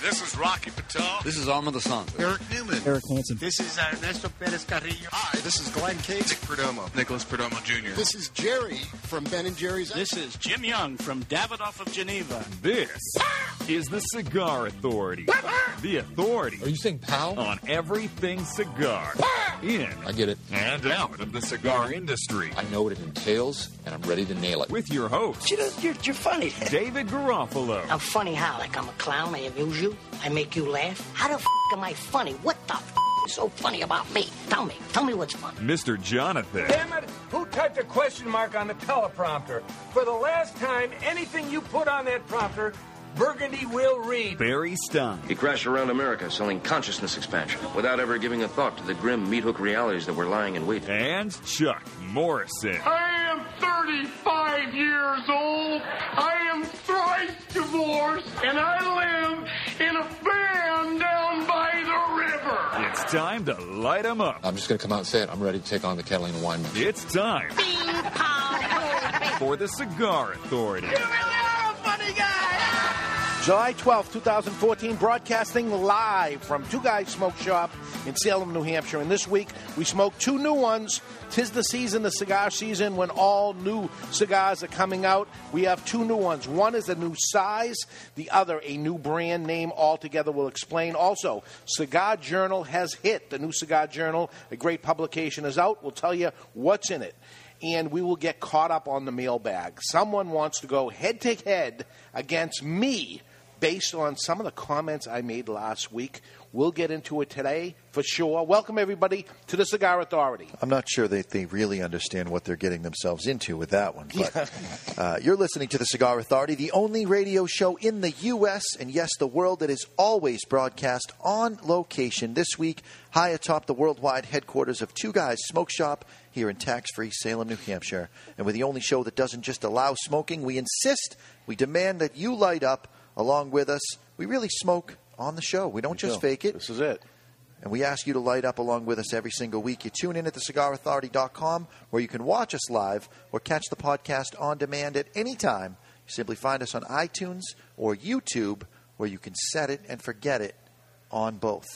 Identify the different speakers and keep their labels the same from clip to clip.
Speaker 1: This is Rocky Patel.
Speaker 2: This is Alma the Sun.
Speaker 3: Eric Newman.
Speaker 4: Eric Hansen.
Speaker 5: This is Ernesto Perez Carrillo.
Speaker 6: Hi, this is Glenn Case.
Speaker 7: Dick Perdomo. Nicholas Perdomo Jr.
Speaker 8: This is Jerry from Ben and Jerry's.
Speaker 9: This is Jim Young from Davidoff of Geneva.
Speaker 10: This is the Cigar Authority. the authority.
Speaker 11: Are you saying pal?
Speaker 10: On everything cigar. In.
Speaker 11: I get it.
Speaker 10: And out of the cigar industry.
Speaker 11: I know what it entails, and I'm ready to nail it.
Speaker 10: With your host.
Speaker 12: You know, you're, you're funny.
Speaker 10: David Garofalo.
Speaker 12: I'm funny how? Like I'm a clown, I amuse you, I make you laugh. How the f am I funny? What the f is so funny about me? Tell me. Tell me what's funny.
Speaker 10: Mr. Jonathan.
Speaker 13: Damn it! Who typed a question mark on the teleprompter? For the last time, anything you put on that prompter Burgundy will read.
Speaker 10: Barry Stein.
Speaker 14: He crashed around America selling consciousness expansion without ever giving a thought to the grim meat hook realities that were lying in wait.
Speaker 10: And Chuck Morrison.
Speaker 15: I am 35 years old. I am thrice divorced, and I live in a van down by the river.
Speaker 10: It's time to light 'em up.
Speaker 11: I'm just going to come out and say it. I'm ready to take on the Catalina wine. Mix.
Speaker 10: It's time.
Speaker 12: Bing pong.
Speaker 10: for the Cigar Authority.
Speaker 15: You really are a funny guy.
Speaker 5: July 12th, 2014, broadcasting live from Two Guys Smoke Shop in Salem, New Hampshire. And this week, we smoke two new ones. Tis the season, the cigar season, when all new cigars are coming out. We have two new ones. One is a new size, the other a new brand name altogether. We'll explain. Also, Cigar Journal has hit. The new Cigar Journal, a great publication, is out. We'll tell you what's in it and we will get caught up on the mailbag. Someone wants to go head to head against me based on some of the comments I made last week. We'll get into it today for sure. Welcome, everybody, to the Cigar Authority.
Speaker 16: I'm not sure that they really understand what they're getting themselves into with that one. But uh, you're listening to the Cigar Authority, the only radio show in the U.S. and yes, the world that is always broadcast on location. This week, high atop the worldwide headquarters of Two Guys Smoke Shop here in tax free Salem, New Hampshire. And we're the only show that doesn't just allow smoking, we insist, we demand that you light up along with us. We really smoke on the show, we don't
Speaker 5: You
Speaker 16: just
Speaker 5: do.
Speaker 16: fake it.
Speaker 5: This is it.
Speaker 16: And we ask you to light up along with us every single week. You tune in at thecigarauthority.com where you can watch us live or catch the podcast on demand at any time. You simply find us on iTunes or YouTube where you can set it and forget it on both.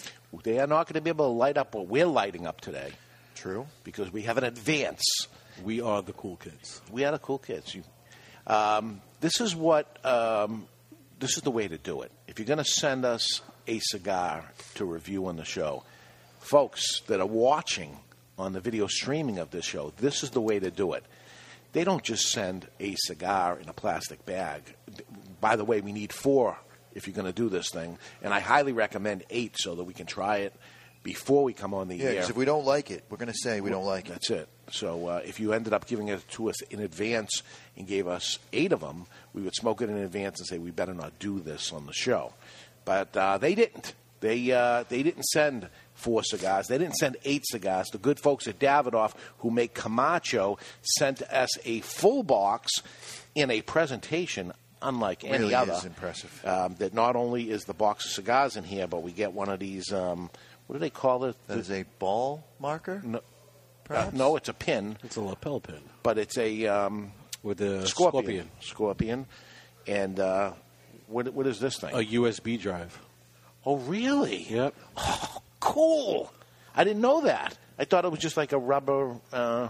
Speaker 5: They are not going to be able to light up what we're lighting up today
Speaker 16: True.
Speaker 5: because we have an advance.
Speaker 17: We are the cool kids.
Speaker 5: We are the cool kids. You, um, this is what um, this is the way to do it. If you're going to send us a cigar to review on the show, folks that are watching on the video streaming of this show, this is the way to do it. They don't just send a cigar in a plastic bag. By the way, we need four if you're going to do this thing, and I highly recommend eight so that we can try it before we come on the
Speaker 16: Yeah,
Speaker 5: air.
Speaker 16: because if we don't like it, we're going to say we don't like it.
Speaker 5: That's it. So uh, if you ended up giving it to us in advance and gave us eight of them, we would smoke it in advance and say we better not do this on the show. But uh, they didn't. They uh, they didn't send four cigars. They didn't send eight cigars. The good folks at Davidoff, who make Camacho, sent us a full box in a presentation unlike any
Speaker 16: Really
Speaker 5: other.
Speaker 16: is impressive.
Speaker 5: Um, that not only is the box of cigars in here, but we get one of these. Um, what do they call it?
Speaker 16: That is a ball marker?
Speaker 5: No. Uh,
Speaker 16: perhaps?
Speaker 5: no, it's a pin,
Speaker 17: It's a lapel pin
Speaker 5: but it's a um,
Speaker 17: with a
Speaker 5: scorpion. Scorpion. And uh, what, what is this thing?
Speaker 17: a USB drive.
Speaker 5: oh, really? Oh,
Speaker 17: Yep.
Speaker 5: Cool. I didn't know that. I thought it was just like a rubber, uh,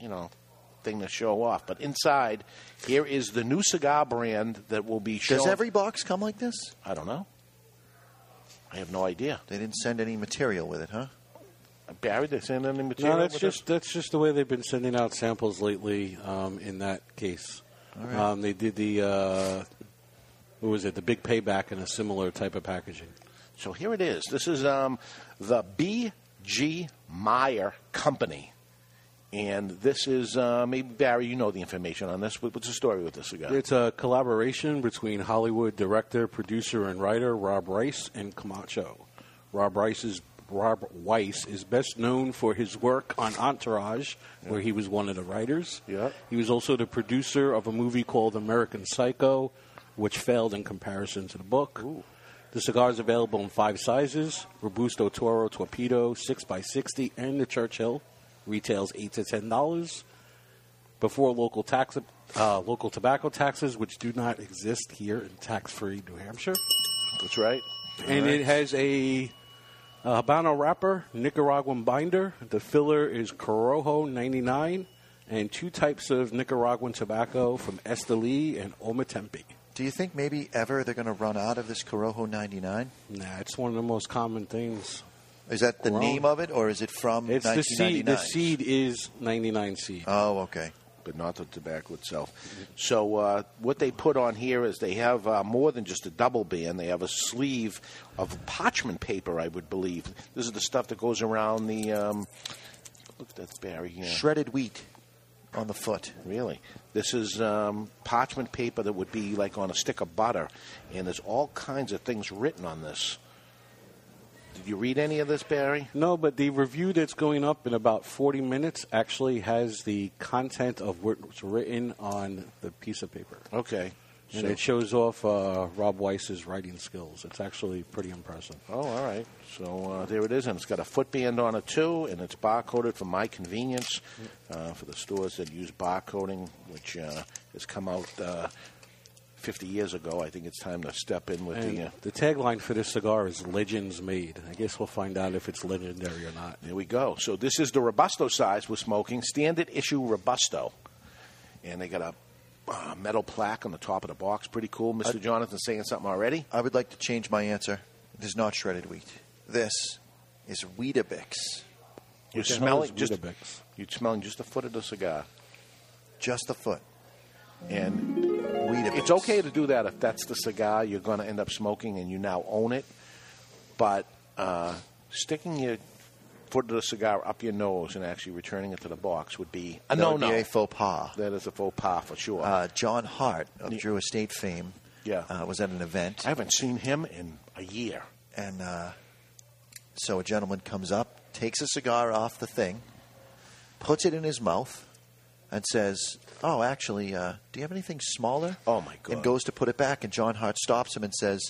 Speaker 5: you know, thing to show off. But inside, here is the new cigar brand that will be shown.
Speaker 16: Does every box come like this?
Speaker 5: I don't know. I have no idea.
Speaker 16: They didn't send any material with it, huh?
Speaker 5: Barry, they send any material?
Speaker 17: No, that's
Speaker 5: with
Speaker 17: just
Speaker 5: this?
Speaker 17: that's just the way they've been sending out samples lately. Um, in that case, um, they did the uh, what was it? The big payback in a similar type of packaging.
Speaker 5: So here it is. This is um, the B.G. Meyer Company. And this is, uh, maybe Barry, you know the information on this. What- What's the story with this uh, cigar?
Speaker 17: It's a collaboration between Hollywood director, producer, and writer Rob Rice and Camacho. Rob Rice's Rob Weiss is best known for his work on Entourage, where he was one of the writers.
Speaker 5: Yeah.
Speaker 17: He was also the producer of a movie called American Psycho, which failed in comparison to the book. The cigar is available in five sizes Robusto Toro Torpedo, 6x60, and the Churchill. Retails 8 to $10 before local tax uh, local tobacco taxes, which do not exist here in tax-free New Hampshire.
Speaker 5: That's right.
Speaker 17: And it has a, uh Habano wrapper, Nicaraguan binder. The filler is Corojo 99, and two types of Nicaraguan tobacco from Esteli and Ometempe.
Speaker 16: Do you think maybe ever they're going to run out of this Corojo 99?
Speaker 17: Nah, it's one of the most common things.
Speaker 16: Is that the
Speaker 17: Grown.
Speaker 16: name of it, or is it from
Speaker 17: It's the seed.
Speaker 16: 1999?
Speaker 17: The seed is 99 seed.
Speaker 16: Oh, okay.
Speaker 5: But not the tobacco itself. So uh, what they put on here is they have uh, more than just a double band. They have a sleeve of parchment paper, I would believe. This is the stuff that goes around the. Um, look, that's Barry here.
Speaker 16: Shredded wheat on the foot.
Speaker 5: Really, this is um, parchment paper that would be like on a stick of butter, and there's all kinds of things written on this. Did you read any of this, Barry?
Speaker 17: No, but the review that's going up in about 40 minutes actually has the content of what's written on the piece of paper.
Speaker 5: Okay.
Speaker 17: And
Speaker 5: So-
Speaker 17: it shows off uh, Rob Weiss's writing skills. It's actually pretty impressive.
Speaker 5: Oh, all right. So uh, there it is, and it's got a footband on it too, and it's barcoded for my convenience uh, for the stores that use barcoding, which uh, has come out uh, 50 years ago. I think it's time to step in with
Speaker 17: And
Speaker 5: the. Uh,
Speaker 17: the tagline for this cigar is "Legends Made." I guess we'll find out if it's legendary or not.
Speaker 5: there we go. So this is the robusto size we're smoking, standard issue robusto, and they got a. Uh, metal plaque on the top of the box. Pretty cool. Mr. Jonathan saying something already?
Speaker 16: I would like to change my answer. It is not shredded wheat. This is Weetabix.
Speaker 5: You're
Speaker 16: What the hell
Speaker 5: smelling
Speaker 16: is
Speaker 5: just
Speaker 16: Weetabix?
Speaker 5: you're smelling just the foot of the cigar.
Speaker 16: Just the foot.
Speaker 5: And it's okay to do that if that's the cigar you're going to end up smoking and you now own it. But uh, sticking your foot of the cigar up your nose and actually returning it to the box would be a
Speaker 16: That
Speaker 5: no
Speaker 16: would be
Speaker 5: no.
Speaker 16: a faux pas.
Speaker 5: That is a faux pas for sure.
Speaker 16: Uh, John Hart of Drew Estate fame
Speaker 5: yeah.
Speaker 16: uh, was at an event. I
Speaker 5: haven't seen him in a year.
Speaker 16: And uh, so a gentleman comes up, takes a cigar off the thing, puts it in his mouth, and says, Oh, actually, uh, do you have anything smaller?
Speaker 5: Oh, my God.
Speaker 16: And goes to put it back, and John Hart stops him and says,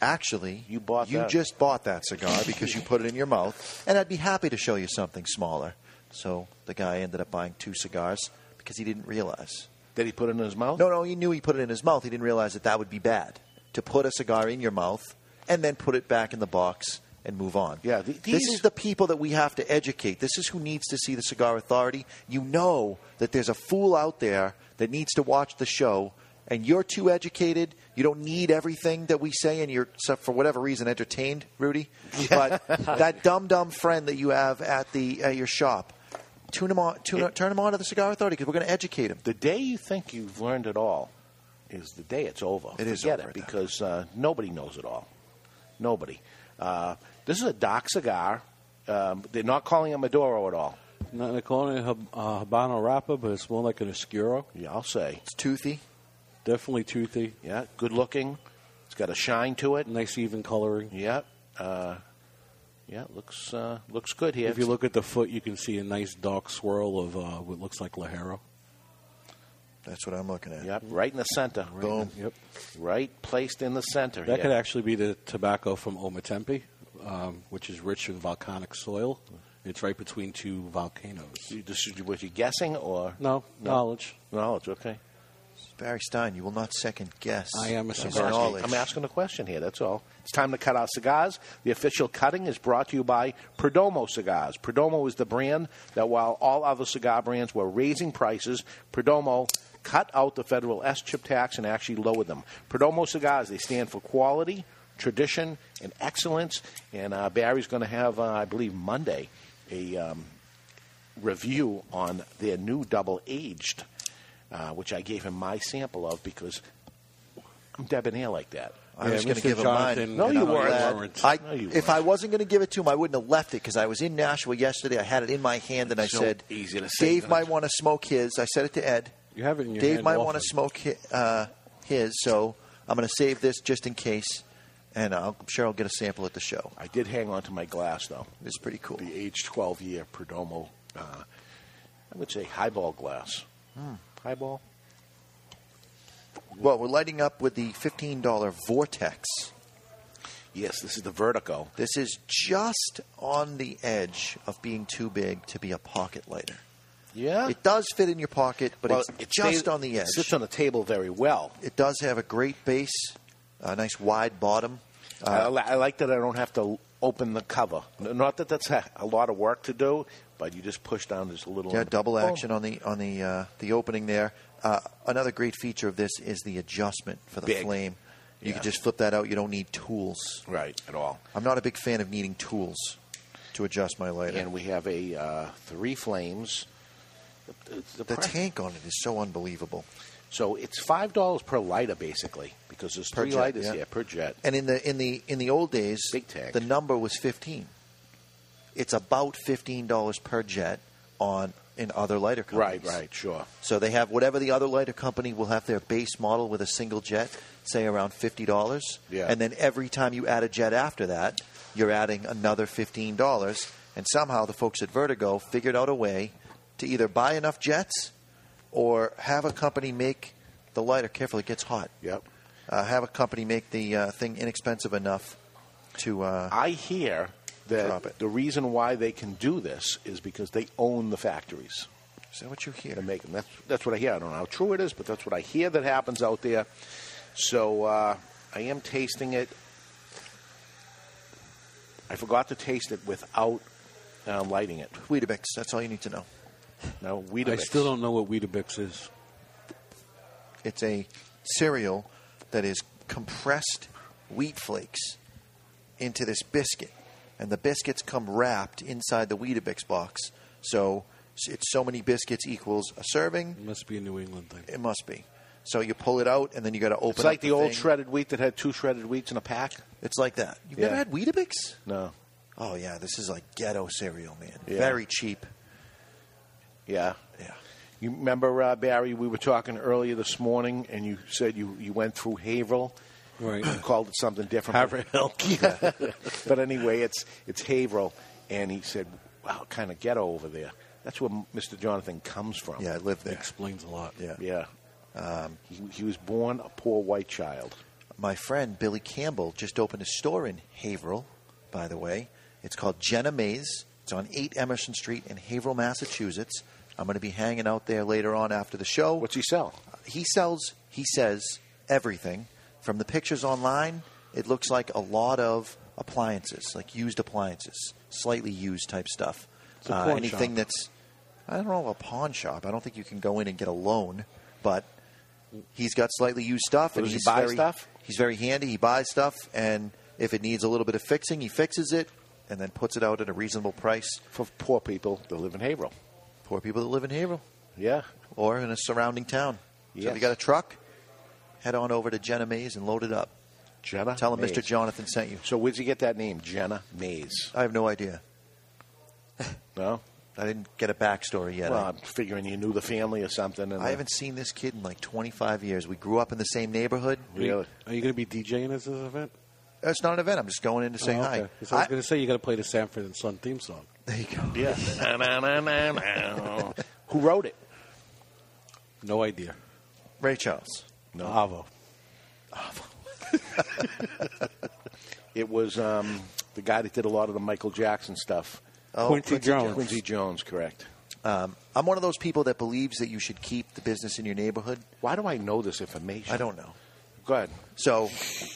Speaker 16: Actually, you bought you
Speaker 5: that."
Speaker 16: just bought that cigar because you put it in your mouth, and I'd be happy to show you something smaller. So the guy ended up buying two cigars because he didn't realize.
Speaker 5: Did he put it in his mouth?
Speaker 16: No, no, he knew he put it in his mouth. He didn't realize that that would be bad to put a cigar in your mouth and then put it back in the box and move on. Yeah, this
Speaker 5: these-
Speaker 16: is the people that we have to educate. This is who needs to see the Cigar Authority. You know that there's a fool out there that needs to watch the show, and you're too educated. You don't need everything that we say, and you're, so for whatever reason, entertained, Rudy. But that dumb, dumb friend that you have at the at your shop, tune him on, tune, turn him on to the Cigar Authority because we're going to educate him.
Speaker 5: The day you think you've learned it all is the day it's over. It is Forget it because uh, nobody knows it all. Nobody. Uh, this is a dark cigar. Um, they're not calling it Maduro at all.
Speaker 17: Not they're calling it Hab- uh, Habano wrapper, but it's more like an Oscuro.
Speaker 5: Yeah, I'll say
Speaker 16: it's toothy.
Speaker 17: Definitely toothy.
Speaker 5: Yeah, good looking. It's got a shine to it.
Speaker 17: Nice even coloring.
Speaker 5: Yeah. Uh, yeah, it looks uh, looks good here.
Speaker 17: If you look at the foot, you can see a nice dark swirl of uh, what looks like lajero.
Speaker 16: That's what I'm looking at.
Speaker 5: Yep, right in the center.
Speaker 16: Boom.
Speaker 17: Yep.
Speaker 5: Right placed in the center.
Speaker 17: That
Speaker 5: here.
Speaker 17: could actually be the tobacco from Ometempe, um, which is rich in volcanic soil. It's right between two volcanoes.
Speaker 5: This is what you're guessing, or
Speaker 17: no,
Speaker 5: No.
Speaker 17: knowledge.
Speaker 5: Knowledge, okay.
Speaker 16: Barry Stein, you will not second guess.
Speaker 5: I am a
Speaker 16: That's
Speaker 5: cigar.
Speaker 16: knowledge.
Speaker 5: I'm asking a question here. That's all. It's time to cut our cigars. The official cutting is brought to you by Perdomo Cigars. Perdomo is the brand that, while all other cigar brands were raising prices, Perdomo cut out the federal S chip tax and actually lowered them. Perdomo Cigars. They stand for quality, tradition, and excellence. And uh, Barry's going to have, uh, I believe, Monday a um, review on their new double aged, uh, which I gave him my sample of because I'm debonair like that.
Speaker 16: I was going to give him mine.
Speaker 5: No,
Speaker 16: and
Speaker 5: you
Speaker 16: I'm glad-
Speaker 5: weren't.
Speaker 16: I,
Speaker 5: No, you
Speaker 16: if I wasn't going to give it to him, I wouldn't have left it because I was in Nashville yesterday. I had it in my hand, and I
Speaker 5: It's so
Speaker 16: said,
Speaker 5: easy to say,
Speaker 16: "Dave
Speaker 5: don't
Speaker 16: might want to smoke his." I said it to Ed.
Speaker 17: You have it in your
Speaker 16: Dave
Speaker 17: hand
Speaker 16: might
Speaker 17: often.
Speaker 16: want to smoke hi, uh, his, so I'm going to save this just in case, and I'll, I'm sure I'll get a sample at the show.
Speaker 5: I did hang on to my glass, though.
Speaker 16: It's pretty cool.
Speaker 5: The age 12 year Perdomo, uh, I would say highball glass. Highball?
Speaker 16: Well, we're lighting up with the $15 Vortex.
Speaker 5: Yes, this is the Vertigo.
Speaker 16: This is just on the edge of being too big to be a pocket lighter.
Speaker 5: Yeah.
Speaker 16: It does fit in your pocket, but
Speaker 5: Well,
Speaker 16: it's
Speaker 5: it
Speaker 16: just
Speaker 5: stays-
Speaker 16: on the
Speaker 5: it
Speaker 16: edge.
Speaker 5: sits on the table very well.
Speaker 16: It does have a great base, a nice wide bottom. Uh,
Speaker 5: I, li- I like that I don't have to open the cover. N- Not that that's a, a lot of work to do, but you just push down just a little.
Speaker 16: Yeah, double action on the on the uh, the opening there. Uh, another great feature of this is the adjustment for the
Speaker 5: Big.
Speaker 16: flame. You
Speaker 5: Yeah.
Speaker 16: can just flip that out. You don't need tools.
Speaker 5: Right at all.
Speaker 16: I'm not a big fan of needing tools to adjust my lighter.
Speaker 5: And we have a uh, three flames. The,
Speaker 16: the tank on it is so unbelievable.
Speaker 5: So it's five dollars per lighter, basically, because there's
Speaker 16: Per
Speaker 5: three
Speaker 16: jet,
Speaker 5: lighters
Speaker 16: yeah.
Speaker 5: here per jet.
Speaker 16: And in the in the in the old days, the number was 15. It's about $15 per jet on in other lighter companies.
Speaker 5: Right, right, sure.
Speaker 16: So they have whatever the other lighter company will have their base model with a single jet, say around fifty dollars.
Speaker 5: Yeah.
Speaker 16: And then every time you add a jet after that, you're adding another fifteen dollars. And somehow the folks at Vertigo figured out a way to either buy enough jets or have a company make the lighter. Careful, it gets hot.
Speaker 5: Yep.
Speaker 16: Uh, have a company make the uh, thing inexpensive enough to. Uh,
Speaker 5: I hear
Speaker 16: Drop
Speaker 5: that the reason why they can do this is because they own the factories.
Speaker 16: Is that what you hear?
Speaker 5: They make them. That's, that's what I hear. I don't know how true it is, but that's what I hear that happens out there. So uh, I am tasting it. I forgot to taste it without uh, lighting it.
Speaker 16: Weetabix. That's all you need to know.
Speaker 5: No, Weetabix.
Speaker 17: I still don't know what Weetabix is.
Speaker 16: It's a cereal that is compressed wheat flakes into this biscuit, and the biscuits come wrapped inside the Weetabix box. So s- it's so many biscuits equals a serving.
Speaker 17: must be a New England thing.
Speaker 16: It must be. So you pull it out, and then you got to open.
Speaker 5: It's like
Speaker 16: up
Speaker 5: the, old
Speaker 16: thing.
Speaker 5: shredded wheat that had two shredded wheats in a pack.
Speaker 16: It's like that. You've never
Speaker 5: Yeah.
Speaker 16: had Weetabix?
Speaker 5: No.
Speaker 16: Oh yeah, this is like ghetto cereal, man.
Speaker 5: Yeah.
Speaker 16: Very cheap.
Speaker 5: Yeah.
Speaker 16: Yeah.
Speaker 5: You remember uh, Barry? We were talking earlier this morning, and you said you, you went through Haverhill.
Speaker 17: Right.
Speaker 5: You called it something different.
Speaker 17: Haverhill.
Speaker 5: Yeah. but anyway, it's it's Haverhill, and he said, "Wow, kind of ghetto over there." That's where Mr. Jonathan comes from.
Speaker 16: Yeah, I live there.
Speaker 17: Explains a lot.
Speaker 16: Yeah.
Speaker 5: Yeah. Um, he, he was born a poor white child.
Speaker 16: My friend Billy Campbell just opened a store in Haverhill, by the way. It's called Jenna Mays. It's on 8 Emerson Street in Haverhill, Massachusetts. I'm going to be hanging out there later on after the show. What's
Speaker 5: he sell?
Speaker 16: He sells, he says, everything. From the pictures online, it looks like a lot of appliances, like used appliances, slightly used type stuff.
Speaker 5: It's a
Speaker 16: Uh,
Speaker 5: pawn
Speaker 16: anything
Speaker 5: shop.
Speaker 16: that's, I don't know, a pawn shop. I don't think you can go in and get a loan, but he's got slightly used stuff.
Speaker 5: But
Speaker 16: and
Speaker 5: does he
Speaker 16: he's
Speaker 5: buy
Speaker 16: very,
Speaker 5: stuff?
Speaker 16: He's very handy. He buys stuff, and if it needs a little bit of fixing, he fixes it and then puts it out at a reasonable price
Speaker 5: for poor people that live in Haverhill.
Speaker 16: Poor people that live in Haverhill.
Speaker 5: Yeah.
Speaker 16: Or in a surrounding town. So if
Speaker 5: Yes.
Speaker 16: you got a truck, head on over to Jenna Mays and load it up.
Speaker 5: Jenna?
Speaker 16: Tell him
Speaker 5: Mays.
Speaker 16: Mr. Jonathan sent you.
Speaker 5: So where'd you get that name, Jenna Mays?
Speaker 16: I have no idea.
Speaker 5: No.
Speaker 16: I didn't get a backstory yet.
Speaker 5: Well,
Speaker 16: I-
Speaker 5: I'm figuring you knew the family or something. And
Speaker 16: I haven't seen this kid in like 25 years. We grew up in the same neighborhood.
Speaker 5: Really?
Speaker 17: Are you going to be DJing at this event?
Speaker 16: It's not an event. I'm just going in to say
Speaker 17: Oh,
Speaker 16: hi.
Speaker 17: okay. 'Cause I was going to say you got to play the Sanford and Son theme song.
Speaker 16: There you go.
Speaker 5: Yeah. Na-na-na-na-na. Who wrote it?
Speaker 17: No idea.
Speaker 16: Ray Charles.
Speaker 5: No.
Speaker 17: Avo.
Speaker 5: It was um, the guy that did a lot of the Michael Jackson stuff.
Speaker 16: Oh, Quincy Quincy Jones. Jones.
Speaker 5: Quincy Jones, correct.
Speaker 16: Um, I'm one of those people that believes that you should keep the business in your neighborhood.
Speaker 5: Why do I know this information?
Speaker 16: I don't know.
Speaker 5: Go ahead.
Speaker 16: So,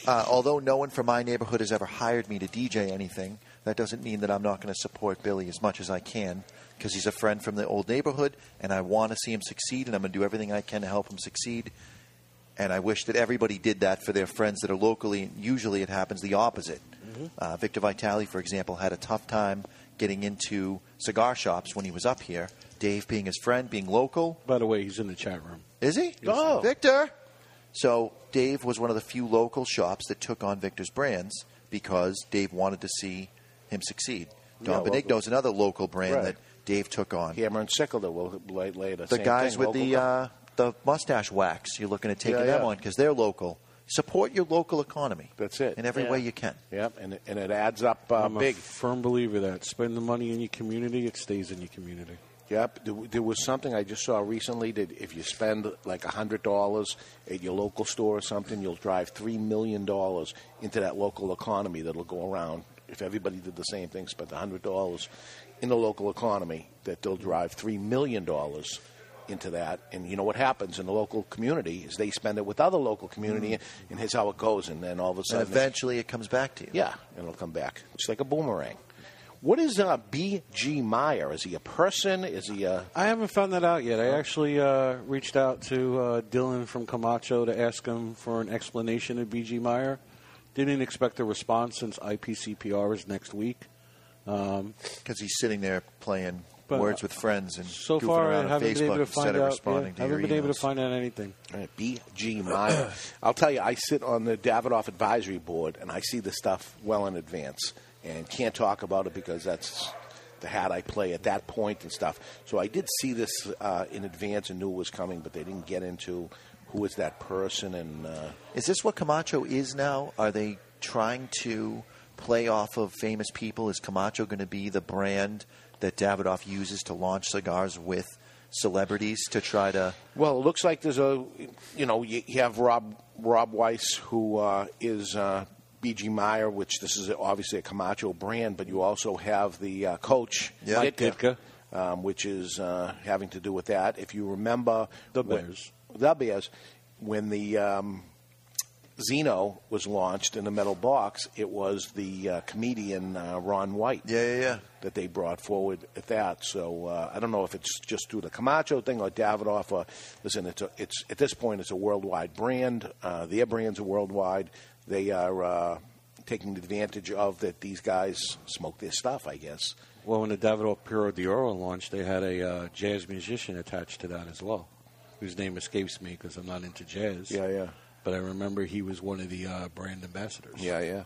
Speaker 16: uh, although no one from my neighborhood has ever hired me to DJ anything, that doesn't mean that I'm not going to support Billy as much as I can because he's a friend from the old neighborhood and I want to see him succeed and I'm going to do everything I can to help him succeed. And I wish that everybody did that for their friends that are locally. And usually it happens the opposite. Uh, Victor Vitale, for example, had a tough time getting into cigar shops when he was up here. Dave being his friend, being local.
Speaker 17: By the way, he's in the chat room.
Speaker 16: Is he?
Speaker 17: Oh.
Speaker 16: Victor. So Dave was one of the few local shops that took on Victor's brands because Dave wanted to see him succeed.
Speaker 5: Yeah,
Speaker 16: Don
Speaker 5: local.
Speaker 16: Benigno's another local brand
Speaker 5: Right.
Speaker 16: that Dave took on.
Speaker 5: Hammer and Sickle, that we'll lay later.
Speaker 16: the
Speaker 5: Same
Speaker 16: guys
Speaker 5: thing,
Speaker 16: with
Speaker 5: local
Speaker 16: the
Speaker 5: guy.
Speaker 16: uh, the mustache wax, you're looking at taking
Speaker 5: Yeah,
Speaker 16: them
Speaker 5: yeah.
Speaker 16: on because they're local. Support your local economy
Speaker 5: That's it.
Speaker 16: in every
Speaker 5: Yeah.
Speaker 16: way you can.
Speaker 5: Yep, and, it- and it adds up uh,
Speaker 17: I'm
Speaker 5: big.
Speaker 17: a firm believer that spend the money in your community, it stays in your community.
Speaker 5: Yep. There, there was something I just saw recently that if you spend like hundred dollars at your local store or something, you'll drive three million dollars into that local economy that'll go around. If everybody did the same thing, spent hundred dollars in the local economy, that they'll drive three million dollars into that. And you know what happens in the local community is they spend it with other local community, and here's how it goes. And then all of a
Speaker 16: Mm-hmm. And
Speaker 5: sudden,
Speaker 16: eventually it comes back to you.
Speaker 5: yeah, and it'll come back. It's like a boomerang. What is uh, B.G. Meyer? Is he a person? Is he a
Speaker 17: I haven't found that out yet.
Speaker 16: Oh.
Speaker 17: I actually uh, reached out to uh, Dylan from Camacho to ask him for an explanation of BG Meyer. Didn't expect a response since IPCPR is next week. um, Because
Speaker 16: he's sitting there playing Words with Friends and
Speaker 17: so
Speaker 16: goofing
Speaker 17: far
Speaker 16: around
Speaker 17: I
Speaker 16: on
Speaker 17: haven't been
Speaker 16: Facebook
Speaker 17: able to
Speaker 16: instead
Speaker 17: find
Speaker 16: of
Speaker 17: out.
Speaker 16: responding
Speaker 17: yeah,
Speaker 16: to your
Speaker 17: haven't been able to
Speaker 16: emails.
Speaker 17: find out anything.
Speaker 5: B.G. Meyer? I'll tell you, I sit on the Davidoff Advisory Board, and I see this stuff well in advance, and can't talk about it because that's the hat I play at that point and stuff. So I did see this uh, in advance and knew it was coming, but they didn't get into who is that person and. Uh,
Speaker 16: Is this what Camacho is now? Are they trying to play off of famous people? Is Camacho going to be the brand that Davidoff uses to launch cigars with celebrities to try to?
Speaker 5: Well, it looks like there's a, you know, you you have Rob Rob Weiss who uh, is uh, BG Meyer, which this is obviously a Camacho brand, but you also have the uh, coach
Speaker 17: Yeah. Mike Ditka.
Speaker 5: um, which is uh, having to do with that. If you remember, the
Speaker 17: Bears.
Speaker 5: the Bears, when the um, Zeno was launched in the metal box, it was the uh, comedian uh, Ron White.
Speaker 16: Yeah, yeah, yeah.
Speaker 5: That they brought forward at that. So uh, I don't know if it's just through the Camacho thing or Davidoff. Or listen, it's a, it's at this point it's a worldwide brand. Uh, their brands are worldwide. They are uh, taking advantage of that. These guys smoke their stuff, I guess.
Speaker 17: Well, when the Davidoff Puro d'Oro launched, they had a uh, jazz musician attached to that as well, whose name escapes me because I'm not into jazz.
Speaker 5: Yeah, yeah.
Speaker 17: But I remember he was one of the uh, brand ambassadors.
Speaker 5: Yeah, yeah.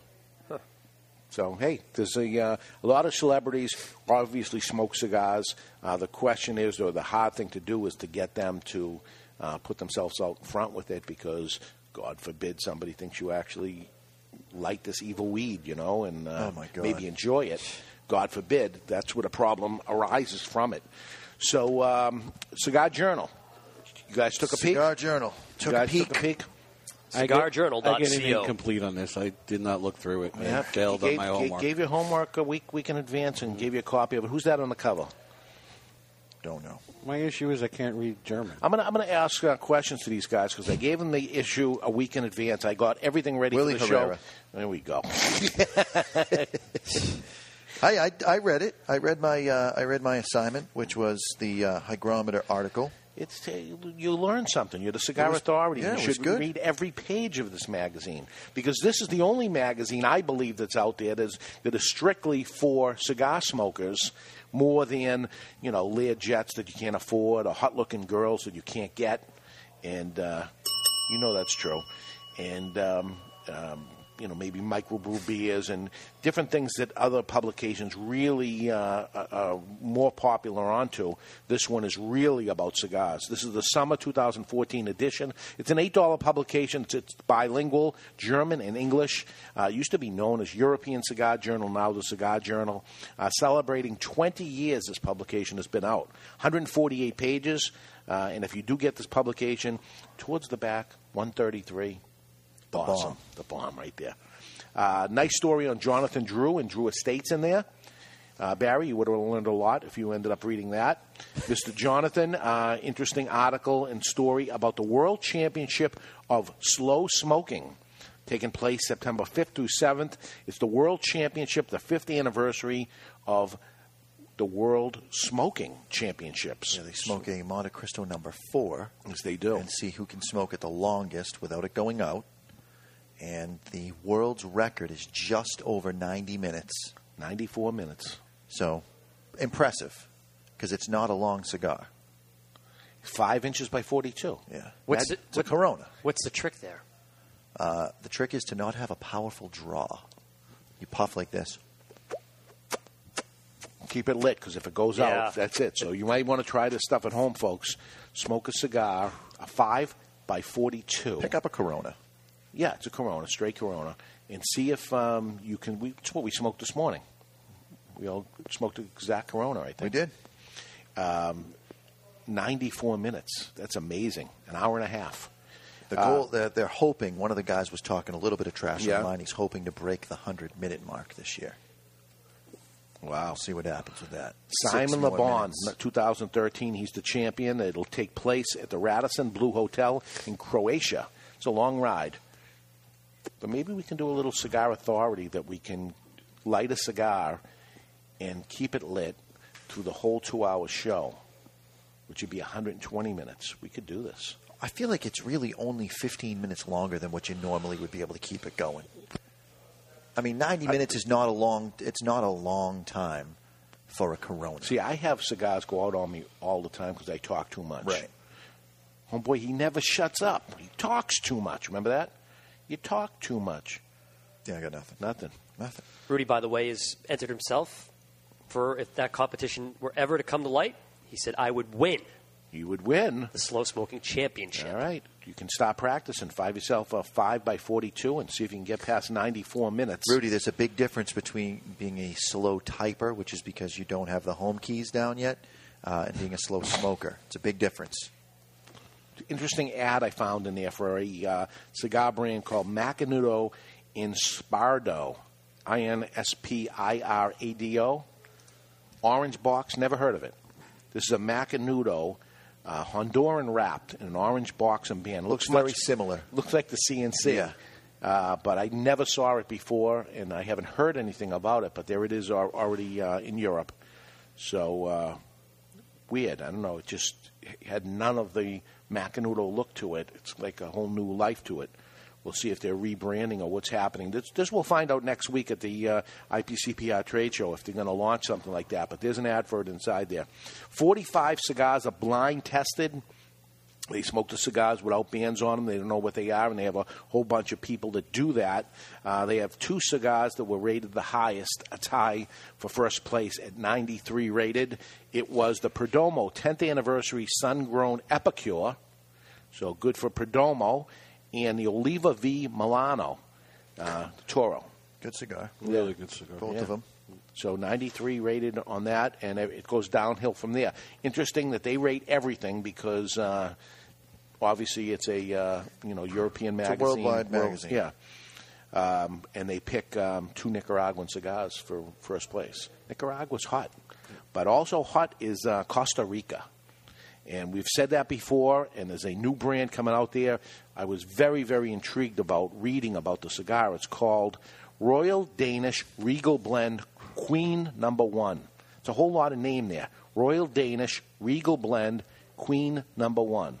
Speaker 5: So hey, there's a, uh, a lot of celebrities obviously smoke cigars. Uh, the question is, or the hard thing to do, is to get them to uh, put themselves out front with it because God forbid somebody thinks you actually light this evil weed, you know, and uh,
Speaker 16: Oh, my God.
Speaker 5: maybe enjoy it. God forbid, that's what a problem arises from it. So, um, Cigar Journal, you guys took a peek. Cigar
Speaker 16: Journal
Speaker 5: you
Speaker 16: Took a
Speaker 5: guys took a
Speaker 16: peek.
Speaker 5: peek.
Speaker 17: I get it incomplete on this. I did not look through it. I
Speaker 5: Yeah,
Speaker 17: failed
Speaker 5: gave,
Speaker 17: on my
Speaker 5: gave-
Speaker 17: homework.
Speaker 5: Gave your homework a week week in advance and gave you a copy of it. Who's that on the cover?
Speaker 16: Don't know.
Speaker 17: my issue is I can't read German.
Speaker 5: I'm gonna I'm gonna ask uh, questions to these guys because I gave them the issue a week in advance. I got everything ready
Speaker 16: Willie
Speaker 5: for the
Speaker 16: Herrera.
Speaker 5: show. There we go.
Speaker 16: I, I, I read it. I read my uh, I read my assignment, which was the uh, hygrometer article.
Speaker 5: It's uh, you learn something. You're the Cigar
Speaker 16: It was-
Speaker 5: Authority.
Speaker 16: yeah,
Speaker 5: you
Speaker 16: it
Speaker 5: should
Speaker 16: was good.
Speaker 5: read every page of this magazine because this is the only magazine I believe that's out there that is, that is strictly for cigar smokers, more than you know Learjets that you can't afford or hot-looking girls that you can't get, and uh, you know that's true, and. Um, um, you know, maybe microbrew beers and different things that other publications really uh, are- are more popular onto. This one is really about cigars. This is the summer 2014 edition. It's an $8 publication. It's, it's bilingual, German and English. Uh, it used to be known as European Cigar Journal, now the Cigar Journal. Uh, celebrating 20 years this publication has been out. 148 pages. Uh, and if you do get this publication, towards the back, 133.
Speaker 16: The
Speaker 5: Awesome.
Speaker 16: bomb.
Speaker 5: The bomb right there. Uh, nice story on Jonathan Drew and Drew Estates in there. Uh, Barry, you would have learned a lot if you ended up reading that. Mr. Jonathan, uh, interesting article and story about the World Championship of Slow Smoking taking place September 5th through 7th. It's the World Championship, the fifth anniversary of the World Smoking Championships.
Speaker 16: They smoke a Monte Cristo number four.
Speaker 5: Yes, they do.
Speaker 16: And see who can smoke it the longest without it going out. And the world's record is just over 90 minutes.
Speaker 5: 94 minutes.
Speaker 16: So impressive because it's not a long cigar.
Speaker 5: Five inches by 42.
Speaker 16: Yeah.
Speaker 1: What's
Speaker 16: That's-
Speaker 1: the-
Speaker 16: it's a Corona.
Speaker 1: What's the trick there?
Speaker 16: Uh, the trick is to not have a powerful draw. You puff like this.
Speaker 5: keep it lit because if it goes
Speaker 16: Yeah.
Speaker 5: out, that's it. So you might want to try this stuff at home, folks. Smoke a cigar, a five by forty-two. Pick
Speaker 16: up a Corona.
Speaker 5: Yeah, it's a Corona, straight Corona, and see if um, you can. We, it's what we smoked this morning. We all smoked the exact Corona, I think. We
Speaker 16: did.
Speaker 5: Um, Ninety-four minutes. That's amazing. An hour and a half.
Speaker 16: The
Speaker 5: Uh,
Speaker 16: goal, they're, they're hoping, one of the guys was talking a little bit of trash
Speaker 5: Yeah.
Speaker 16: online. He's hoping to break the 100 minute mark this year.
Speaker 5: Wow.
Speaker 16: see what happens with that. Six
Speaker 5: Simon
Speaker 16: more
Speaker 5: LeBon,
Speaker 16: minutes.
Speaker 5: 2013. He's the champion. It'll take place at the Radisson Blue Hotel in Croatia. It's a long ride. But maybe we can do a little cigar authority that we can light a cigar and keep it lit through the whole two hour show, which would be 120 minutes. We could do this.
Speaker 16: I feel like it's really only 15 minutes longer than what you normally would be able to keep it going. I mean, 90 minutes is not a long. It's not a long time for a Corona.
Speaker 5: See, I have cigars go out on me all the time because I talk too much. Right. Homeboy, he never shuts up. He talks too much. Remember that? You talk too much.
Speaker 16: Yeah, I got nothing.
Speaker 5: Nothing.
Speaker 16: Nothing.
Speaker 1: Rudy, by the way, has entered himself for if that competition were ever to come to light. He said, "I would win."
Speaker 5: You would win
Speaker 1: the slow smoking championship.
Speaker 5: All right. You can stop practicing. Five yourself a 5 by 42 and see if you can get past 94 minutes.
Speaker 16: Rudy, there's a big difference between being a slow typer, which is because you don't have the home keys down yet, uh, and being a slow smoker. It's a big difference.
Speaker 5: Interesting ad I found in there for a uh, cigar brand called Macanudo Inspardo. I N S P I R A D O. Orange box, never heard of it. This is a Macanudo uh, Honduran wrapped in an orange box and band.
Speaker 16: Looks very similar.
Speaker 5: Looks like the CNC.
Speaker 16: Yeah.
Speaker 5: Uh, but I never saw it before, and I haven't heard anything about it. But there it is al- already uh, in Europe. So uh, weird. I don't know. It just had none of the Macanudo look to it. It's like a whole new life to it. We'll see if they're rebranding or what's happening. This, this we'll find out next week at the uh, IPCPR trade show if they're going to launch something like that. But there's an ad for it inside there. 45 cigars are blind tested. They smoke the cigars without bands on them. They don't know what they are, and they have a whole bunch of people that do that. Uh, they have two cigars that were rated the highest, a tie for first place at 93 rated. It was the Perdomo 10th anniversary sun grown Epicure, so good for Perdomo, and the Oliva V Milano uh, Toro.
Speaker 16: Good cigar.
Speaker 17: Really good cigar.
Speaker 16: Both of them.
Speaker 5: So 93 rated on that, and it it goes downhill from there. Interesting that they rate everything because uh, obviously it's a uh, you know European
Speaker 16: It's a
Speaker 5: magazine,
Speaker 16: worldwide magazine.
Speaker 5: yeah. Um, and they pick um, two Nicaraguan cigars for first place. Nicaragua's hot, but also hot is uh, Costa Rica. And we've said that before, and there's a new brand coming out there. I was very, very intrigued about reading about the cigar. It's called Royal Danish Regal Blend Queen Number One. It's a whole lot of name there. Royal Danish Regal Blend Queen Number One.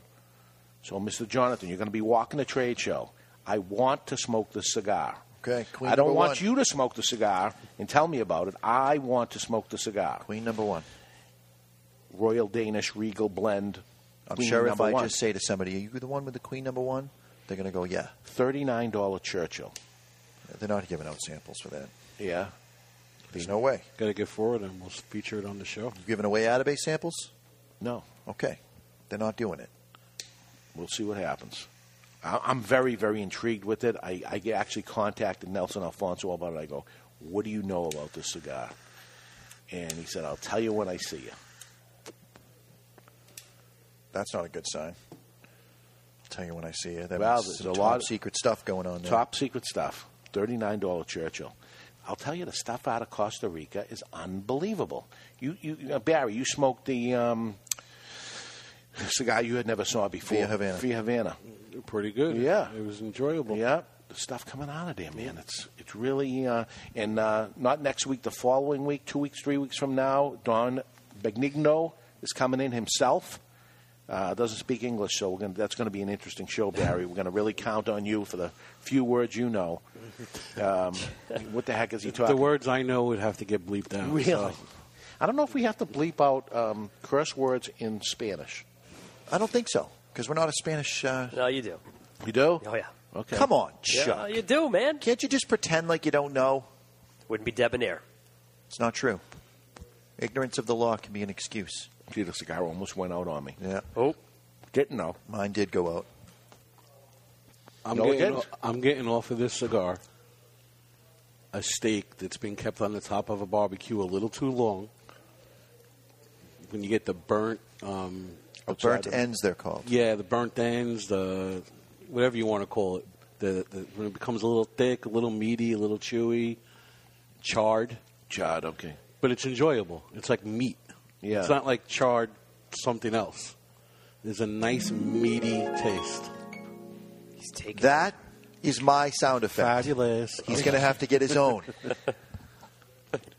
Speaker 5: So, Mr. Jonathan, you're going to be walking a trade show. I want to smoke this cigar.
Speaker 16: Okay. Queen
Speaker 5: I don't
Speaker 16: number
Speaker 5: want
Speaker 16: one.
Speaker 5: you to smoke the cigar and tell me about it. I want to smoke the cigar.
Speaker 16: Queen number one.
Speaker 5: Royal Danish Regal Blend.
Speaker 16: I'm
Speaker 5: Queen
Speaker 16: sure if
Speaker 5: number
Speaker 16: I
Speaker 5: one.
Speaker 16: just say to somebody, "Are you the one with the Queen number one?" They're going to go, "Yeah."
Speaker 5: Thirty-nine dollar Churchill.
Speaker 16: They're not giving out samples for that.
Speaker 5: Yeah.
Speaker 16: There's no way.
Speaker 17: Got to get forward, and we'll feature it on the show.
Speaker 16: You giving away database samples?
Speaker 5: No.
Speaker 16: Okay. They're not doing it.
Speaker 5: We'll see what happens. I- I'm very, very intrigued with it. I, I actually contacted Nelson Alfonso about it. I go, "What do you know about this cigar?" And he said, "I'll tell you when I see you."
Speaker 16: That's not a good sign. I'll tell you when I see you. That
Speaker 5: Well,
Speaker 16: means
Speaker 5: there's
Speaker 16: some
Speaker 5: a
Speaker 16: top
Speaker 5: lot-
Speaker 16: secret stuff going on there.
Speaker 5: Top secret stuff. Thirty-nine dollar Churchill. I'll tell you, the stuff out of Costa Rica is unbelievable. You, you, you know, Barry, you smoked the um, cigar you had never saw before.
Speaker 17: Via Havana.
Speaker 5: Via Havana.
Speaker 17: Pretty good.
Speaker 5: Yeah.
Speaker 17: It was enjoyable.
Speaker 5: Yeah, the stuff coming out of there, man. It's it's really uh, and uh, not next week, the following week, two weeks, three weeks from now. Don Benigno is coming in himself. Uh, doesn't speak English, so we're gonna, that's going to be an interesting show, Barry. We're going to really count on you for the few words you know. Um, what the heck is he talking?
Speaker 17: The words I know would have to get bleeped out.
Speaker 5: Really?
Speaker 17: so-
Speaker 5: I don't know if we have to bleep out um, curse words in Spanish.
Speaker 16: I don't think so because we're not a Spanish. Uh...
Speaker 1: No, you do.
Speaker 5: You do?
Speaker 1: Oh yeah.
Speaker 5: Okay.
Speaker 16: Come on,
Speaker 1: Yeah,
Speaker 16: Chuck.
Speaker 1: you do, man.
Speaker 16: Can't you just pretend like you don't know?
Speaker 1: Wouldn't be debonair.
Speaker 16: It's not true. Ignorance of the law can be an excuse.
Speaker 5: Gee, the cigar almost went out on me.
Speaker 16: Yeah.
Speaker 1: Oh,
Speaker 5: didn't know.
Speaker 16: Mine did go out.
Speaker 17: I'm
Speaker 5: No, it
Speaker 17: getting
Speaker 5: didn't.
Speaker 17: I'm getting off of this cigar a steak that's been kept on the top of a barbecue a little too long. When you get the burnt, um,
Speaker 16: The
Speaker 17: outside
Speaker 16: burnt
Speaker 17: of-
Speaker 16: ends, they're called.
Speaker 17: yeah, the burnt ends, the whatever you want to call it, the, the when it becomes a little thick, a little meaty, a little chewy, charred,
Speaker 5: charred, okay,
Speaker 17: but it's enjoyable. It's like meat.
Speaker 5: Yeah.
Speaker 17: It's not like charred something else. There's a nice meaty taste.
Speaker 1: He's taking
Speaker 16: That is my sound effect.
Speaker 17: Fabulous.
Speaker 16: He's going to have to get his own.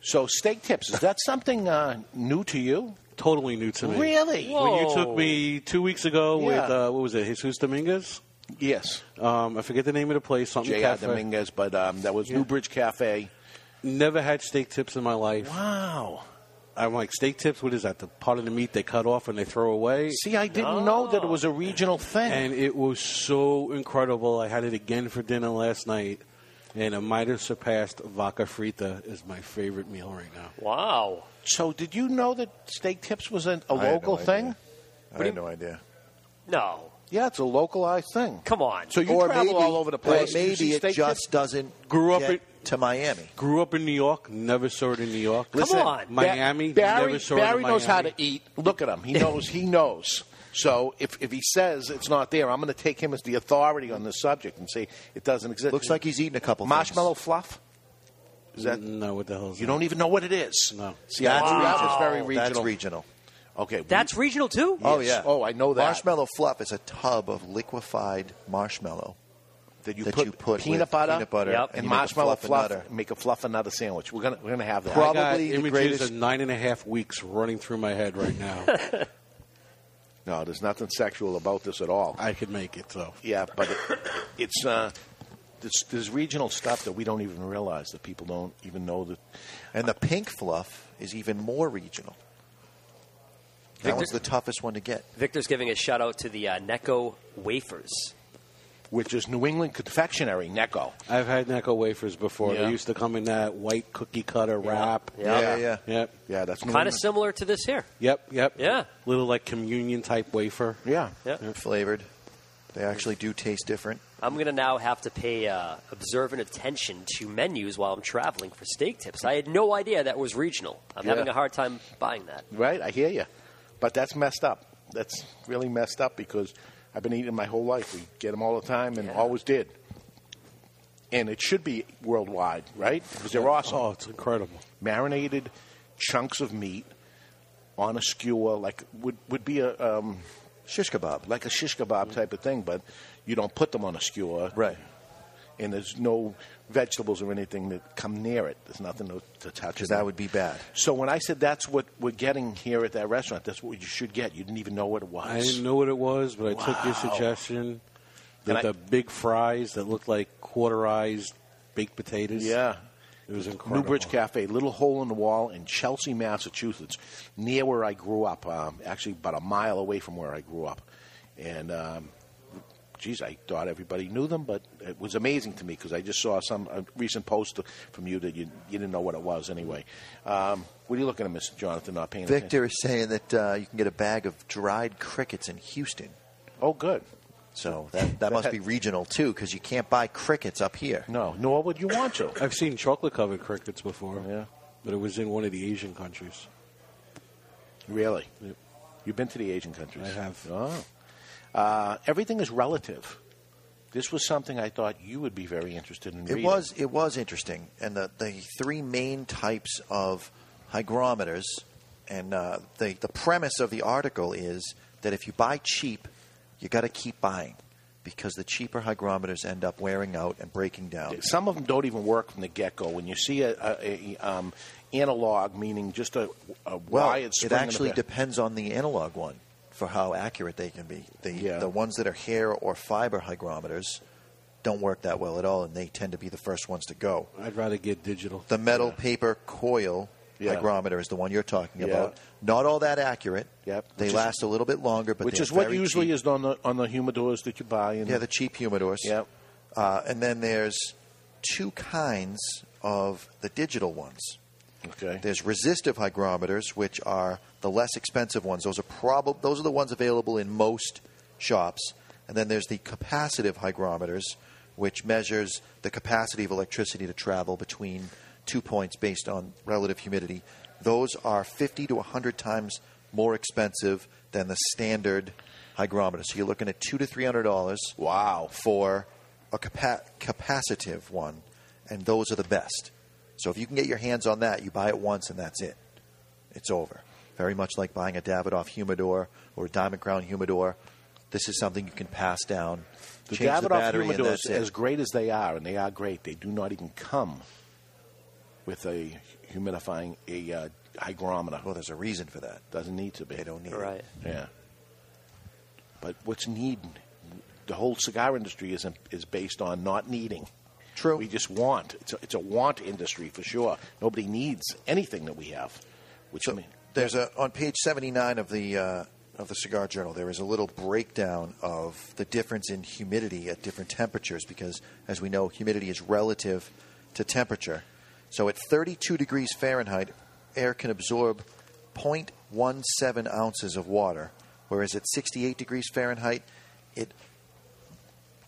Speaker 5: So steak tips is that something uh, new to you?
Speaker 17: Totally new to me.
Speaker 5: Really?
Speaker 17: When you took me two weeks ago
Speaker 5: Yeah.
Speaker 17: with uh, what was it? Jesus Dominguez.
Speaker 5: Yes.
Speaker 17: Um, I forget the name of the place. Something
Speaker 5: J.R.
Speaker 17: Cafe.
Speaker 5: Dominguez, but um, that was
Speaker 17: Yeah.
Speaker 5: Newbridge Cafe.
Speaker 17: Never had steak tips in my life.
Speaker 5: Wow.
Speaker 17: I'm like steak tips. What is that? The part of the meat they cut off and they throw away.
Speaker 5: See, I didn't know that it was a regional thing.
Speaker 17: and it was so incredible. I had it again for dinner last night, and it might have surpassed vaca frita as my favorite meal right now.
Speaker 1: Wow.
Speaker 5: so, did you know that steak tips was an, a
Speaker 16: I had no
Speaker 5: local
Speaker 16: idea.
Speaker 5: thing?
Speaker 16: I had no idea.
Speaker 1: No.
Speaker 5: Yeah, it's a localized thing.
Speaker 1: Come on.
Speaker 5: So you
Speaker 16: or
Speaker 5: travel
Speaker 16: maybe,
Speaker 5: all over the place.
Speaker 16: Or
Speaker 5: You see
Speaker 16: maybe it
Speaker 5: steak
Speaker 16: just
Speaker 5: tips?
Speaker 16: doesn't
Speaker 17: Grew up
Speaker 16: get
Speaker 17: in-
Speaker 16: to Miami.
Speaker 17: Grew up in New York, never saw it in New York.
Speaker 1: Come Listen, on.
Speaker 17: Miami,
Speaker 5: Ba- Barry,
Speaker 17: never saw it
Speaker 5: Barry
Speaker 17: in
Speaker 5: knows how
Speaker 17: Miami.
Speaker 5: to eat. Look at him. He knows. he knows. So if, if he says it's not there, I'm going to take him as the authority on this subject and say it doesn't exist.
Speaker 16: Looks like he's eaten a couple.
Speaker 5: marshmallow fluff. Is that
Speaker 17: No, what the hell is
Speaker 5: you
Speaker 17: that?
Speaker 5: don't even know what it is?
Speaker 17: No.
Speaker 5: See, that's
Speaker 16: Wow.
Speaker 5: that was very
Speaker 16: things.
Speaker 5: regional.
Speaker 16: That's regional.
Speaker 5: Okay.
Speaker 1: That's regional too.
Speaker 16: Oh
Speaker 5: Yes.
Speaker 16: yeah.
Speaker 5: Oh, I know that.
Speaker 16: Marshmallow fluff is a tub of liquefied marshmallow.
Speaker 5: that you,
Speaker 16: that
Speaker 5: put,
Speaker 16: you put
Speaker 5: peanut
Speaker 16: with
Speaker 5: butter,
Speaker 16: peanut butter
Speaker 1: Yep.
Speaker 16: and
Speaker 5: and
Speaker 16: you make a
Speaker 5: marshmallow
Speaker 16: fluff and
Speaker 5: fluff.
Speaker 16: nutter.
Speaker 5: Make a fluff and another sandwich. We're gonna we're gonna have that.
Speaker 17: I got
Speaker 16: probably the
Speaker 17: images
Speaker 16: greatest-
Speaker 17: of nine and a half weeks running through my head right now.
Speaker 5: No, there's nothing sexual about this at all.
Speaker 17: I could make it though.
Speaker 5: Yeah, but it, it's uh, it's, there's regional stuff that we don't even realize that people don't even know that.
Speaker 16: And the pink fluff is even more regional. That
Speaker 1: Victor-
Speaker 16: was the toughest one to get.
Speaker 1: Victor's giving a shout out to the uh, Necco wafers.
Speaker 5: Which is New England confectionery, Necco.
Speaker 17: I've had Necco wafers before.
Speaker 5: Yeah.
Speaker 17: They used to come in that white cookie cutter wrap.
Speaker 1: Yeah.
Speaker 16: yeah, yeah.
Speaker 17: Yep.
Speaker 5: Yeah, that's New
Speaker 1: Kind of
Speaker 5: England.
Speaker 1: similar to this here.
Speaker 17: Yep. Yep.
Speaker 1: Yeah.
Speaker 17: Little like communion type wafer.
Speaker 5: Yeah,
Speaker 1: Yeah.
Speaker 16: Flavored. They actually do taste different.
Speaker 1: I'm going to now have to pay uh, observant attention to menus while I'm traveling for steak tips. I had no idea that was regional. I'm
Speaker 5: Yeah.
Speaker 1: having a hard time buying that.
Speaker 5: right. I hear you, but that's messed up. That's really messed up because I've been eating my whole life. We get them all the time and
Speaker 1: Yeah.
Speaker 5: always did. And it should be worldwide, right? Because they're awesome.
Speaker 17: Oh, it's incredible.
Speaker 5: marinated chunks of meat on a skewer, like would would be a um,
Speaker 16: Shish kebab.
Speaker 5: like a shish
Speaker 1: Mm.
Speaker 5: kebab type of thing, but you don't put them on a skewer,
Speaker 16: Right.
Speaker 5: And there's no vegetables or anything that come near it. There's nothing to, to touch.
Speaker 16: Because that would be bad.
Speaker 5: So when I said that's what we're getting here at that restaurant, that's what you should get. You didn't even know what it was.
Speaker 17: I didn't know what it was, but I took your
Speaker 5: Wow.
Speaker 17: suggestion.
Speaker 5: And
Speaker 17: That
Speaker 5: I-
Speaker 17: the big fries that looked like quarterized baked potatoes.
Speaker 5: Yeah.
Speaker 17: It was incredible.
Speaker 5: Newbridge Cafe, little hole in the wall in Chelsea, Massachusetts, near where I grew up. Um, actually, about a mile away from where I grew up. And, um, geez, I thought everybody knew them, but it was amazing to me because I just saw some a recent post from you that you, you didn't know what it was anyway. Um, what are you looking at, Mr. Jonathan? Not paying
Speaker 16: Victor is saying that uh, you can get a bag of dried crickets in Houston.
Speaker 5: attention? Oh, good.
Speaker 16: So that, that must be regional too, because you can't buy crickets up here.
Speaker 5: No, nor would you want to.
Speaker 17: I've seen chocolate covered crickets before.
Speaker 5: Yeah.
Speaker 17: But it was in one of the Asian countries.
Speaker 5: Really?
Speaker 17: Yep.
Speaker 5: You've been to the Asian countries?
Speaker 17: I have.
Speaker 5: Oh. Uh, everything is relative. This was something I thought you would be very interested in
Speaker 16: It
Speaker 5: reading.
Speaker 16: was it was interesting, and the, the three main types of hygrometers, and uh, the the premise of the article is that if you buy cheap, you got to keep buying because the cheaper hygrometers end up wearing out and breaking down.
Speaker 5: Some of them don't even work from the get-go. When you see a, a, a um, analog, meaning just a, a
Speaker 16: Well,
Speaker 5: wired
Speaker 16: it
Speaker 5: spring in a
Speaker 16: actually
Speaker 5: bit.
Speaker 16: depends on the analog one for how accurate they can be. The
Speaker 5: Yeah.
Speaker 16: the ones that are hair or fiber hygrometers don't work that well at all, and they tend to be the first ones to go.
Speaker 17: I'd rather get digital.
Speaker 16: The metal paper coil
Speaker 5: Yeah.
Speaker 16: hygrometer is the one you're talking
Speaker 5: Yeah.
Speaker 16: about. Not all that accurate.
Speaker 5: Yep.
Speaker 16: They
Speaker 5: Which is-
Speaker 16: last a little bit longer, but
Speaker 5: which
Speaker 16: they're
Speaker 5: is what
Speaker 16: very
Speaker 5: usually
Speaker 16: cheap.
Speaker 5: is on the on the humidors that you buy. And
Speaker 16: Yeah, the cheap humidors.
Speaker 5: Yep.
Speaker 16: Uh, and then there's two kinds of the digital ones.
Speaker 5: okay.
Speaker 16: There's resistive hygrometers, which are the less expensive ones. Those are prob- those are the ones available in most shops. And then there's the capacitive hygrometers, which measures the capacity of electricity to travel between two points based on relative humidity. Those are 50 to 100 times more expensive than the standard hygrometer. So you're looking at two to three hundred dollars. Wow! For a capa- capacitive one, and those are the best. So if you can get your hands on that, you buy it once and that's it. It's over. Very much like buying a Davidoff humidor or a Diamond Crown humidor. This is something you can pass down.
Speaker 5: The
Speaker 16: change the
Speaker 5: Davidoff
Speaker 16: battery and
Speaker 5: humidors,
Speaker 16: that's it.
Speaker 5: as great as they are, and they are great, they do not even come with a humidifying a uh, hygrometer.
Speaker 16: Well, there's a reason for that.
Speaker 5: Doesn't need to be. They
Speaker 16: don't need
Speaker 1: it. Right.
Speaker 5: Yeah. But what's needing? The whole cigar industry is is based on not needing.
Speaker 16: True.
Speaker 5: We just want. It's a, it's a want industry for sure. Nobody needs anything that we have, which I mean.
Speaker 16: There's a on page 79 of the uh, of the Cigar Journal. There is a little breakdown of the difference in humidity at different temperatures because, as we know, humidity is relative to temperature. So at 32 degrees Fahrenheit, air can absorb 0.17 ounces of water, whereas at 68 degrees Fahrenheit, it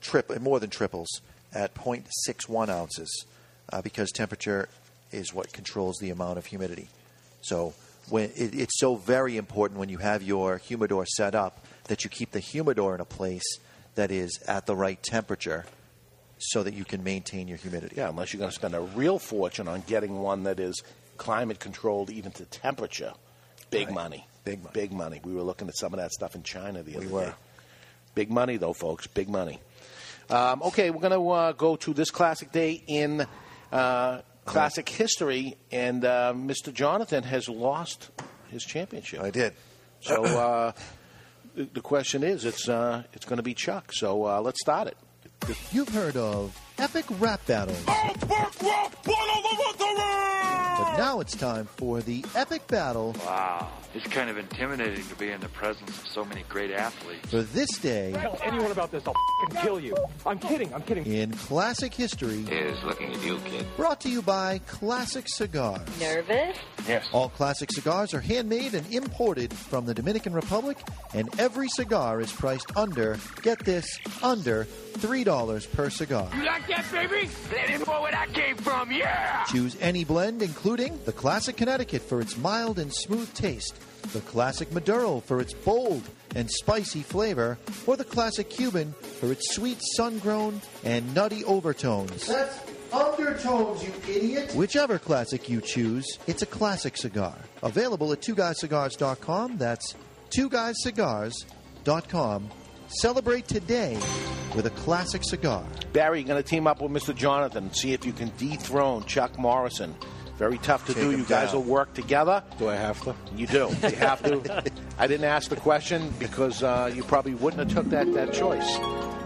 Speaker 16: trip it more than triples at 0.61 ounces uh, because temperature is what controls the amount of humidity. So when it, it's so very important when you have your humidor set up that you keep the humidor in a place that is at the right temperature so that you can maintain your humidity.
Speaker 5: Yeah, unless you're going to spend a real fortune on getting one that is climate controlled, even to temperature. Big
Speaker 16: Right.
Speaker 5: money.
Speaker 16: Big money.
Speaker 5: Big money. We were looking at some of that stuff in China the other
Speaker 16: were.
Speaker 5: day. Big money, though, folks. Big money. Um, okay, we're going to uh, go to this classic day in uh, classic history, and uh, Mr. Jonathan has lost his championship. I
Speaker 16: did.
Speaker 5: So uh, the, the question is, it's uh, it's going to be Chuck. So uh, let's start it.
Speaker 2: You've heard of epic rap battles. But now it's time for the epic battle
Speaker 3: Wow. It's kind of intimidating to be in the presence of so many great athletes.
Speaker 2: for this day
Speaker 4: Tell anyone about this, I'll f***ing kill you. I'm kidding, I'm kidding.
Speaker 2: in classic history.
Speaker 3: Is looking at you, kid.
Speaker 2: Brought to you by Classic Cigar.
Speaker 6: Nervous?
Speaker 2: Yes. All classic cigars are handmade and imported from the Dominican Republic, and every cigar is priced under, get this, under $3 per cigar.
Speaker 15: You like that, baby? Let him know where that came from, yeah!
Speaker 2: Choose any blend, including the Classic Connecticut for its mild and smooth taste, the Classic Maduro for its bold and spicy flavor, or the Classic Cuban for its sweet, sun grown, and nutty overtones.
Speaker 15: That's undertones, you idiot!
Speaker 2: Whichever classic you choose, it's a classic cigar. Available at twoguyscigars.com. That's twoguyscigars.com. Celebrate today with a classic cigar.
Speaker 5: Barry, you're going to team up with Mr. Jonathan and see if you can dethrone Chuck Morrison. Very tough to
Speaker 17: Take
Speaker 5: do.
Speaker 17: him
Speaker 5: You guys
Speaker 17: down.
Speaker 5: will work together.
Speaker 17: Do I have to?
Speaker 5: You do. You have to. I didn't ask the question because uh, you probably wouldn't have took that, that choice.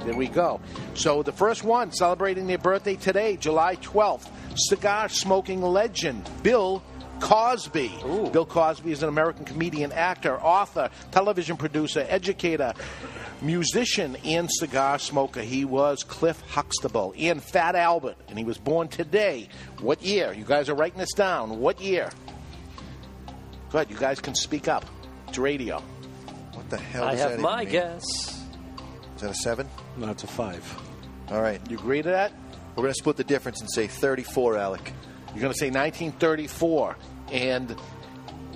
Speaker 5: There we go. So the first one celebrating their birthday today, July 12th, cigar smoking legend Bill Cosby. Bill Cosby is an American comedian, actor, author, television producer, educator, musician, and cigar smoker. He was Cliff Huxtable and Fat Albert, and he was born today. What year? You guys are writing this down. What year? Good, you guys can speak up. It's radio.
Speaker 16: What the hell
Speaker 1: I
Speaker 16: does that
Speaker 1: have
Speaker 16: even
Speaker 1: my
Speaker 16: mean?
Speaker 1: guess.
Speaker 16: Is that a seven?
Speaker 17: No, it's a five.
Speaker 16: All right.
Speaker 5: You agree to that?
Speaker 16: We're going to split the difference and say 34, Alec.
Speaker 5: You're going to say 1934, and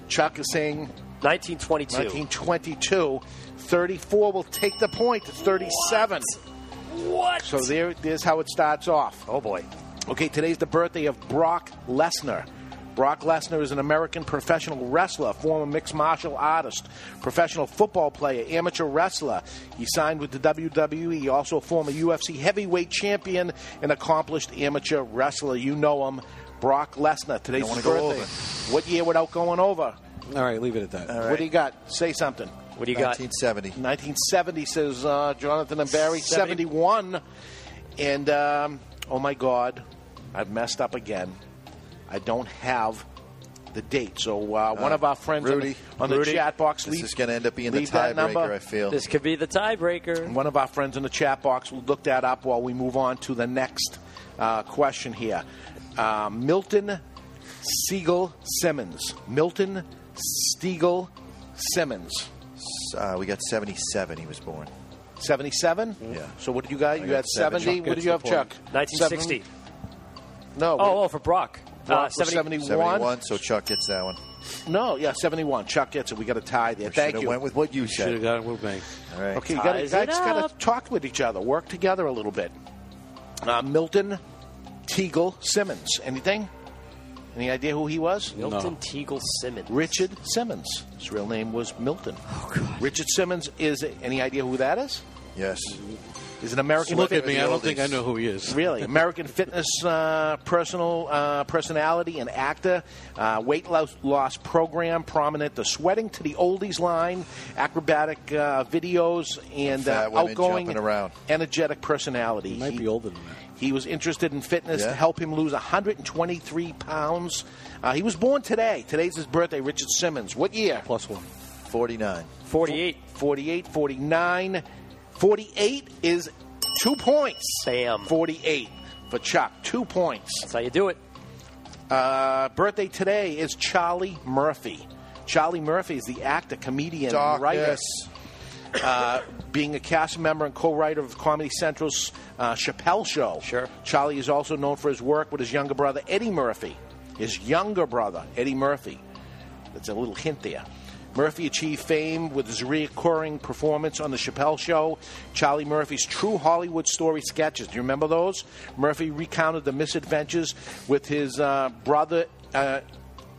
Speaker 5: Chuck is saying
Speaker 1: 1922.
Speaker 5: 1922. 34 will take the point. It's 37.
Speaker 1: What?
Speaker 5: So there, there's how it starts off. Oh boy. Okay, today's the birthday of Brock Lesnar. Brock Lesnar is an American professional wrestler, former mixed martial artist, professional football player, amateur wrestler. He signed with the WWE, also a former UFC heavyweight champion and accomplished amateur wrestler. You know him, Brock Lesnar. Today's
Speaker 17: Don't
Speaker 5: his
Speaker 17: wanna go
Speaker 5: birthday. What year without going over?
Speaker 17: All right, leave it at that.
Speaker 5: What do you got? Say something. What
Speaker 17: do you got?
Speaker 16: 1970.
Speaker 5: 1970 says uh, Jonathan and Barry.
Speaker 16: 70.
Speaker 5: 71. And um, oh my God, I've messed up again. I don't have the date. So uh, one
Speaker 16: Uh,
Speaker 5: of our friends on the-
Speaker 16: Rudy.
Speaker 5: on the,
Speaker 16: Rudy.
Speaker 5: chat box.
Speaker 16: This
Speaker 5: leave-
Speaker 16: is gonna end up being the
Speaker 5: leave that
Speaker 16: tiebreaker,
Speaker 5: number.
Speaker 16: I feel.
Speaker 1: This could be the tiebreaker.
Speaker 5: One of our friends in the chat box will look that up while we move on to the next uh, question here. Uh, Milton Siegel Simmons. Milton Siegel Simmons.
Speaker 16: Uh, we got 77 he was born.
Speaker 5: 77?
Speaker 16: Yeah.
Speaker 5: So what did you got?
Speaker 16: Mm-hmm. I
Speaker 5: You
Speaker 16: got
Speaker 5: had
Speaker 16: seven.
Speaker 5: 70.
Speaker 16: Chuck
Speaker 5: What did
Speaker 16: gets the
Speaker 5: you have,
Speaker 16: point.
Speaker 5: Chuck?
Speaker 1: 1960.
Speaker 5: Seven- No.
Speaker 1: Oh,
Speaker 5: wait.
Speaker 1: oh, for Brock.
Speaker 5: Brock
Speaker 1: Uh,
Speaker 5: was
Speaker 1: 70
Speaker 16: 71, so Chuck gets that one.
Speaker 5: No, yeah, 71. Chuck gets it. We got a tie there. Thank
Speaker 16: should've
Speaker 5: you.
Speaker 16: went with what you said.
Speaker 17: Should've gone with me.
Speaker 16: All right.
Speaker 5: Okay, you gotta,
Speaker 16: Ties
Speaker 5: guys
Speaker 16: it
Speaker 5: got to talk with each other, work together a little bit. Uh, Milton Teagle Simmons. Anything? Any idea who he was?
Speaker 1: Milton Teagle Simmons.
Speaker 5: Richard Simmons. His real name was Milton. Oh, God. Richard Simmons is. Any idea who that is?
Speaker 16: Yes.
Speaker 5: Is an American.
Speaker 17: Look at
Speaker 5: fit-
Speaker 17: me. I don't think I know who he is.
Speaker 5: Really, American fitness uh, personal uh, personality and actor, uh, weight loss, loss program prominent, the sweating to the oldies line, acrobatic uh, videos, and uh,
Speaker 16: Fat women
Speaker 5: outgoing,
Speaker 16: jumping around.
Speaker 5: energetic personality. He might be older than that. He was interested in fitness
Speaker 16: Yeah.
Speaker 5: to help him lose 123 pounds. Uh, he was born today. Today's his birthday. Richard Simmons. What year?
Speaker 17: Plus one.
Speaker 16: 49.
Speaker 1: 48.
Speaker 5: 48, 49. 48 is two points.
Speaker 1: Bam.
Speaker 5: 48 for Chuck. Two points. That's
Speaker 1: how you do it.
Speaker 5: Uh, birthday today is Charlie Murphy. Charlie Murphy is the actor, comedian,
Speaker 16: Darkness.
Speaker 5: writer. Uh, being a cast member and co-writer of Comedy Central's uh, Chappelle Show. Sure. Charlie is also known for his work with his younger brother Eddie Murphy. His younger brother Eddie Murphy. That's a little hint there. Murphy achieved fame with his recurring performance on The Chappelle Show, Charlie Murphy's True Hollywood Story sketches. Do you remember those? Murphy recounted the misadventures with his uh, brother uh,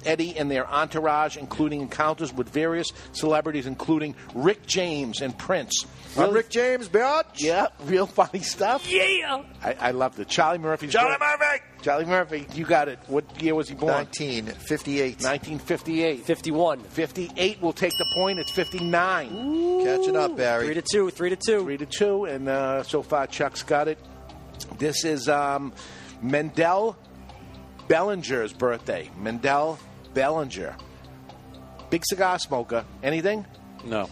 Speaker 5: Eddie and their entourage, including encounters with various celebrities, including Rick James and Prince.
Speaker 16: I'm Rick James, bitch.
Speaker 5: Yeah, real funny stuff.
Speaker 1: Yeah.
Speaker 5: I, I loved it. Charlie Murphy's
Speaker 16: Charlie
Speaker 5: Murphy. Charlie Murphy, you got it. What year was he born?
Speaker 16: 1958.
Speaker 5: 1958.
Speaker 1: 51.
Speaker 5: 58 will take the point. It's 59.
Speaker 16: Catching up, Barry.
Speaker 1: Three to two. Three to two.
Speaker 5: Three to two. And uh, so far, Chuck's got it. This is um, Mendel Bellinger's birthday. Mendel Bellinger. Big cigar smoker. Anything?
Speaker 17: No.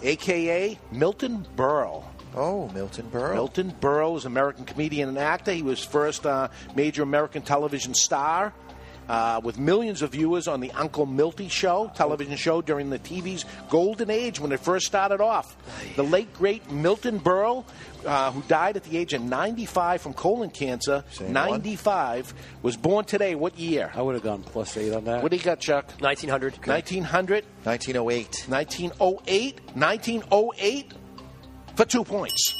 Speaker 5: AKA Milton Berle.
Speaker 16: Oh, Milton Berle.
Speaker 5: Milton Berle is an American comedian and actor. He was first uh, major American television star. Uh, with millions of viewers on the Uncle Milty show, television show during the TV's golden age when it first started off. The late, great Milton Berle, uh, who died at the age of 95 from colon cancer,
Speaker 17: Same one.
Speaker 5: 95, was born today. What year?
Speaker 17: I would have gone plus eight on that. oh
Speaker 5: What do you got, Chuck?
Speaker 1: 1900.
Speaker 5: 1900.
Speaker 16: 1908.
Speaker 5: 1908. 1908 for two points.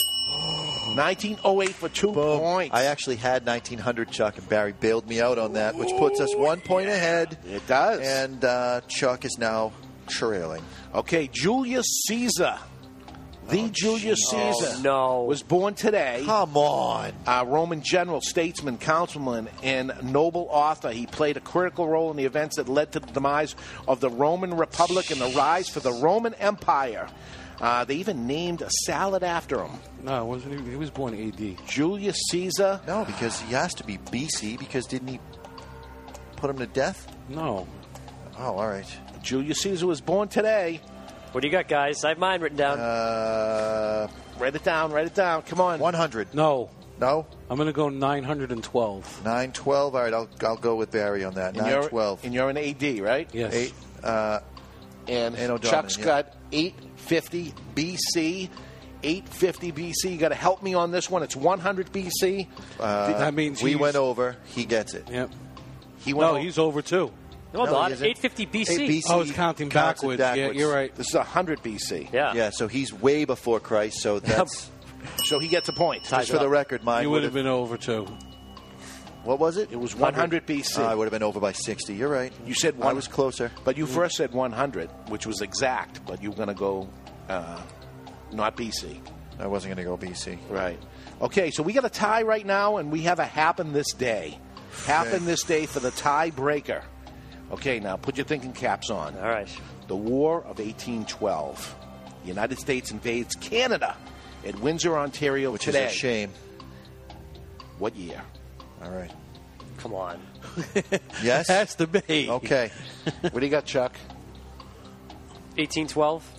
Speaker 5: 1908 for two points.
Speaker 16: I actually had 1900, Chuck, and Barry bailed me out on that, which puts us one point ahead.
Speaker 5: It does.
Speaker 16: And uh, Chuck is now trailing.
Speaker 5: Okay, Julius Caesar. The Julius
Speaker 1: geez.
Speaker 5: Caesar
Speaker 1: Oh, no.
Speaker 5: was born today.
Speaker 16: Oh, Come on.
Speaker 5: Uh, Roman general, statesman, councilman, and noble author. He played a critical role in the events that led to the demise of the Roman Republic and the rise for the Roman Empire. Uh, they even named a salad after him.
Speaker 17: No, it wasn't. He, he was born AD.
Speaker 5: Julius Caesar.
Speaker 16: No, because he has to be BC, because didn't he put him to death?
Speaker 17: No.
Speaker 16: Oh, all right.
Speaker 5: Julius Caesar was born today.
Speaker 1: What do you got, guys? I have mine written down.
Speaker 16: Uh,
Speaker 5: Write it down. Write it down. Come on.
Speaker 16: 100.
Speaker 17: No.
Speaker 16: No?
Speaker 17: I'm going to go 912.
Speaker 16: 912. All right, I'll, I'll go with Barry on that.
Speaker 5: And you're-
Speaker 16: 912.
Speaker 5: And you're an AD, right?
Speaker 17: Yes.
Speaker 16: Eight, uh,
Speaker 5: and
Speaker 16: And O'Donovan,
Speaker 5: Chuck's
Speaker 16: yeah.
Speaker 5: got 850 BC. 850 BC. You got to help me on this one. It's 100 BC.
Speaker 16: uh,
Speaker 17: That means
Speaker 16: we
Speaker 17: he's-
Speaker 16: went over. He gets it.
Speaker 17: Yep.
Speaker 5: He went.
Speaker 17: No, he's over too.
Speaker 1: Hold
Speaker 16: no,
Speaker 1: on.
Speaker 16: he isn't.
Speaker 1: 850 BC.
Speaker 16: Hey, BC
Speaker 17: I was counting
Speaker 16: counts it
Speaker 17: backwards. Yeah, you're right.
Speaker 5: This is 100 BC.
Speaker 1: Yeah.
Speaker 16: Yeah, so he's way before Christ. So that's
Speaker 5: So he gets a point.
Speaker 16: just for the record, mine
Speaker 17: You would have
Speaker 16: would've-
Speaker 17: been over too.
Speaker 16: What was it?
Speaker 5: It was 100 BC.
Speaker 16: Uh, I would have been over by 60. You're right.
Speaker 5: You said
Speaker 16: I
Speaker 5: one-
Speaker 16: was closer.
Speaker 5: but you first said 100, which was exact, but you were going to go uh, not BC.
Speaker 16: I wasn't going to go BC.
Speaker 5: Right. Okay, so we got a tie right now, and we have a happen this day. Happen
Speaker 16: Okay.
Speaker 5: this day for the tiebreaker. Okay, now put your thinking caps on.
Speaker 1: All right.
Speaker 5: The War of 1812. The United States invades Canada at Windsor, Ontario
Speaker 16: Which
Speaker 5: today.
Speaker 16: is a shame.
Speaker 5: What year?
Speaker 16: All right.
Speaker 1: Come on.
Speaker 16: Yes?
Speaker 17: That's the bait.
Speaker 16: okay.
Speaker 5: what do you got, Chuck?
Speaker 1: 1812.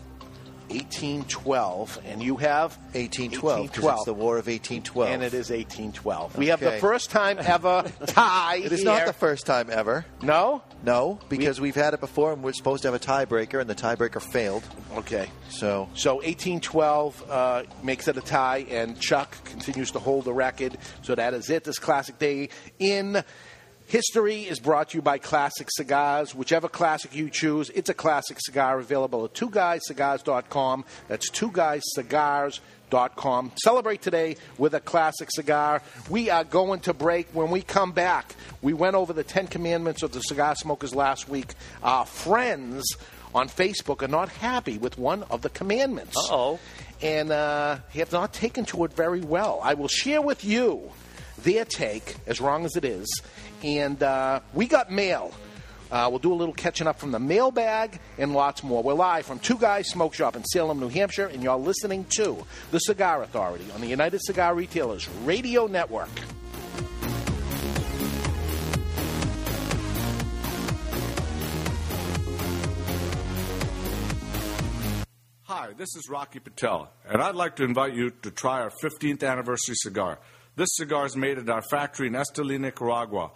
Speaker 5: 1812, and you have
Speaker 16: 1812, because it's the War of 1812.
Speaker 5: and it is 1812. We have the
Speaker 16: Okay.
Speaker 5: first time ever tie.
Speaker 16: It is
Speaker 5: here.
Speaker 16: not the first time ever.
Speaker 5: no.
Speaker 16: No, because we, have had it before, and we're supposed to have a tiebreaker, and the tiebreaker failed.
Speaker 5: Okay.
Speaker 16: So
Speaker 5: So 1812 uh, makes it a tie, and Chuck continues to hold the record. So that is it. This classic day in History is brought to you by Classic Cigars. Whichever classic you choose, it's a classic cigar available at twoguyscigars.com. That's twoguyscigars.com. Celebrate today with a classic cigar. We are going to break. When we come back, we went over the Ten Commandments of the cigar smokers last week. Our friends on Facebook are not happy with one of the commandments.
Speaker 1: Uh-oh.
Speaker 5: And uh, have not taken to it very well. I will share with you their take, as wrong as it is. And uh, we got mail. Uh, we'll do a little catching up from the mailbag and lots more. We're live from Two Guys Smoke Shop in Salem, New Hampshire, and you're listening to The Cigar Authority on the United Cigar Retailers Radio Network.
Speaker 6: Hi, this is Rocky Patel, and I'd like to invite you to try our 15th anniversary cigar. This cigar is made at our factory in Esteli, Nicaragua.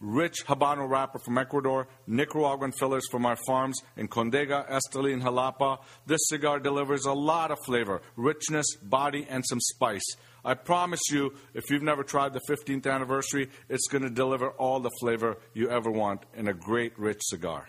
Speaker 6: Rich Habano wrapper from Ecuador, Nicaraguan fillers from our farms in Condega, Esteli, and Jalapa. This cigar delivers a lot of flavor, richness, body, and some spice. I promise you, if you've never tried the 15th anniversary, it's going to deliver all the flavor you ever want in a great, rich cigar.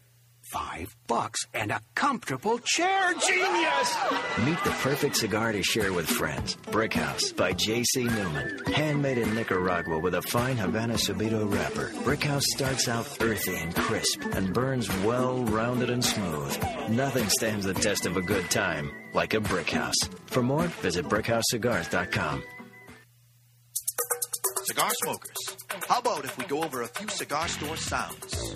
Speaker 18: Five bucks and a comfortable chair. Genius!
Speaker 19: Meet the perfect cigar to share with friends. Brickhouse by J.C. Newman. Handmade in Nicaragua with a fine Havana Subido wrapper. Brickhouse starts out earthy and crisp and burns well rounded and smooth. Nothing stands the test of a good time like a Brickhouse. For more, visit BrickhouseCigars.com.
Speaker 20: Cigar smokers, how about if we go over a few cigar store sounds?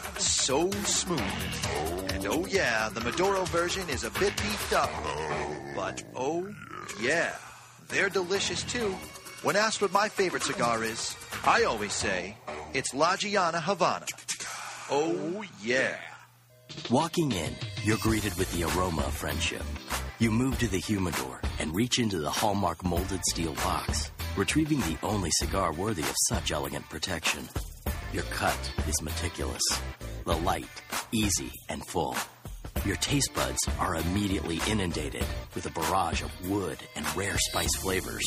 Speaker 20: so smooth. And oh yeah, the Maduro version is a bit beefed up. But oh yeah, they're delicious too. When asked what my favorite cigar is, I always say it's La Giana Havana. Oh yeah.
Speaker 19: Walking in, you're greeted with the aroma of friendship. You move to the humidor and reach into the Hallmark molded steel box, retrieving the only cigar worthy of such elegant protection. Your cut is meticulous, the light, easy, and full. Your taste buds are immediately inundated with a barrage of wood and rare spice flavors,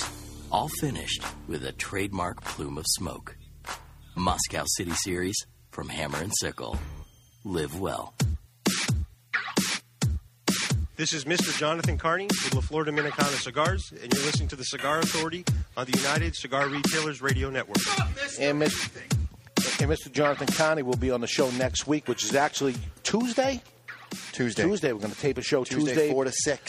Speaker 19: all finished with a trademark plume of smoke. Moscow City Series from Hammer and Sickle. Live well.
Speaker 21: This is Mr. Jonathan Carney with La Flor Dominicana Cigars, and you're listening to the Cigar Authority on the United Cigar Retailers Radio Network.
Speaker 5: And Mr. And Mr. Jonathan Connie will be on the show next week, which is actually Tuesday.
Speaker 16: Tuesday.
Speaker 5: Tuesday. We're going to tape a show
Speaker 16: Tuesday,
Speaker 5: Tuesday,
Speaker 16: 4 to 6.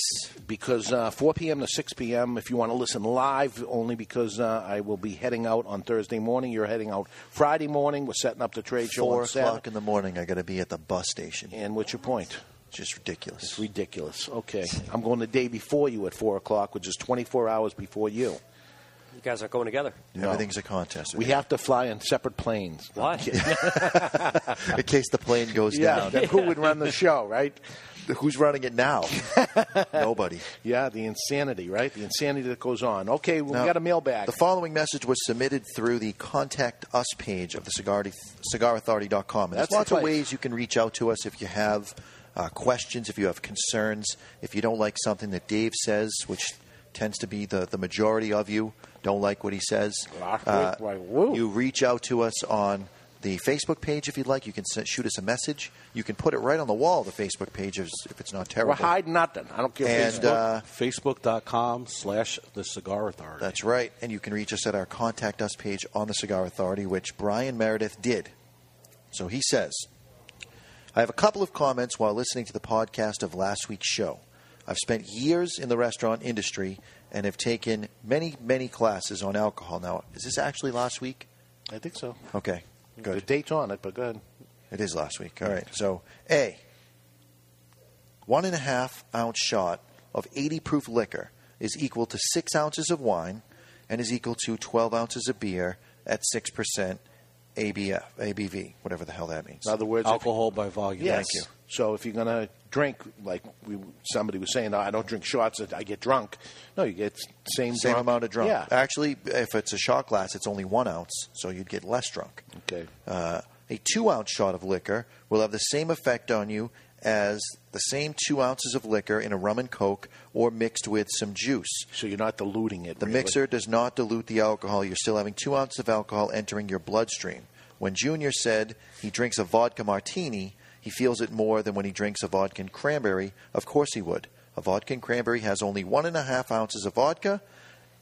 Speaker 5: Because uh, 4 p.m. to 6 p.m. If you want to listen live, only because uh, I will be heading out on Thursday morning. You're heading out Friday morning. We're setting up the trade show
Speaker 16: Four
Speaker 5: on Saturday.
Speaker 16: o'clock in the morning, I got to be at the bus station.
Speaker 5: And what's your point?
Speaker 16: Just ridiculous.
Speaker 5: It's ridiculous. Okay, I'm going the day before you at four o'clock, which is 24 hours before you.
Speaker 1: You guys aren't going together.
Speaker 16: Everything's a contest.
Speaker 5: We have to fly in separate planes.
Speaker 1: Why?
Speaker 16: in case the plane goes
Speaker 5: Yeah,
Speaker 16: down.
Speaker 5: who would run the show, right?
Speaker 16: Who's running it now? Nobody.
Speaker 5: Yeah, the insanity, right? The insanity that goes on. Okay, well, we got a mailbag.
Speaker 16: The following message was submitted through the Contact Us page of the cigar, cigarauthority.com. And there's
Speaker 5: That's the
Speaker 16: lots of
Speaker 5: place.
Speaker 16: ways you can reach out to us if you have uh, questions, if you have concerns, if you don't like something that Dave says, which tends to be the, the majority of you don't like what he says.
Speaker 5: Right, right, woo.
Speaker 16: you reach out to us on the Facebook page if you'd like. You can s- shoot us a message. You can put it right on the wall of the Facebook page if, if it's not terrible.
Speaker 5: We're hiding nothing. I don't care.
Speaker 16: And,
Speaker 5: Facebook.
Speaker 16: uh,
Speaker 17: Facebook.com slash The Cigar Authority.
Speaker 16: That's right. And you can reach us at our contact us page on the Cigar Authority, which Brian Meredith did. So he says, I have a couple of comments while listening to the podcast of last week's show. I've spent years in the restaurant industry and have taken many, many classes on alcohol. Now, is this actually last week?
Speaker 5: I think so.
Speaker 16: Okay, good.
Speaker 5: The date's on it, but go ahead.
Speaker 16: It is last week. All right. So, A, one and a half ounce shot of 80 proof liquor is equal to six ounces of wine and is equal to 12 ounces of beer at 6% ABF, ABV, whatever the hell that means.
Speaker 5: In other words, if-
Speaker 17: alcohol by volume.
Speaker 5: Yes.
Speaker 16: Thank you.
Speaker 5: So if you're going to drink, like we, somebody was saying, I don't drink shots, I get drunk. No, you get same
Speaker 16: Same
Speaker 5: drunk.
Speaker 16: amount of drunk.
Speaker 5: Yeah.
Speaker 16: Actually, if it's a shot glass, it's only one ounce, so you'd get less drunk.
Speaker 5: Okay.
Speaker 16: Uh, a two ounce shot of liquor will have the same effect on you as the same two ounces of liquor in a rum and coke or mixed with some juice.
Speaker 5: So you're not diluting it.
Speaker 16: The mixer does not dilute the alcohol. You're still having two ounces of alcohol entering your bloodstream. When Junior said he drinks a vodka martini, he feels it more than when he drinks a vodka and cranberry. Of course he would. A vodka and cranberry has only one and a half ounces of vodka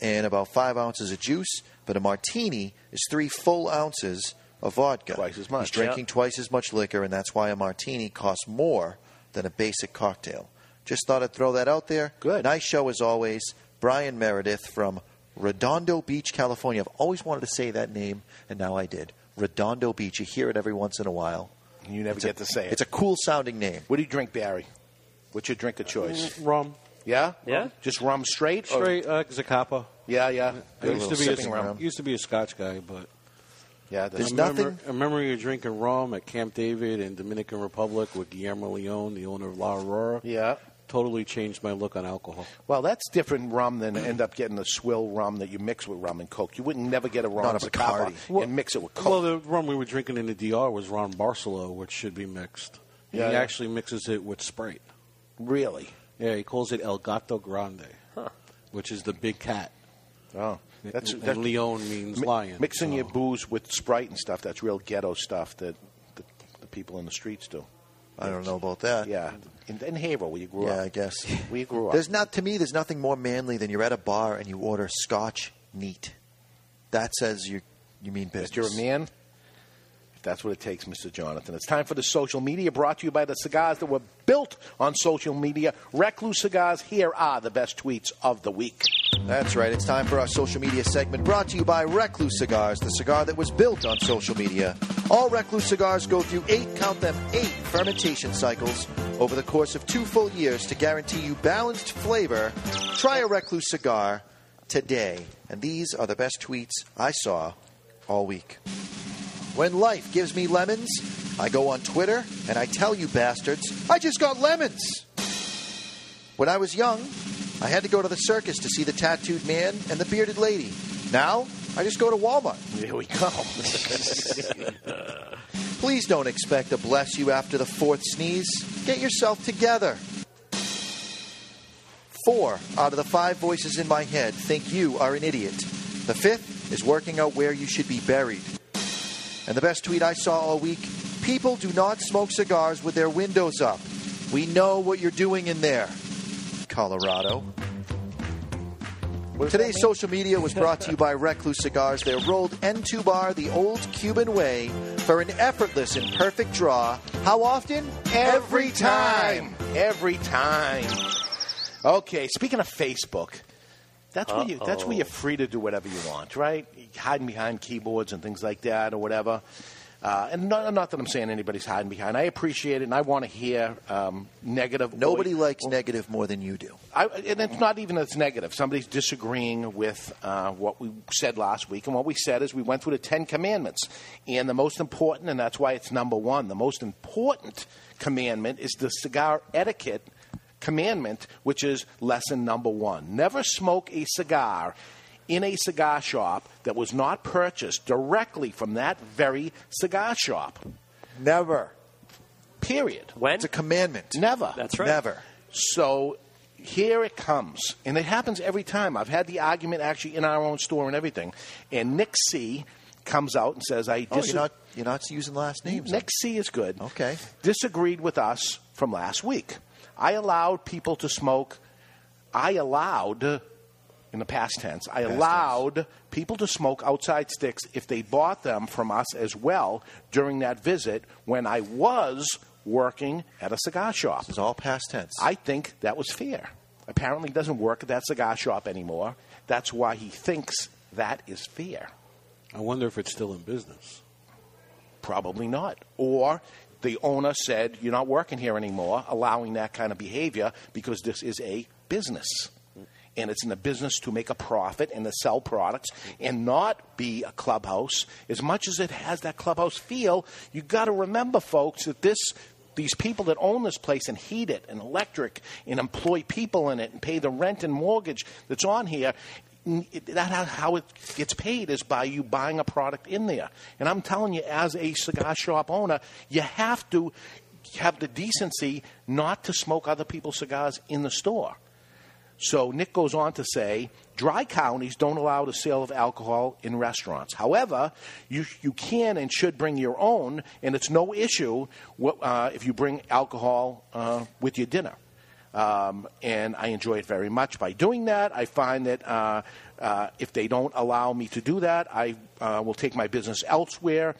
Speaker 16: and about five ounces of juice, but a martini is three full ounces of vodka. Twice as much. He's drinking twice as much liquor, and that's why a martini costs more than a basic cocktail. Just thought I'd throw that out there. Good. Nice show as always. Brian Meredith from Redondo Beach, California. I've always wanted to say that name, and now I did. Redondo Beach. You hear it every once in a while.
Speaker 5: You never get to say it.
Speaker 16: It's a cool sounding name.
Speaker 5: What do you drink, Barry? What's your drink of choice?
Speaker 17: Rum.
Speaker 5: Yeah?
Speaker 17: Yeah.
Speaker 5: Just rum straight? or-
Speaker 17: Straight uh, Zacapa.
Speaker 5: Yeah, yeah.
Speaker 17: I used to, be a, used to be a Scotch guy, but
Speaker 5: yeah,
Speaker 16: There's
Speaker 17: I remember,
Speaker 16: nothing-
Speaker 17: I remember you drinking rum at Camp David in Dominican Republic with Guillermo Leone, the owner of La Aurora.
Speaker 5: Yeah,
Speaker 17: totally changed my look on alcohol.
Speaker 5: Well, that's different rum than end up getting the swill rum that you mix with rum and coke. You wouldn't never get a rum
Speaker 17: Not a Bacardi.
Speaker 5: Zacapa and mix it with coke.
Speaker 17: Well, the rum we were drinking in the DR was Ron Barcelo, which should be mixed.
Speaker 5: Yeah,
Speaker 17: he
Speaker 5: yeah.
Speaker 17: actually mixes it with Sprite.
Speaker 5: Really?
Speaker 17: Yeah, he calls it El Gato Grande, which is the big cat.
Speaker 5: Oh, that's
Speaker 17: and
Speaker 5: that-
Speaker 17: Leone means
Speaker 5: mi-
Speaker 17: lion.
Speaker 5: Mixing
Speaker 17: so-
Speaker 5: your booze with Sprite and stuff, that's real ghetto stuff that the, the people in the streets do.
Speaker 16: I don't know about that.
Speaker 5: Yeah. In, in Haverhill, where you grew up.
Speaker 16: Yeah, I guess.
Speaker 5: Where you grew up.
Speaker 16: There's not to me. There's nothing more manly than you're at a bar and you order Scotch neat. That says you you mean business.
Speaker 5: That you're a man? If that's what it takes, Mr. Jonathan. It's time for the social media brought to you by the cigars that were built on social media. Recluse Cigars, here are the best tweets of the week.
Speaker 16: That's right. It's time for our social media segment brought to you by Recluse Cigars, the cigar that was built on social media. All Recluse cigars go through eight, count them, eight fermentation cycles over the course of two full years to guarantee you balanced flavor. Try a Recluse cigar today. And these are the best tweets I saw all week. When life gives me lemons, I go on Twitter and I tell you bastards, I just got lemons. When I was young, I had to go to the circus to see the tattooed man and the bearded lady. Now, I just go to Walmart.
Speaker 5: Here we go.
Speaker 16: Please don't expect a bless you after the fourth sneeze. Get yourself together. Four out of the five voices in my head think you are an idiot. The fifth is working out where you should be buried. And the best tweet I saw all week people do not smoke cigars with their windows up. We know what you're doing in there, Colorado. Today's social media was brought to you by Recluse Cigars, their rolled N2 bar the old Cuban way for an effortless and perfect draw. How often?
Speaker 5: Every time. Every time. Okay, speaking of Facebook, that's where you that's where
Speaker 21: Uh-oh.
Speaker 5: you're free to do whatever you want, right? Hiding behind keyboards and things like that or whatever. Uh, and not, not that I'm saying anybody's hiding behind. I appreciate it, and I want to hear um, negative.
Speaker 16: Nobody likes negative more than you do.
Speaker 5: I, and it's not even as negative. Somebody's disagreeing with uh, what we said last week. And what we said is we went through the Ten Commandments. And the most important, and that's why it's number one, the most important commandment is the cigar etiquette commandment, which is lesson number one. Never smoke a cigar in a cigar shop that was not purchased directly from that very cigar shop.
Speaker 16: Never.
Speaker 5: Period.
Speaker 1: When?
Speaker 16: It's a commandment.
Speaker 5: Never.
Speaker 1: That's right.
Speaker 16: Never.
Speaker 5: So here it comes. And it happens every time. I've had the argument actually in our own store and everything. And Nick C comes out and says, "I
Speaker 16: Oh, you're
Speaker 5: dis-
Speaker 16: not you're not using last names.
Speaker 5: Next C is good. Okay. Disagreed with us from last week. I allowed people to smoke. I allowed, in the past tense, I
Speaker 16: Past
Speaker 5: allowed people to smoke outside sticks if they bought them from us as well during that visit when I was working at a cigar shop. It's
Speaker 16: all past tense.
Speaker 5: I think that was fair. Apparently, he doesn't work at that cigar shop anymore. That's why he thinks that is fair.
Speaker 17: I wonder if it's still in business.
Speaker 5: Probably not. Or the owner said, You're not working here anymore, allowing that kind of behavior because this is a business. And it's in the business to make a profit and to sell products and not be a clubhouse. As much as it has that clubhouse feel, you got to remember, folks, that this. These people that own this place and heat it and electric and employ people in it and pay the rent and mortgage that's on here, n- it- that how- how it gets paid is by you buying a product in there. And I'm telling you, as a cigar shop owner, you have to have the decency not to smoke other people's cigars in the store. So Nick goes on to say, dry counties don't allow the sale of alcohol in restaurants. However, you, you can and should bring your own, and it's no issue wh- uh, if you bring alcohol uh, with your dinner. Um, and I enjoy it very much by doing that. I find that uh, uh, if they don't allow me to do that, I uh, will take my business elsewhere.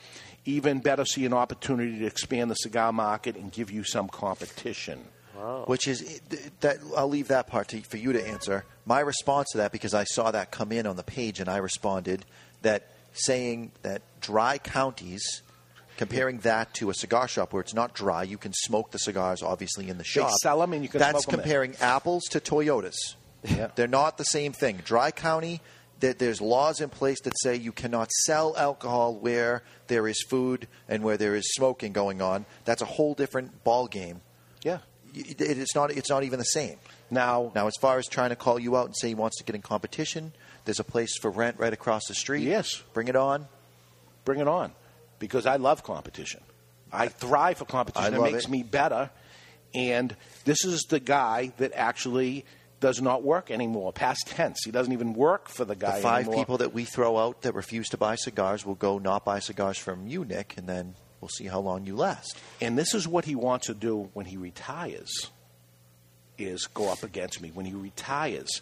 Speaker 5: Even better, see an opportunity to expand the cigar market and give you some competition.
Speaker 16: Which is that I'll leave that part to, for you to answer. My response to that, because I saw that come in on the page, and I responded that saying that dry counties, comparing that to a cigar shop where it's not dry, you can smoke the cigars obviously in the shop.
Speaker 5: sell 'em and you can
Speaker 16: That's
Speaker 5: smoke 'em there.
Speaker 16: comparing apples to Toyotas. They're not the same thing. Dry county. there- There's laws in place that say you cannot sell alcohol where there is food and where there is smoking going on. That's a whole different ball game
Speaker 5: Yeah.
Speaker 16: it- it's not it's not even the same.
Speaker 5: Now,
Speaker 16: now as far as trying to call you out and say he wants to get in competition, there's a place for rent right across the street.
Speaker 5: Yes,
Speaker 16: bring it on.
Speaker 5: Bring it on, because I love competition. I thrive for competition.
Speaker 16: I love
Speaker 5: it makes
Speaker 16: it.
Speaker 5: me better. And this is the guy that actually does not work anymore. Past tense, he doesn't even work for the
Speaker 16: The
Speaker 5: guy.
Speaker 16: five
Speaker 5: anymore.
Speaker 16: people that we throw out that refuse to buy cigars will go not buy cigars from you, Nick, and then we'll see how long you last.
Speaker 5: And this is what he wants to do when he retires is go up against me when he retires.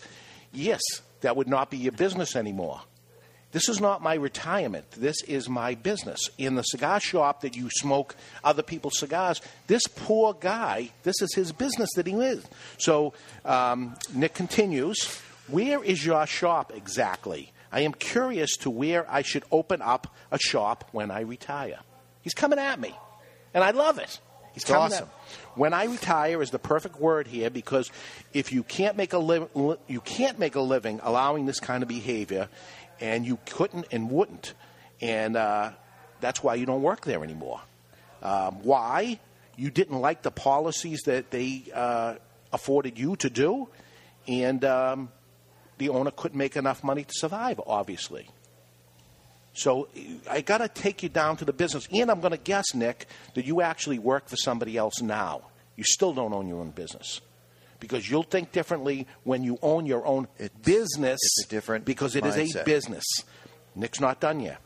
Speaker 5: Yes, that would not be your business anymore. This is not my retirement. This is my business. In the cigar shop that you smoke other people's cigars, this poor guy, this is his business that he is. So um, Nick continues Where is your shop exactly? I am curious to where I should open up a shop when I retire. He's coming at me, and I love it. He's
Speaker 16: It's
Speaker 5: coming
Speaker 16: awesome.
Speaker 5: At when I retire is the perfect word here because if you can't make a li- li- you can't make a living allowing this kind of behavior, and you couldn't and wouldn't, and uh, that's why you don't work there anymore. Um, why you didn't like the policies that they uh, afforded you to do, and um, the owner couldn't make enough money to survive, obviously. So I got to take you down to the business. And I'm going to guess, Nick, that you actually work for somebody else now. You still don't own your own business. Because you'll think differently when you own your own business. It's different because it is a
Speaker 16: mindset.
Speaker 5: business. Nick's not done yet.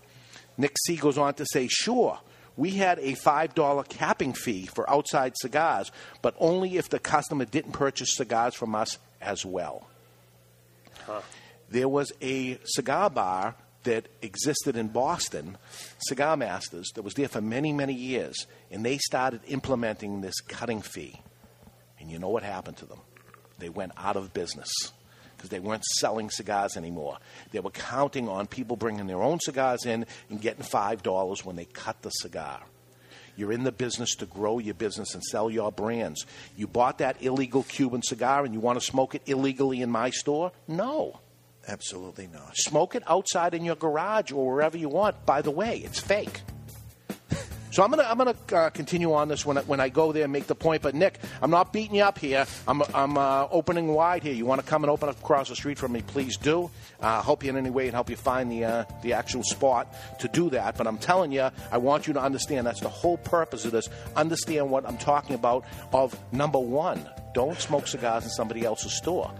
Speaker 5: Nick C goes on to say, sure, we had a $5 capping fee for outside cigars, but only if the customer didn't purchase cigars from us as well there was a cigar bar that existed in Boston, Cigar Masters, that was there for many, many years, and they started implementing this cutting fee. And you know what happened to them? They went out of business because they weren't selling cigars anymore. They were counting on people bringing their own cigars in and getting $5 when they cut the cigar. You're in the business to grow your business and sell your brands. You bought that illegal Cuban cigar and you want to smoke it illegally in my store? No.
Speaker 16: Absolutely not.
Speaker 5: Smoke it outside in your garage or wherever you want. By the way, it's fake. So I'm gonna I'm gonna uh, continue on this when I, when I go there and make the point. But Nick, I'm not beating you up here. I'm I'm uh, opening wide here. You want to come and open up across the street from me? Please do. Uh, help you in any way and help you find the uh, the actual spot to do that. But I'm telling you, I want you to understand that's the whole purpose of this. Understand what I'm talking about. Of number one, don't smoke cigars in somebody else's store.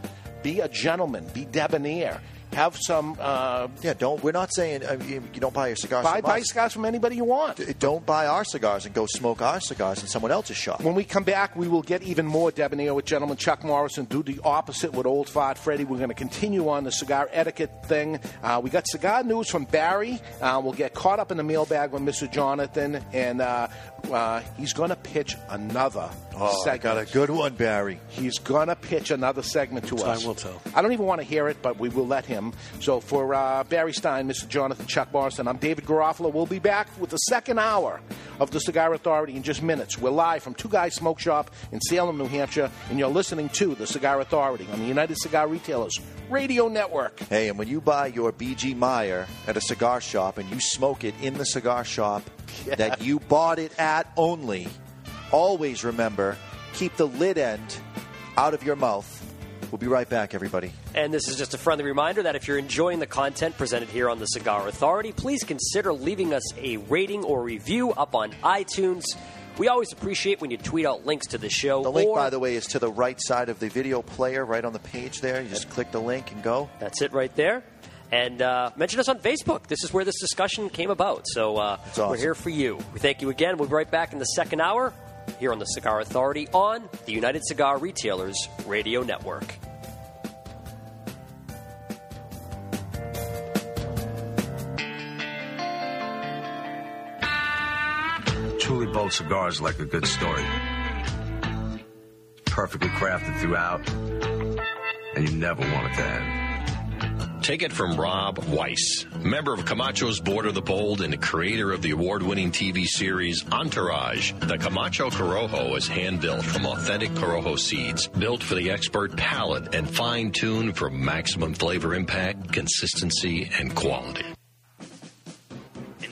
Speaker 5: Be a gentleman. Be debonair. have some. Uh,
Speaker 16: yeah, don't. We're not saying uh, you, you don't buy your cigars.
Speaker 5: Buy-
Speaker 16: from
Speaker 5: buy
Speaker 16: us.
Speaker 5: cigars from anybody you want.
Speaker 16: D- Don't buy our cigars and go smoke our cigars in someone else's shop.
Speaker 5: When we come back, we will get even more debonair with gentleman Chuck Morrison. Do the opposite with old fart Freddy. We're going to continue on the cigar etiquette thing. Uh, we got cigar news from Barry. Uh, we'll get caught up in the mailbag with Mr. Jonathan, and uh, uh, he's going to pitch another.
Speaker 16: Oh, I
Speaker 5: segment.
Speaker 16: got a good one, Barry.
Speaker 5: He's going to pitch another segment to
Speaker 22: Time
Speaker 5: us.
Speaker 22: will tell.
Speaker 5: I don't even want to hear it, but we will let him. So for uh, Barry Stein, Mr. Jonathan Chuck Morrison, I'm David Garofalo. We'll be back with the second hour of the Cigar Authority in just minutes. We're live from Two Guys Smoke Shop in Salem, New Hampshire, and you're listening to the Cigar Authority on the United Cigar Retailers Radio Network.
Speaker 16: Hey, and when you buy your BG Meyer at a cigar shop and you smoke it in the cigar shop
Speaker 5: Yeah.
Speaker 16: that you bought it at only, always remember keep the lid end out of your mouth. We'll be right back, everybody.
Speaker 23: And this is just a friendly reminder that if you're enjoying the content presented here on the Cigar Authority, please consider leaving us a rating or review up on iTunes. We always appreciate when you tweet out links to the show.
Speaker 16: The link,
Speaker 23: or
Speaker 16: by the way, is to the right side of the video player, right on the page there. You just click the link and go.
Speaker 23: That's it right there. And uh, mention us on Facebook. This is where this discussion came about. So uh, we're
Speaker 16: awesome.
Speaker 23: here for you. We thank you again. We'll be right back in the second hour here on the Cigar Authority on the United Cigar Retailers Radio Network.
Speaker 24: Truly Bold cigars like a good story. Perfectly crafted throughout, and you never want it to end.
Speaker 8: Take it from Rob Weiss, member of Camacho's Board of the Bold and creator of the award winning TV series Entourage. The Camacho Corojo is hand built from authentic Corojo seeds, built for the expert palate and fine tuned for maximum flavor impact, consistency, and quality.
Speaker 9: In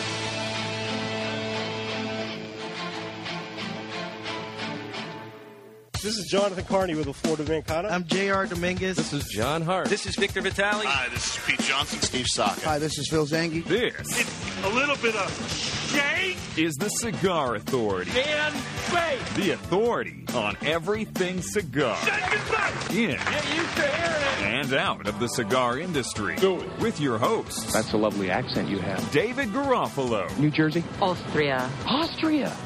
Speaker 21: This is Jonathan Carney with the Florida Mancana. I'm J.R. Dominguez. This is John Hart.
Speaker 15: This is Victor Vitale. Hi, this is Pete Johnson. Steve Saka.
Speaker 10: Hi, this is Phil Zangi. This
Speaker 15: A little bit of shake
Speaker 10: is the Cigar Authority.
Speaker 15: and bake.
Speaker 10: The authority on everything cigar. In and out of the cigar industry. With your hosts. That's a lovely accent you have. David Garofalo. New Jersey.
Speaker 12: Austria.
Speaker 10: Austria.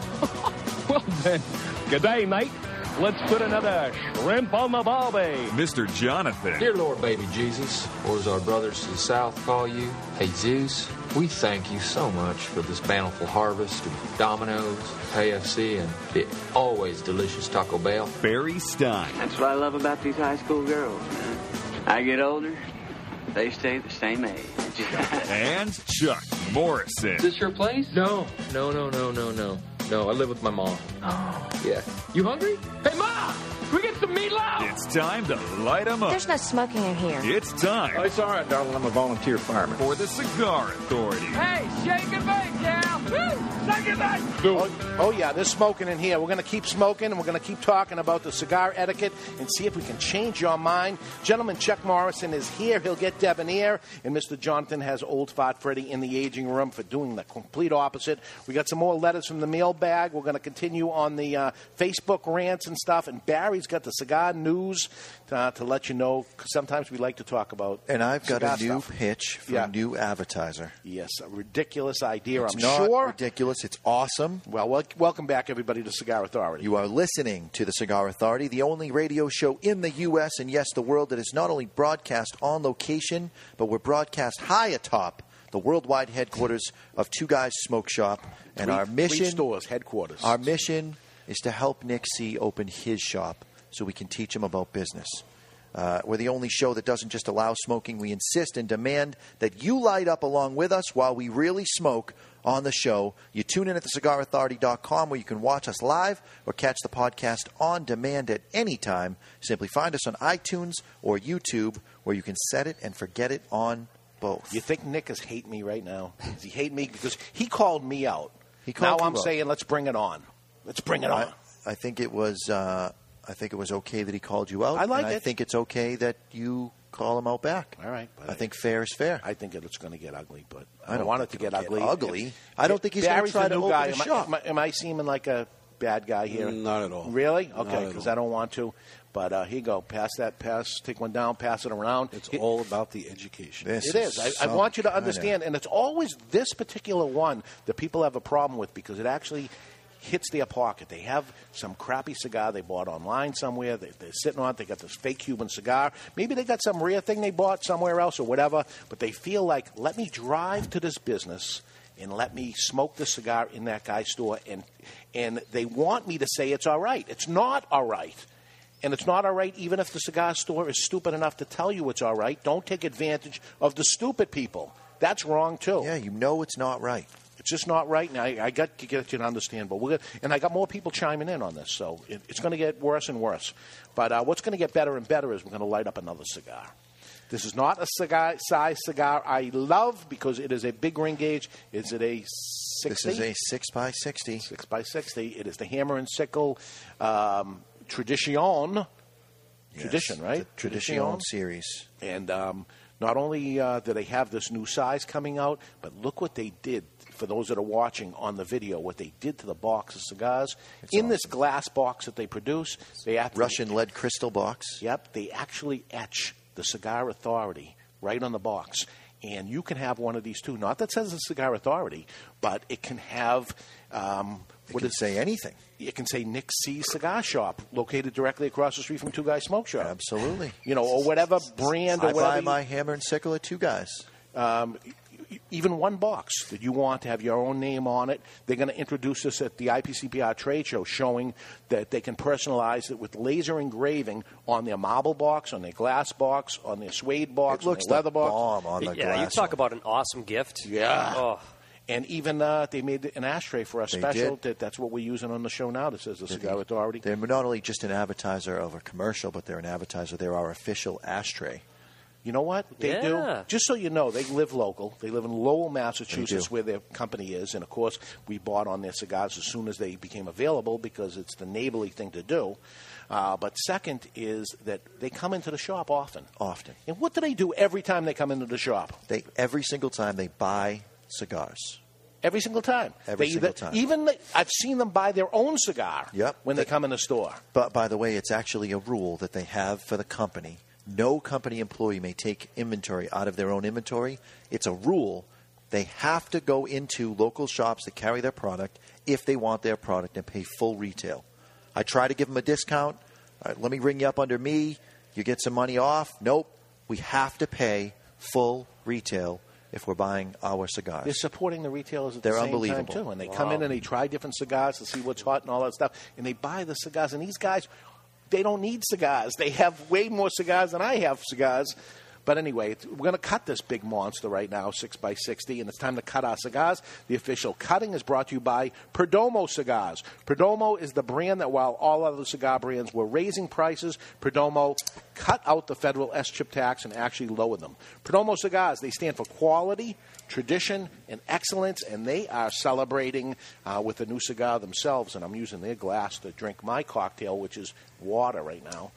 Speaker 12: Well then, good day, mate. Let's put another shrimp on the barbie.
Speaker 10: Mr. Jonathan.
Speaker 25: Dear Lord, baby Jesus, or as our brothers to the south call you, hey Zeus, we thank you so much for this bountiful harvest of Domino's, KFC, and the always delicious Taco Bell.
Speaker 10: Barry Stein.
Speaker 4: That's what I love about these high school girls, man. I get older,
Speaker 3: They stay the same age.
Speaker 10: And Chuck Morrison.
Speaker 3: Is this your place?
Speaker 26: No, no, no, no, no, no. No, I live with my mom.
Speaker 3: Oh.
Speaker 26: Yeah. You hungry? Hey, Ma! We get some meatloaf!
Speaker 10: It's time to light 'em up.
Speaker 4: There's no smoking in here.
Speaker 10: It's time. Oh, it's all right, darling. I'm a volunteer fireman. For the Cigar Authority.
Speaker 3: Hey, shake it back, gal! Woo! Shake it back!
Speaker 5: Oh, oh, yeah, there's smoking in here. We're going to keep smoking and we're going to keep talking about the cigar etiquette and see if we can change your mind. Gentleman Chuck Morrison is here. He'll get debonair. And Mr. Jonathan has Old Fart Freddy in the aging room for doing the complete opposite. We got some more letters from the mailbag. We're going to continue on the uh, Facebook rants and stuff. And Barry's got the cigar news uh, to let you know. 'cause Sometimes we like to talk about.
Speaker 16: And I've got
Speaker 5: cigar
Speaker 16: a new
Speaker 5: stuff.
Speaker 16: pitch for
Speaker 5: Yeah.
Speaker 16: a new advertiser.
Speaker 5: Yes, a ridiculous idea,
Speaker 16: It's
Speaker 5: I'm
Speaker 16: not
Speaker 5: sure.
Speaker 16: ridiculous. It's awesome.
Speaker 5: Well, wel- welcome back, everybody, to Cigar Authority.
Speaker 16: You are listening to the Cigar Authority, the only radio show in the U.S. and yes, the world that is not only broadcast on location, but we're broadcast high atop the worldwide headquarters of Two Guys Smoke Shop. And
Speaker 5: Three-
Speaker 16: our mission
Speaker 5: three stores headquarters.
Speaker 16: Our mission is to help Nick C open his shop so we can teach him about business. Uh, we're the only show that doesn't just allow smoking. We insist and demand that you light up along with us while we really smoke on the show. You tune in at thecigarauthority.com where you can watch us live or catch the podcast on demand at any time. Simply find us on iTunes or YouTube where you can set it and forget it on both.
Speaker 5: You think Nick is hate me right now? Does he hate me because he called me out? He
Speaker 16: called
Speaker 5: Now
Speaker 16: you
Speaker 5: I'm
Speaker 16: out.
Speaker 5: saying let's bring it on. Let's bring it on.
Speaker 16: I, I think it was. Uh, I think it was okay that he called you out.
Speaker 5: I like
Speaker 16: and I
Speaker 5: it.
Speaker 16: think it's okay that you call him out back.
Speaker 5: All right.
Speaker 16: I think fair is fair.
Speaker 5: I think it's going to get ugly, but
Speaker 16: I
Speaker 5: I don't
Speaker 16: don't
Speaker 5: want it
Speaker 16: think
Speaker 5: to
Speaker 16: it'll
Speaker 5: get
Speaker 16: get
Speaker 5: ugly.
Speaker 16: ugly. I don't think he's gonna
Speaker 5: Barry's
Speaker 16: try
Speaker 5: the
Speaker 16: to
Speaker 5: new
Speaker 16: open
Speaker 5: guy.
Speaker 16: a
Speaker 5: am, I-
Speaker 16: shop.
Speaker 5: am I, am I seeming like a bad guy here?
Speaker 17: Not at all.
Speaker 5: Really?
Speaker 17: Not
Speaker 5: Okay,
Speaker 17: at
Speaker 5: because I don't want to. But uh, here you go. Pass that pass. Take one down. Pass it around. It's
Speaker 17: all about the education.
Speaker 5: It is. I, I want you to understand, and it's always this particular one that people have a problem with because it actually hits their pocket. They have some crappy cigar they bought online somewhere. They, they're sitting on it. They got this fake Cuban cigar. Maybe they got some rare thing they bought somewhere else or whatever. But they feel like, let me drive to this business and let me smoke the cigar in that guy's store. And and they want me to say it's all right. It's not all right. And it's not all right, even if the cigar store is stupid enough to tell you it's all right. Don't take advantage of the stupid people. That's wrong too. Yeah,
Speaker 16: you know it's not right.
Speaker 5: It's just not right, and I, I got to get you to understand. But we're gonna, and I got more people chiming in on this, so it, it's going to get worse and worse. But uh, what's going to get better and better is we're going to light up another cigar. This is not a cigar size cigar I love because it is a big ring gauge. Is it a sixty?
Speaker 16: This is a six by sixty.
Speaker 5: Six by sixty. It is the hammer and sickle um, tradition. Tradition, right?
Speaker 16: Tradition series.
Speaker 5: And um, not only uh, do they have this new size coming out, but look what they did for those that are watching on the video. What they did to the box of cigars in this glass box that they produce. They act-
Speaker 16: Russian lead crystal box.
Speaker 5: Yep, they actually etch the Cigar Authority right on the box. And you can have one of these too. Not that says the Cigar Authority, but it can have. Um, it can
Speaker 16: say anything.
Speaker 5: It can say Nick C Cigar Shop, located directly across the street from Two Guys Smoke Shop.
Speaker 16: Absolutely.
Speaker 5: You know, or whatever brand or
Speaker 16: I
Speaker 5: whatever.
Speaker 16: buy
Speaker 5: you-
Speaker 16: my hammer and sickle at Two Guys.
Speaker 5: um, e- even one box that you want to have your own name on it. They're going to introduce this at the IPCPR trade show, showing that they can personalize it with laser engraving on their marble box, on their glass box, on their suede box,
Speaker 1: It looks
Speaker 5: on their leather
Speaker 1: the
Speaker 5: box.
Speaker 1: bomb on the Yeah, you glass talk one.
Speaker 5: about an awesome gift. Yeah.
Speaker 1: Oh.
Speaker 5: And even uh, they made an ashtray for us
Speaker 16: They
Speaker 5: special.
Speaker 16: did.
Speaker 5: That, that's what we're using on the show now. That says the Cigar Authority.
Speaker 16: They're not only just an advertiser of a commercial, but they're an advertiser. They're our official ashtray.
Speaker 5: You know what? They
Speaker 16: Yeah.
Speaker 5: do. Just so you know, they live local. They live in Lowell, Massachusetts,
Speaker 16: They do.
Speaker 5: where their company is. And of course, we bought on their cigars as soon as they became available because it's the neighborly thing to do. Uh, but second is that they come into the shop often.
Speaker 16: Often.
Speaker 5: And what do they do every time they come into the shop?
Speaker 16: They every single time they buy cigars.
Speaker 5: Every single time.
Speaker 16: Every
Speaker 5: they
Speaker 16: single
Speaker 5: either,
Speaker 16: time.
Speaker 5: Even the, I've seen them buy their own cigar.
Speaker 16: Yep.
Speaker 5: When they come in the store.
Speaker 16: But by the way, it's actually a rule that they have for the company. No company employee may take inventory out of their own inventory. It's a rule. They have to go into local shops that carry their product if they want their product and pay full retail. I try to give them a discount. All right, let me ring you up under me. You get some money off. Nope. We have to pay full retail if we're buying our cigars.
Speaker 5: They're supporting the retailers at
Speaker 16: They're
Speaker 5: the same
Speaker 16: unbelievable.
Speaker 5: time too, and they come in
Speaker 16: Wow.
Speaker 5: and they try different cigars to see what's hot and all that stuff, and they buy the cigars. And these guys, they don't need cigars. They have way more cigars than I have cigars, But anyway, it's, we're going to cut this big monster right now, 6x60, and it's time to cut our cigars. The official cutting is brought to you by Perdomo Cigars. Perdomo is the brand that, while all other cigar brands were raising prices, Perdomo cut out the federal S chip tax and actually lowered them. Perdomo Cigars, they stand for quality, tradition, and excellence, and they are celebrating uh, with a new cigar themselves. And I'm using their glass to drink my cocktail, which is water right now.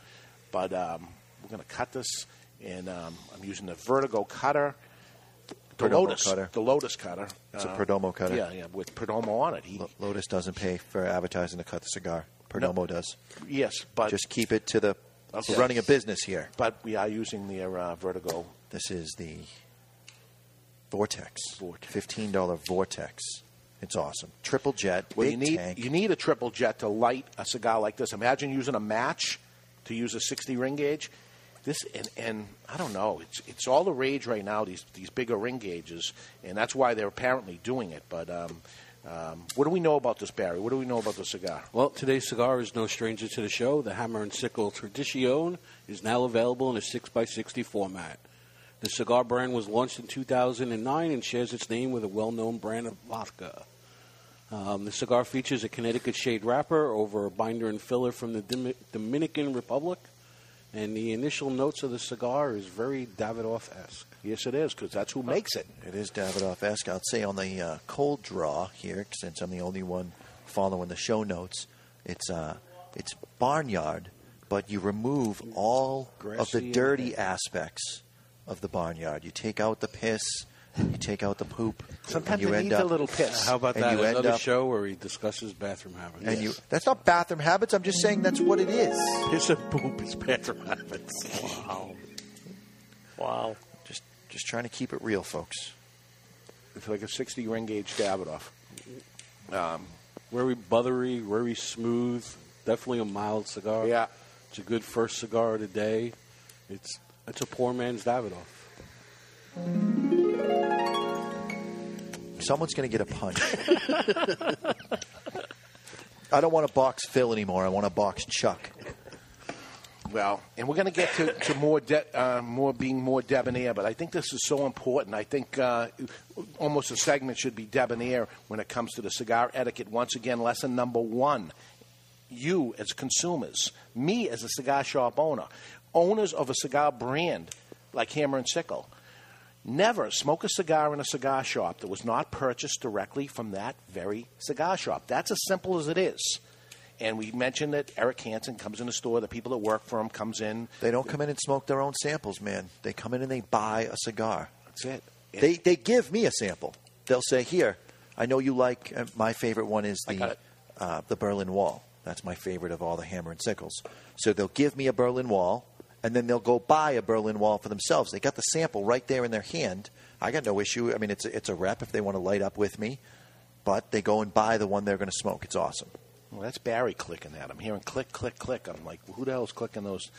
Speaker 5: But um, we're going to cut this, and um, I'm using the Vertigo cutter. The
Speaker 16: Perdomo
Speaker 5: Lotus
Speaker 16: cutter.
Speaker 5: The Lotus cutter.
Speaker 16: It's a
Speaker 5: Uh,
Speaker 16: Perdomo cutter.
Speaker 5: Yeah, yeah, with Perdomo on it. He,
Speaker 16: Lo- Lotus doesn't pay for advertising to cut the cigar. Perdomo does.
Speaker 5: yes, but
Speaker 16: Just keep it to the.
Speaker 5: Okay.
Speaker 16: We're running a business here.
Speaker 5: but we are using their uh, Vertigo.
Speaker 16: This is the Vortex. Fifteen dollar Vortex. It's awesome. Triple jet.
Speaker 5: Well,
Speaker 16: big
Speaker 5: you need
Speaker 16: tank.
Speaker 5: you need a triple jet to light a cigar like this. Imagine using a match to use a 60 ring gauge. This and, and I don't know. It's it's all the rage right now. These these bigger ring gauges, and that's why they're apparently doing it. But um, um, what do we know about this Barry? What do we know about the cigar?
Speaker 17: Well, today's cigar is no stranger to the show. The Hammer and Sickle Tradicion is now available in a 6x60 format. The cigar brand was launched in 2009 and shares its name with a well known brand of vodka. Um, the cigar features a Connecticut shade wrapper over a binder and filler from the Dim- Dominican Republic. And the initial notes of the cigar is very Davidoff esque.
Speaker 5: Yes, it is, because that's who makes it.
Speaker 16: It is Davidoff esque. I'll say on the uh, cold draw here, since I'm the only one following the show notes, it's uh, it's barnyard, but you remove all of
Speaker 17: Grassy
Speaker 16: the
Speaker 17: and
Speaker 16: dirty aspects of the barnyard. You take out the piss, you take out the poop. and you end up,
Speaker 17: How about
Speaker 16: and
Speaker 17: that?
Speaker 16: You end
Speaker 17: Another
Speaker 16: up,
Speaker 17: show where he discusses bathroom habits.
Speaker 16: and you that's not bathroom habits. I'm just saying that's what it is.
Speaker 17: It's a poop. It's bathroom habits.
Speaker 16: Wow.
Speaker 5: Wow.
Speaker 16: Just just trying to keep it real, folks.
Speaker 5: It's like a 60 ring gauge Davidoff.
Speaker 17: Um, very buttery, very smooth. Definitely a mild cigar.
Speaker 5: Yeah,
Speaker 17: it's a good first cigar of the day. It's it's a poor man's Davidoff.
Speaker 16: Someone's going to get a punch. I don't want to box Phil anymore. I want to box Chuck.
Speaker 5: Well, and we're going to get to, to more, de- uh, more being more debonair, but I think this is so important. I think uh, almost a segment should be debonair when it comes to the cigar etiquette. Once again, lesson number one you as consumers, me as a cigar shop owner, owners of a cigar brand like Hammer and Sickle. Never smoke a cigar in a cigar shop that was not purchased directly from that very cigar shop. That's as simple as it is. And we mentioned that Eric Hansen comes in the store, the people that work for him comes in.
Speaker 16: They don't come in and smoke their own samples, man. They come in and they buy a cigar.
Speaker 5: That's it.
Speaker 16: They they give me a sample. They'll say, "Here, I know you like." uh, My favorite one is the uh, the Berlin Wall. That's my favorite of all the hammer and sickles. So they'll give me a Berlin Wall, and then they'll go buy a Berlin Wall for themselves. They got the sample right there in their hand. I got no issue. I mean, it's a, it's a rep if they want to light up with me, but they go and buy the one they're going to smoke. It's awesome.
Speaker 5: Well, that's Barry clicking that. I'm hearing click, click, click. I'm like, who the hell's clicking those?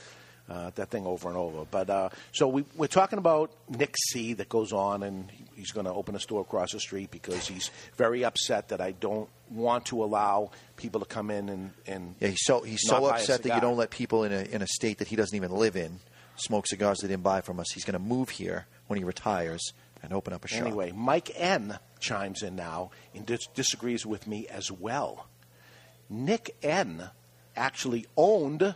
Speaker 5: Uh, that thing over and over. But uh, so we, we're talking about Nick C that goes on and he- he's going to open a store across the street because he's very upset that I don't want to allow people to come in and, and
Speaker 16: Yeah, he's so he's
Speaker 5: not
Speaker 16: so
Speaker 5: buy a
Speaker 16: upset that you
Speaker 5: cigar.
Speaker 16: don't let people in a in a state that he doesn't even live in smoke cigars they didn't buy from us. He's going to move here when he retires and open up a shop.
Speaker 5: Anyway, Mike N chimes in now and dis- disagrees with me as well. Nick N actually owned,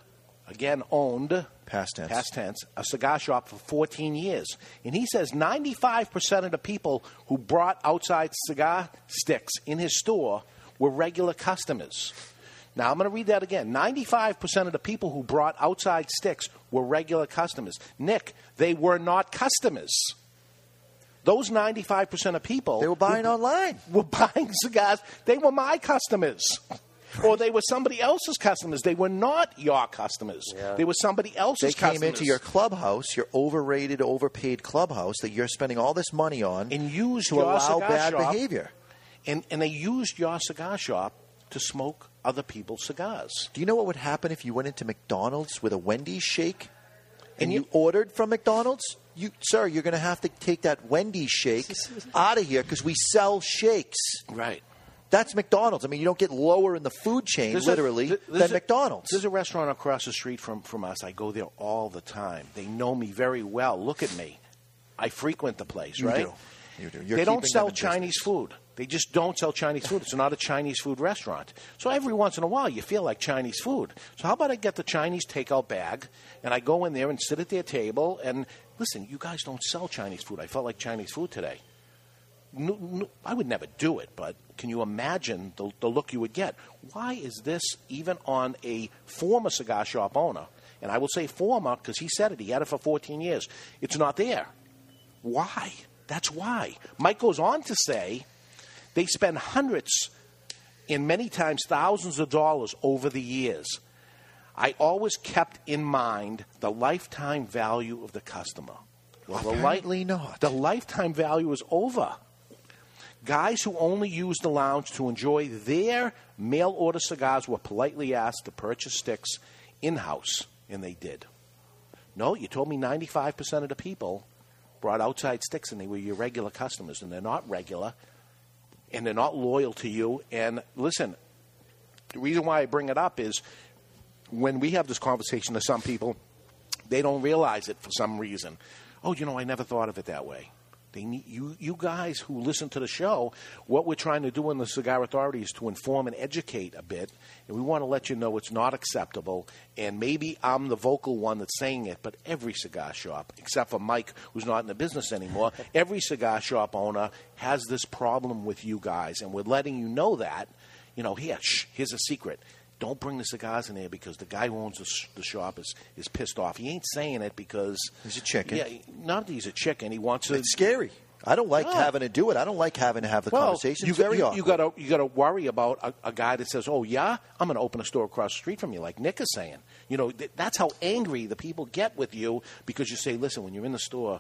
Speaker 5: again owned,
Speaker 16: past tense,
Speaker 5: past tense, a cigar shop for 14 years, and he says 95% of the people who brought outside cigar sticks in his store were regular customers. Now I'm going to read that again. 95% of the people who brought outside sticks were regular customers. Nick, they were not customers those 95% of people they were
Speaker 16: buying online
Speaker 5: were buying cigars they were my customers or they were somebody else's customers they were not your customers they were somebody else's
Speaker 16: They came
Speaker 5: customers
Speaker 16: into your clubhouse, your overrated, overpaid clubhouse that you're spending all this money on,
Speaker 5: and used
Speaker 16: to
Speaker 5: your
Speaker 16: allow
Speaker 5: cigar
Speaker 16: bad
Speaker 5: shop,
Speaker 16: behavior.
Speaker 5: and, and they used your cigar shop to smoke other people's cigars
Speaker 16: Do you know what would happen if you went into McDonald's with a Wendy's shake and,
Speaker 5: And
Speaker 16: you,
Speaker 5: you-
Speaker 16: ordered from McDonald's? You, sir, you're going to have to take that Wendy's shake out of here because we sell shakes.
Speaker 5: Right.
Speaker 16: That's McDonald's. I mean, you don't get lower in the food chain,
Speaker 5: There's a-
Speaker 16: literally,
Speaker 5: th- there's
Speaker 16: than
Speaker 5: a-
Speaker 16: McDonald's.
Speaker 5: There's a restaurant across the street from, from us. I go there all the time. They know me very well. Look at me. I frequent the place,
Speaker 16: You
Speaker 5: right?
Speaker 16: do. You do. You're
Speaker 5: they
Speaker 16: keeping them
Speaker 5: don't sell
Speaker 16: in
Speaker 5: Chinese food. They just don't sell Chinese food. It's not a Chinese food restaurant. So every once in a while, you feel like Chinese food. So how about I get the Chinese takeout bag and I go in there and sit at their table and listen. You guys don't sell Chinese food. I felt like Chinese food today. No, no, I would never do it, but can you imagine the, the look you would get? Why is this even on a former cigar shop owner? And I will say former because he said it. He had it for 14 years. It's not there. Why? That's why. Mike goes on to say they spend hundreds and many times thousands of dollars over the years. I always kept in mind the lifetime value of the customer. Well, the li-
Speaker 16: Apparently not.
Speaker 5: The lifetime value is over. Guys who only use the lounge to enjoy their mail order cigars were politely asked to purchase sticks in house, and they did. No, you told me 95% of the people brought outside sticks and they were your regular customers, and they're not regular, and they're not loyal to you. And listen, the reason why I bring it up is when we have this conversation to some people, they don't realize it for some reason. Oh, you know, I never thought of it that way. They need, you, you guys who listen to the show, what we're trying to do in the Cigar Authority is to inform and educate a bit. And we want to let you know it's not acceptable. And maybe I'm the vocal one that's saying it, but every cigar shop, except for Mike, who's not in the business anymore, every cigar shop owner has this problem with you guys. And we're letting you know that. You know, here, shh, here's a secret don't bring the cigars in there because the guy who owns the, sh- the shop is, is pissed off. He ain't saying it because he's a
Speaker 16: chicken.
Speaker 5: Yeah, not that he's a chicken. He wants to.
Speaker 16: It's scary. I don't like
Speaker 5: No.
Speaker 16: having to do it. I don't like having to have the
Speaker 5: well,
Speaker 16: conversation.
Speaker 5: You
Speaker 16: It's very
Speaker 5: you,
Speaker 16: awkward.
Speaker 5: you got to you got to worry about a, a guy that says, "Oh yeah, I'm going to open a store across the street from you," like Nick is saying. You know, th- that's how angry the people get with you because you say, "Listen, when you're in the store."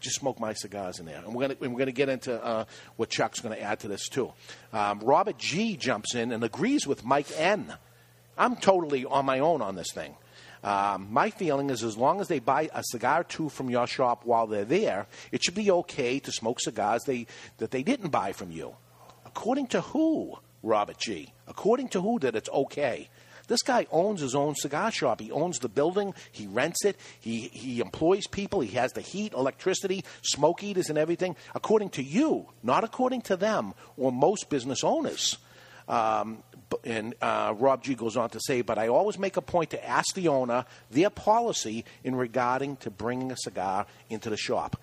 Speaker 5: Just smoke my cigars in there, and we're gonna and we're gonna get into uh, what Chuck's gonna add to this too. Um, Robert G jumps in and agrees with Mike N. I'm totally on my own on this thing. Um, my feeling is as long as they buy a cigar or two from your shop while they're there, it should be okay to smoke cigars they, that they didn't buy from you. According to who, Robert G? According to who that it's okay? This guy owns his own cigar shop. He owns the building. He rents it. He, he employs people. He has the heat, electricity, smoke eaters, and everything. According to you, not according to them or most business owners. Um, b- and uh, Rob G goes on to say, but I always make a point to ask the owner their policy in regarding to bringing a cigar into the shop.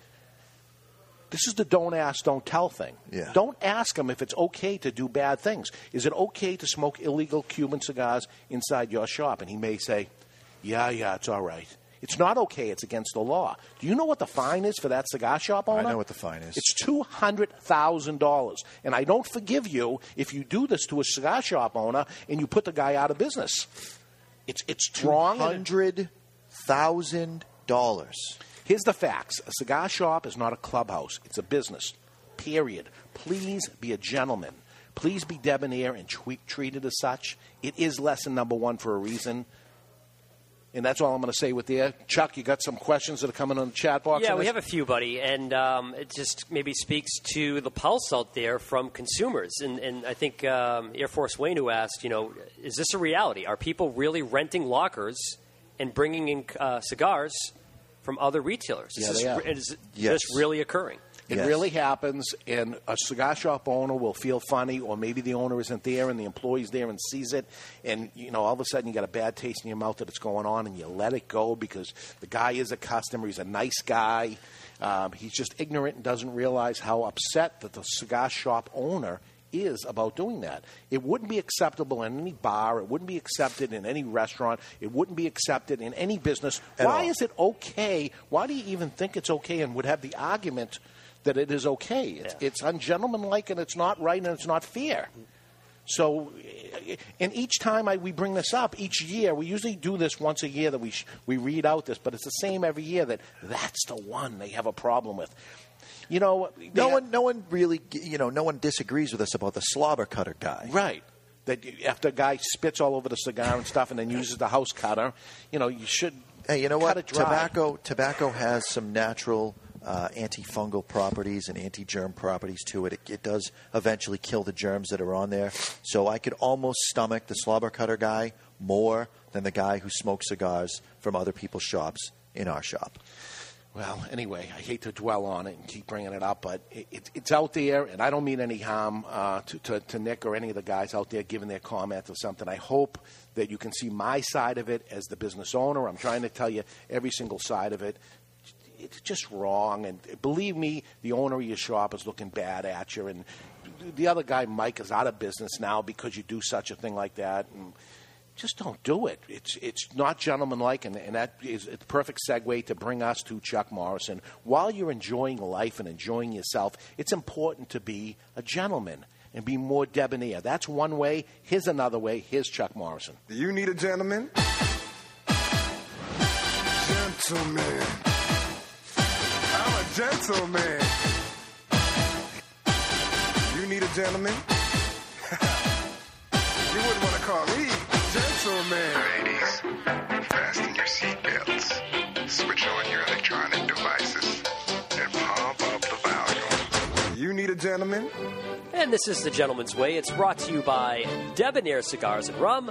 Speaker 5: This is the don't ask, don't tell thing.
Speaker 16: Yeah.
Speaker 5: Don't ask them if it's okay to do bad things. Is it okay to smoke illegal Cuban cigars inside your shop? And he may say, yeah, yeah, it's all right. It's not okay. It's against the law. Do you know what the fine is for that cigar shop owner?
Speaker 16: I know what the fine is.
Speaker 5: It's two hundred thousand dollars, and I don't forgive you if you do this to a cigar shop owner and you put the guy out of business. It's it's wrong.
Speaker 16: Hundred thousand dollars.
Speaker 5: Here's the facts: a cigar shop is not a clubhouse; it's a business. Period. Please be a gentleman. Please be debonair and tre- treated as such. It is lesson number one for a reason. And that's all I'm going to say with there. Chuck, you got some questions that are coming on the chat box?
Speaker 1: Yeah,
Speaker 5: on
Speaker 1: we
Speaker 5: this?
Speaker 1: have a few, buddy, and um, it just maybe speaks to the pulse out there from consumers. And, and I think um, Air Force Wayne who asked, you know, is this a reality? Are people really renting lockers and bringing in uh, cigars from other retailers?
Speaker 5: Yeah,
Speaker 1: is
Speaker 5: they
Speaker 1: this,
Speaker 5: are.
Speaker 1: is
Speaker 5: Yes.
Speaker 1: this really occurring?
Speaker 5: It really happens, and a cigar shop owner will feel funny, or maybe the owner isn't there and the employee's there and sees it, and you know all of a sudden you got a bad taste in your mouth that it's going on, and you let it go because the guy is a customer, he's a nice guy, um, he's just ignorant and doesn't realize how upset that the cigar shop owner is about doing that. It wouldn't be acceptable in any bar. It wouldn't be accepted in any restaurant. It wouldn't be accepted in any business.
Speaker 16: At
Speaker 5: Why
Speaker 16: all.
Speaker 5: is it okay? Why do you even think it's okay and would have the argument that it is okay? It's, it's ungentlemanlike and it's not right and it's not fair. So, and each time I, we bring this up, each year, we usually do this once a year that we, sh- we read out this, but it's the same every year that that's the one they have a problem with. You know,
Speaker 16: No one, no one really, you know, no one disagrees with us about the slobber cutter guy.
Speaker 5: Right. That you- after a guy spits all over the cigar and stuff, and then uses the house cutter, you know, you should.
Speaker 16: Hey, you know
Speaker 5: cut
Speaker 16: what?
Speaker 5: It dry.
Speaker 16: Tobacco, tobacco has some natural uh, antifungal properties and anti-germ properties to it. it. It does eventually kill the germs that are on there. So I could almost stomach the slobber cutter guy more than the guy who smokes cigars from other people's shops in our shop.
Speaker 5: Well, anyway, I hate to dwell on it and keep bringing it up, but it, it, it's out there, and I don't mean any harm uh, to, to, to Nick or any of the guys out there giving their comment or something. I hope that you can see my side of it as the business owner. I'm trying to tell you every single side of it. It's just wrong, and believe me, the owner of your shop is looking bad at you, and the other guy, Mike, is out of business now because you do such a thing like that. And, just don't do it. It's it's not gentlemanlike, and, and that is a perfect segue to bring us to Chuck Morrison. While you're enjoying life and enjoying yourself, it's important to be a gentleman and be more debonair. That's one way. Here's another way. Here's Chuck Morrison.
Speaker 2: Do you need a gentleman? Gentleman. I'm a gentleman. You need a gentleman? you wouldn't want to call me gentleman.
Speaker 7: Ladies, fasten your seatbelts, switch on your electronic devices, and pump up the volume.
Speaker 2: You need a gentleman?
Speaker 1: And this is The Gentleman's Way. It's brought to you by Debonair Cigars and Rum.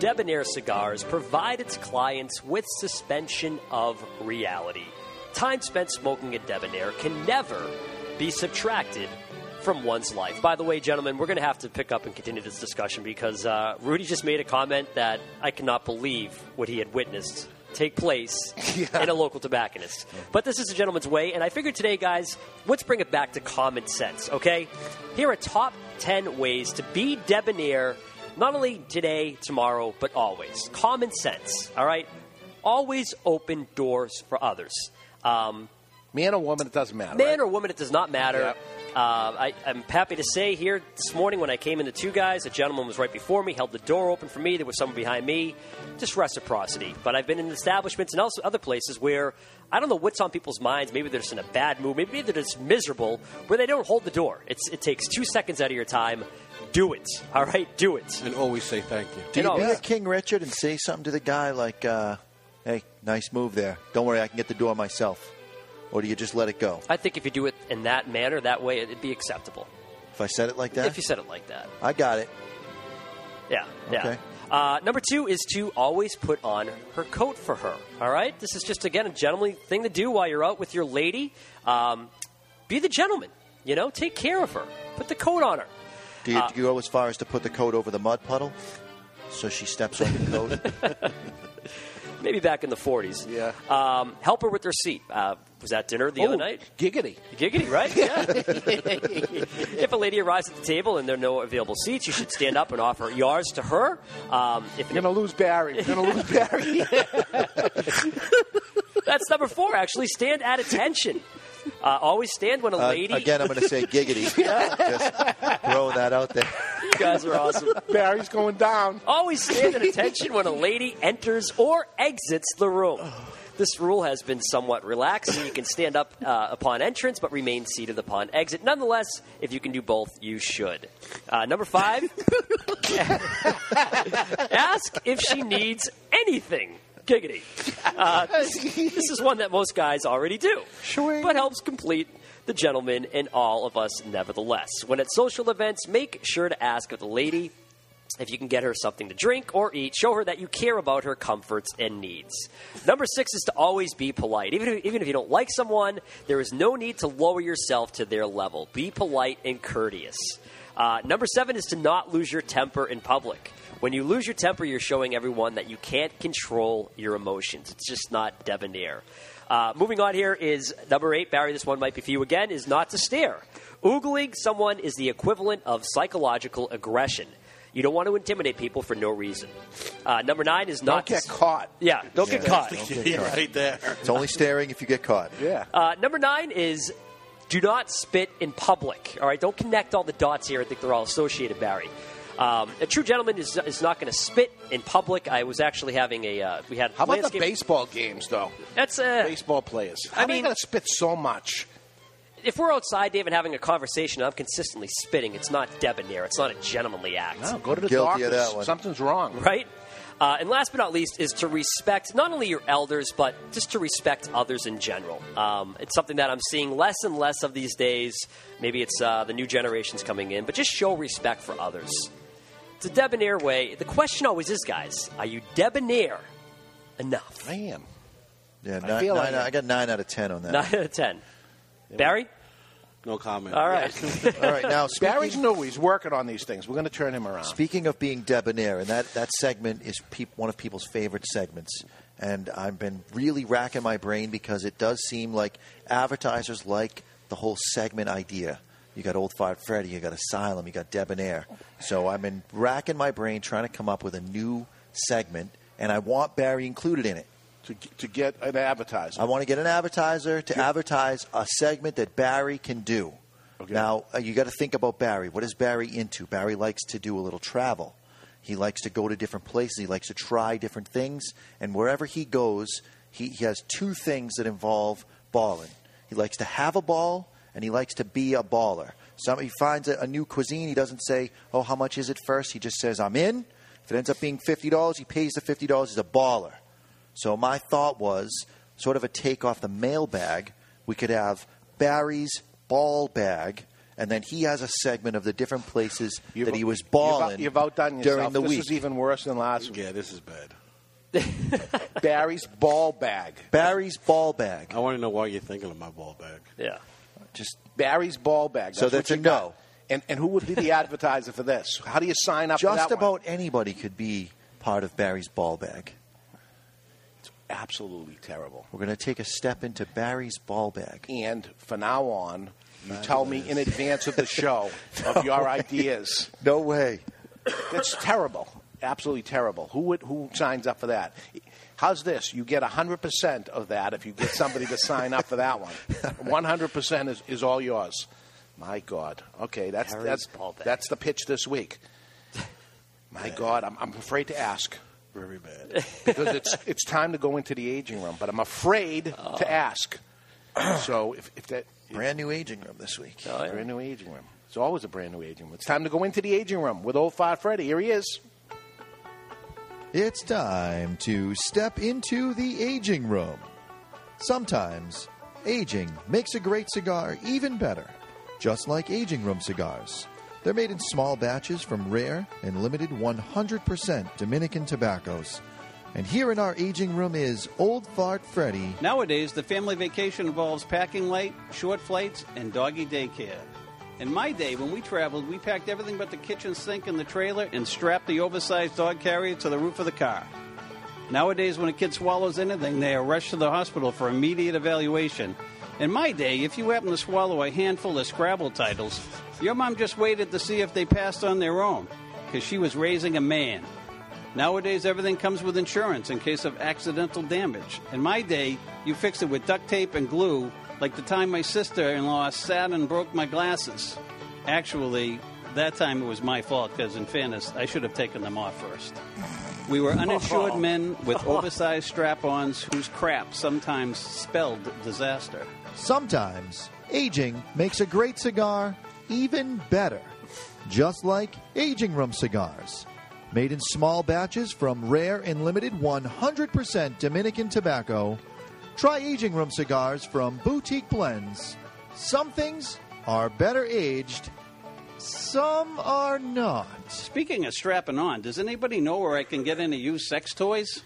Speaker 1: Debonair Cigars provide its clients with suspension of reality. Time spent smoking a debonair can never be subtracted from one's life. By the way, gentlemen, we're going to have to pick up and continue this discussion because uh, Rudy just made a comment that I cannot believe what he had witnessed take place in a local tobacconist. But this is the gentleman's way, and I figured today, guys, let's bring it back to common sense, okay? Here are top 10 ways to be debonair, not only today, tomorrow, but always. Common sense, all right? Always open doors for others. Um,
Speaker 5: Man or woman, it doesn't matter.
Speaker 1: Man or woman, it does not matter. Uh, I, I'm happy to say here this morning when I came in, the two guys, a gentleman was right before me, held the door open for me. There was someone behind me. Just reciprocity. But I've been in establishments and also other places where I don't know what's on people's minds. Maybe they're just in a bad mood. Maybe they're just miserable, where they don't hold the door. It's, it takes two seconds out of your time. Do it. All right? Do it.
Speaker 17: And always say thank you.
Speaker 16: Do you
Speaker 1: And
Speaker 16: be
Speaker 1: always-
Speaker 16: a King Richard and say something to the guy like, uh, "Hey, nice move there. Don't worry, I can get the door myself," or do you just let it go?
Speaker 1: I think if you do it in that manner, that way, it'd be acceptable.
Speaker 16: If I said it like that,
Speaker 1: If you said it like that.
Speaker 16: I got it.
Speaker 1: Yeah, yeah.
Speaker 16: Okay.
Speaker 1: Uh, number two is to always put on her coat for her. All right, this is just again a gentlemanly thing to do while you're out with your lady. Um, be the gentleman, you know. Take care of her. Put the coat on her.
Speaker 16: Do you,
Speaker 1: Uh,
Speaker 16: do you go as far as to put the coat over the mud puddle so she steps on the coat?
Speaker 1: Maybe back in the 40s. Yeah. Um, help her with her seat. Uh, was that dinner the other
Speaker 5: Oh,
Speaker 1: night?
Speaker 5: Giggity.
Speaker 1: Giggity, right? Yeah. if a lady arrives at the table and there are no available seats, you should stand up and offer yours to her. Um, if
Speaker 5: You're going to lose Barry. You're going to lose Barry.
Speaker 1: That's number four, actually. Stand at attention. Uh, always stand when a
Speaker 16: Uh,
Speaker 1: lady.
Speaker 16: again, I'm going to say giggity. Just throwing that out there.
Speaker 1: You guys are awesome.
Speaker 5: Barry's going down.
Speaker 1: Always stand at attention when a lady enters or exits the room. This rule has been somewhat relaxed, so you can stand up uh, upon entrance but remain seated upon exit. Nonetheless, if you can do both, you should. Uh, number five, ask if she needs anything. Giggity. Uh, this, this is one that most guys already do, but helps complete the gentleman and all of us nevertheless. When at social events, make sure to ask if the lady if you can get her something to drink or eat, show her that you care about her comforts and needs. Number six is to always be polite. Even if, even if you don't like someone, there is no need to lower yourself to their level. Be polite and courteous. Uh, number seven is to not lose your temper in public. When you lose your temper, you're showing everyone that you can't control your emotions. It's just not debonair. Uh, moving on here is number eight, Barry. This one might be for you again. Is not to stare. Oogling someone is the equivalent of psychological aggression. You don't want to intimidate people for no reason. Uh, number nine is
Speaker 5: Don't
Speaker 1: not
Speaker 5: get
Speaker 1: to-
Speaker 5: caught.
Speaker 1: Yeah, don't get
Speaker 16: Yeah,
Speaker 1: caught.
Speaker 16: don't get Yeah, caught. right there. It's only staring if you get caught.
Speaker 5: Yeah.
Speaker 1: Uh, number nine is do not spit in public. All right, don't connect all the dots here. I think they're all associated, Barry. Um, a true gentleman is, is not going to spit in public. I was actually having a uh, we had
Speaker 5: How about the
Speaker 1: landscape-
Speaker 5: baseball games, though?
Speaker 1: That's uh,
Speaker 5: baseball players.
Speaker 1: I
Speaker 5: How I mean,
Speaker 1: mean-
Speaker 5: going to spit so much.
Speaker 1: if we're outside, Dave, and having a conversation, I'm consistently spitting. It's not debonair. It's not a gentlemanly act.
Speaker 5: No, go to the doctors. Something's wrong.
Speaker 1: Right? Uh, and last but not least is to respect not only your elders, but just to respect others in general. Um, it's something that I'm seeing less and less of these days. Maybe it's uh, the new generations coming in, but just show respect for others. It's a debonair way. The question always is, guys, are you debonair enough?
Speaker 5: I am.
Speaker 16: Yeah,
Speaker 1: I
Speaker 16: nine,
Speaker 1: feel
Speaker 16: nine,
Speaker 1: like it.
Speaker 16: I got nine out of ten on that.
Speaker 1: Nine out of ten. Barry?
Speaker 17: No comment.
Speaker 1: All right.
Speaker 16: All right, now
Speaker 5: Barry's new. He's working on these things. We're going to turn him around.
Speaker 16: Speaking of being debonair, and that, that segment is peop, one of people's favorite segments. And I've been really racking my brain because it does seem like advertisers like the whole segment idea. You got Old Fart Freddy, you got Asylum, you got Debonair. So I've been racking my brain trying to come up with a new segment, and I want Barry included in it.
Speaker 5: To, to get an advertiser.
Speaker 16: I want to get an advertiser to advertise a segment that Barry can do. Now, uh, you got to think about Barry. What is Barry into? Barry likes to do a little travel. He likes to go to different places. He likes to try different things. And wherever he goes, he, he has two things that involve balling. He likes to have a ball, and he likes to be a baller. Some, he finds a, a new cuisine. He doesn't say, oh, how much is it first? He just says, I'm in. If it ends up being $50, he pays the $50. He's a baller. So my thought was sort of a take off the mailbag. We could have Barry's ball bag, and then he has a segment of the different places that he was balling
Speaker 5: You've, out- you've outdone yourself.
Speaker 16: during the
Speaker 5: this
Speaker 16: week.
Speaker 5: is even worse than last week.
Speaker 17: Yeah, this is bad.
Speaker 5: Barry's ball bag.
Speaker 16: Barry's ball bag.
Speaker 17: I want to know why you're thinking of my ball bag.
Speaker 1: Yeah.
Speaker 16: Just
Speaker 5: Barry's ball bag.
Speaker 16: So that's
Speaker 5: what
Speaker 16: a
Speaker 5: you
Speaker 16: no.
Speaker 5: got. And, and who would be the advertiser for this? How do you sign up for
Speaker 16: Just
Speaker 5: that one?
Speaker 16: about anybody could be part of Barry's ball bag.
Speaker 5: Absolutely terrible.
Speaker 16: We're going to take a step into Barry's ball bag.
Speaker 5: And from now on, you tell me in advance of the show of your ideas.
Speaker 16: No way.
Speaker 5: That's terrible. Absolutely terrible. Who would who signs up for that? How's this? You get 100% of that if you get somebody to sign up for that one. 100% is, is all yours. My God. Okay, that's
Speaker 1: Harry's
Speaker 5: that's
Speaker 1: ball bag.
Speaker 5: that's the pitch this week. My God, I'm, I'm afraid to ask
Speaker 17: Very bad.
Speaker 5: because it's it's time to go into the aging room, but I'm afraid to ask. So if, if that
Speaker 16: brand new aging room this week,
Speaker 5: brand new aging room. It's always a brand new aging room. It's time to go into the aging room with old Fat Freddy. Here he is.
Speaker 16: It's time to step into the aging room. Sometimes aging makes a great cigar even better, just like aging room cigars. They're made in small batches from rare and limited 100% Dominican tobaccos. And here in our aging room is Old Fart Freddy.
Speaker 4: Nowadays, the family vacation involves packing light, short flights, and doggy daycare. In my day, when we traveled, we packed everything but the kitchen sink in the trailer and strapped the oversized dog carrier to the roof of the car. Nowadays, when a kid swallows anything, they are rushed to the hospital for immediate evaluation. In my day, if you happen to swallow a handful of Scrabble titles, your mom just waited to see if they passed on their own, because she was raising a man. Nowadays, everything comes with insurance in case of accidental damage. In my day, you fixed it with duct tape and glue, like the time my sister in law sat and broke my glasses. Actually, that time it was my fault because, in fairness, I should have taken them off first. We were uninsured men with oversized strap ons whose crap sometimes spelled disaster.
Speaker 16: Sometimes aging makes a great cigar even better, just like aging room cigars. Made in small batches from rare and limited 100% Dominican tobacco, try aging room cigars from boutique blends. Some things are better aged, some are not.
Speaker 4: Speaking of strapping on, does anybody know where I can get any used sex toys?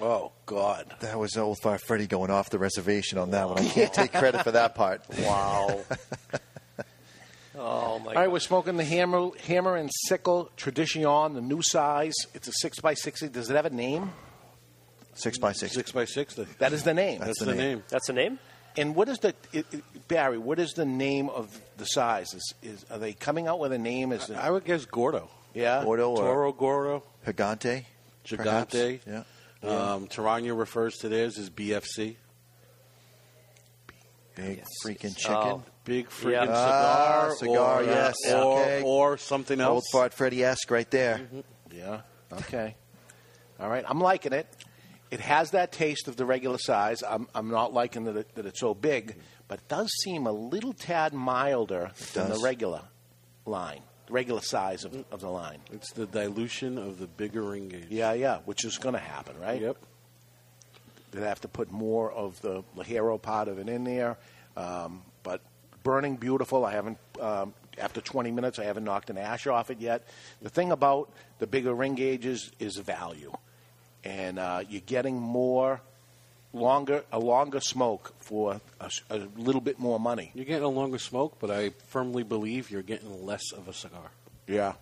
Speaker 5: Oh, God.
Speaker 16: That was Old Fire Freddy going off the reservation on that one. I can't take credit for that part.
Speaker 5: Wow.
Speaker 1: Oh
Speaker 5: All
Speaker 1: my
Speaker 5: right, we're smoking the hammer, hammer and sickle tradition, the new size. It's a six by sixty. Does it have a name?
Speaker 16: Six by six.
Speaker 17: Six by sixty.
Speaker 5: That is the name.
Speaker 17: That's That's the the name. name.
Speaker 1: That's the name.
Speaker 5: And what is the it, it- Barry? What is the name of the size? Is, is are they coming out with a name? Is I
Speaker 17: would guess Gordo.
Speaker 5: Yeah,
Speaker 16: Gordo or-
Speaker 17: Toro Gordo.
Speaker 16: Gigante. perhaps?
Speaker 17: Gigante.
Speaker 16: Yeah.
Speaker 17: Um, Tarania refers to theirs as BFC.
Speaker 16: Big freaking chicken.
Speaker 17: Oh, big freaking
Speaker 16: Yeah.
Speaker 17: cigar.
Speaker 16: Ah, cigar,
Speaker 17: or,
Speaker 16: yes,
Speaker 17: Or,
Speaker 16: okay.
Speaker 17: or something else.
Speaker 16: Old Fart Freddy esque right there.
Speaker 5: Mm-hmm.
Speaker 17: Mm-hmm.
Speaker 5: Yeah. Okay. All right. I'm liking it. It has that taste of the regular size. I'm, I'm not liking that, it, that it's so big, but it does seem a little tad milder than the
Speaker 16: does.
Speaker 5: regular line. regular size of, of the line.
Speaker 17: It's the dilution of the bigger ring gauge.
Speaker 5: Yeah, yeah, which is going to happen, right?
Speaker 17: Yep.
Speaker 5: They'd have to put more of the Lajero part of it in there. Um, but Burning Beautiful, I haven't, um, after 20 minutes, I haven't knocked an ash off it yet. The thing about the bigger ring gauges is value. And uh, you're getting more, longer, a longer smoke for a, s- a little bit more money.
Speaker 17: You're getting a longer smoke, but I firmly believe you're getting less of a cigar.
Speaker 5: Yeah.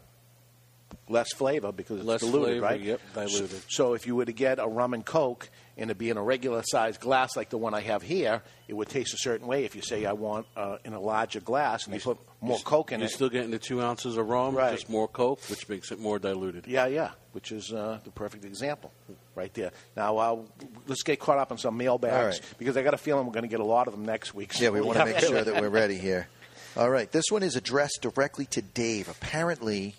Speaker 5: Less flavor because it's
Speaker 17: Less
Speaker 5: diluted,
Speaker 17: flavor,
Speaker 5: right?
Speaker 17: yep, diluted.
Speaker 5: So, so if you were to get a rum and coke and it be in a regular sized glass like the one I have here, it would taste a certain way. If you say I want uh, in a larger glass and they put more
Speaker 17: You're s-
Speaker 5: coke in
Speaker 17: You're
Speaker 5: it,
Speaker 17: still getting the two ounces of rum,
Speaker 5: Right.
Speaker 17: just more coke, which makes it more diluted.
Speaker 5: yeah, yeah, which is uh, the perfect example right there. Now uh, let's get caught up on some
Speaker 16: All
Speaker 5: mailbags
Speaker 16: right.
Speaker 5: because I got a feeling we're going to get a lot of them next week.
Speaker 16: Yeah, we want to make sure that we're ready here. All right, this one is addressed directly to Dave. Apparently,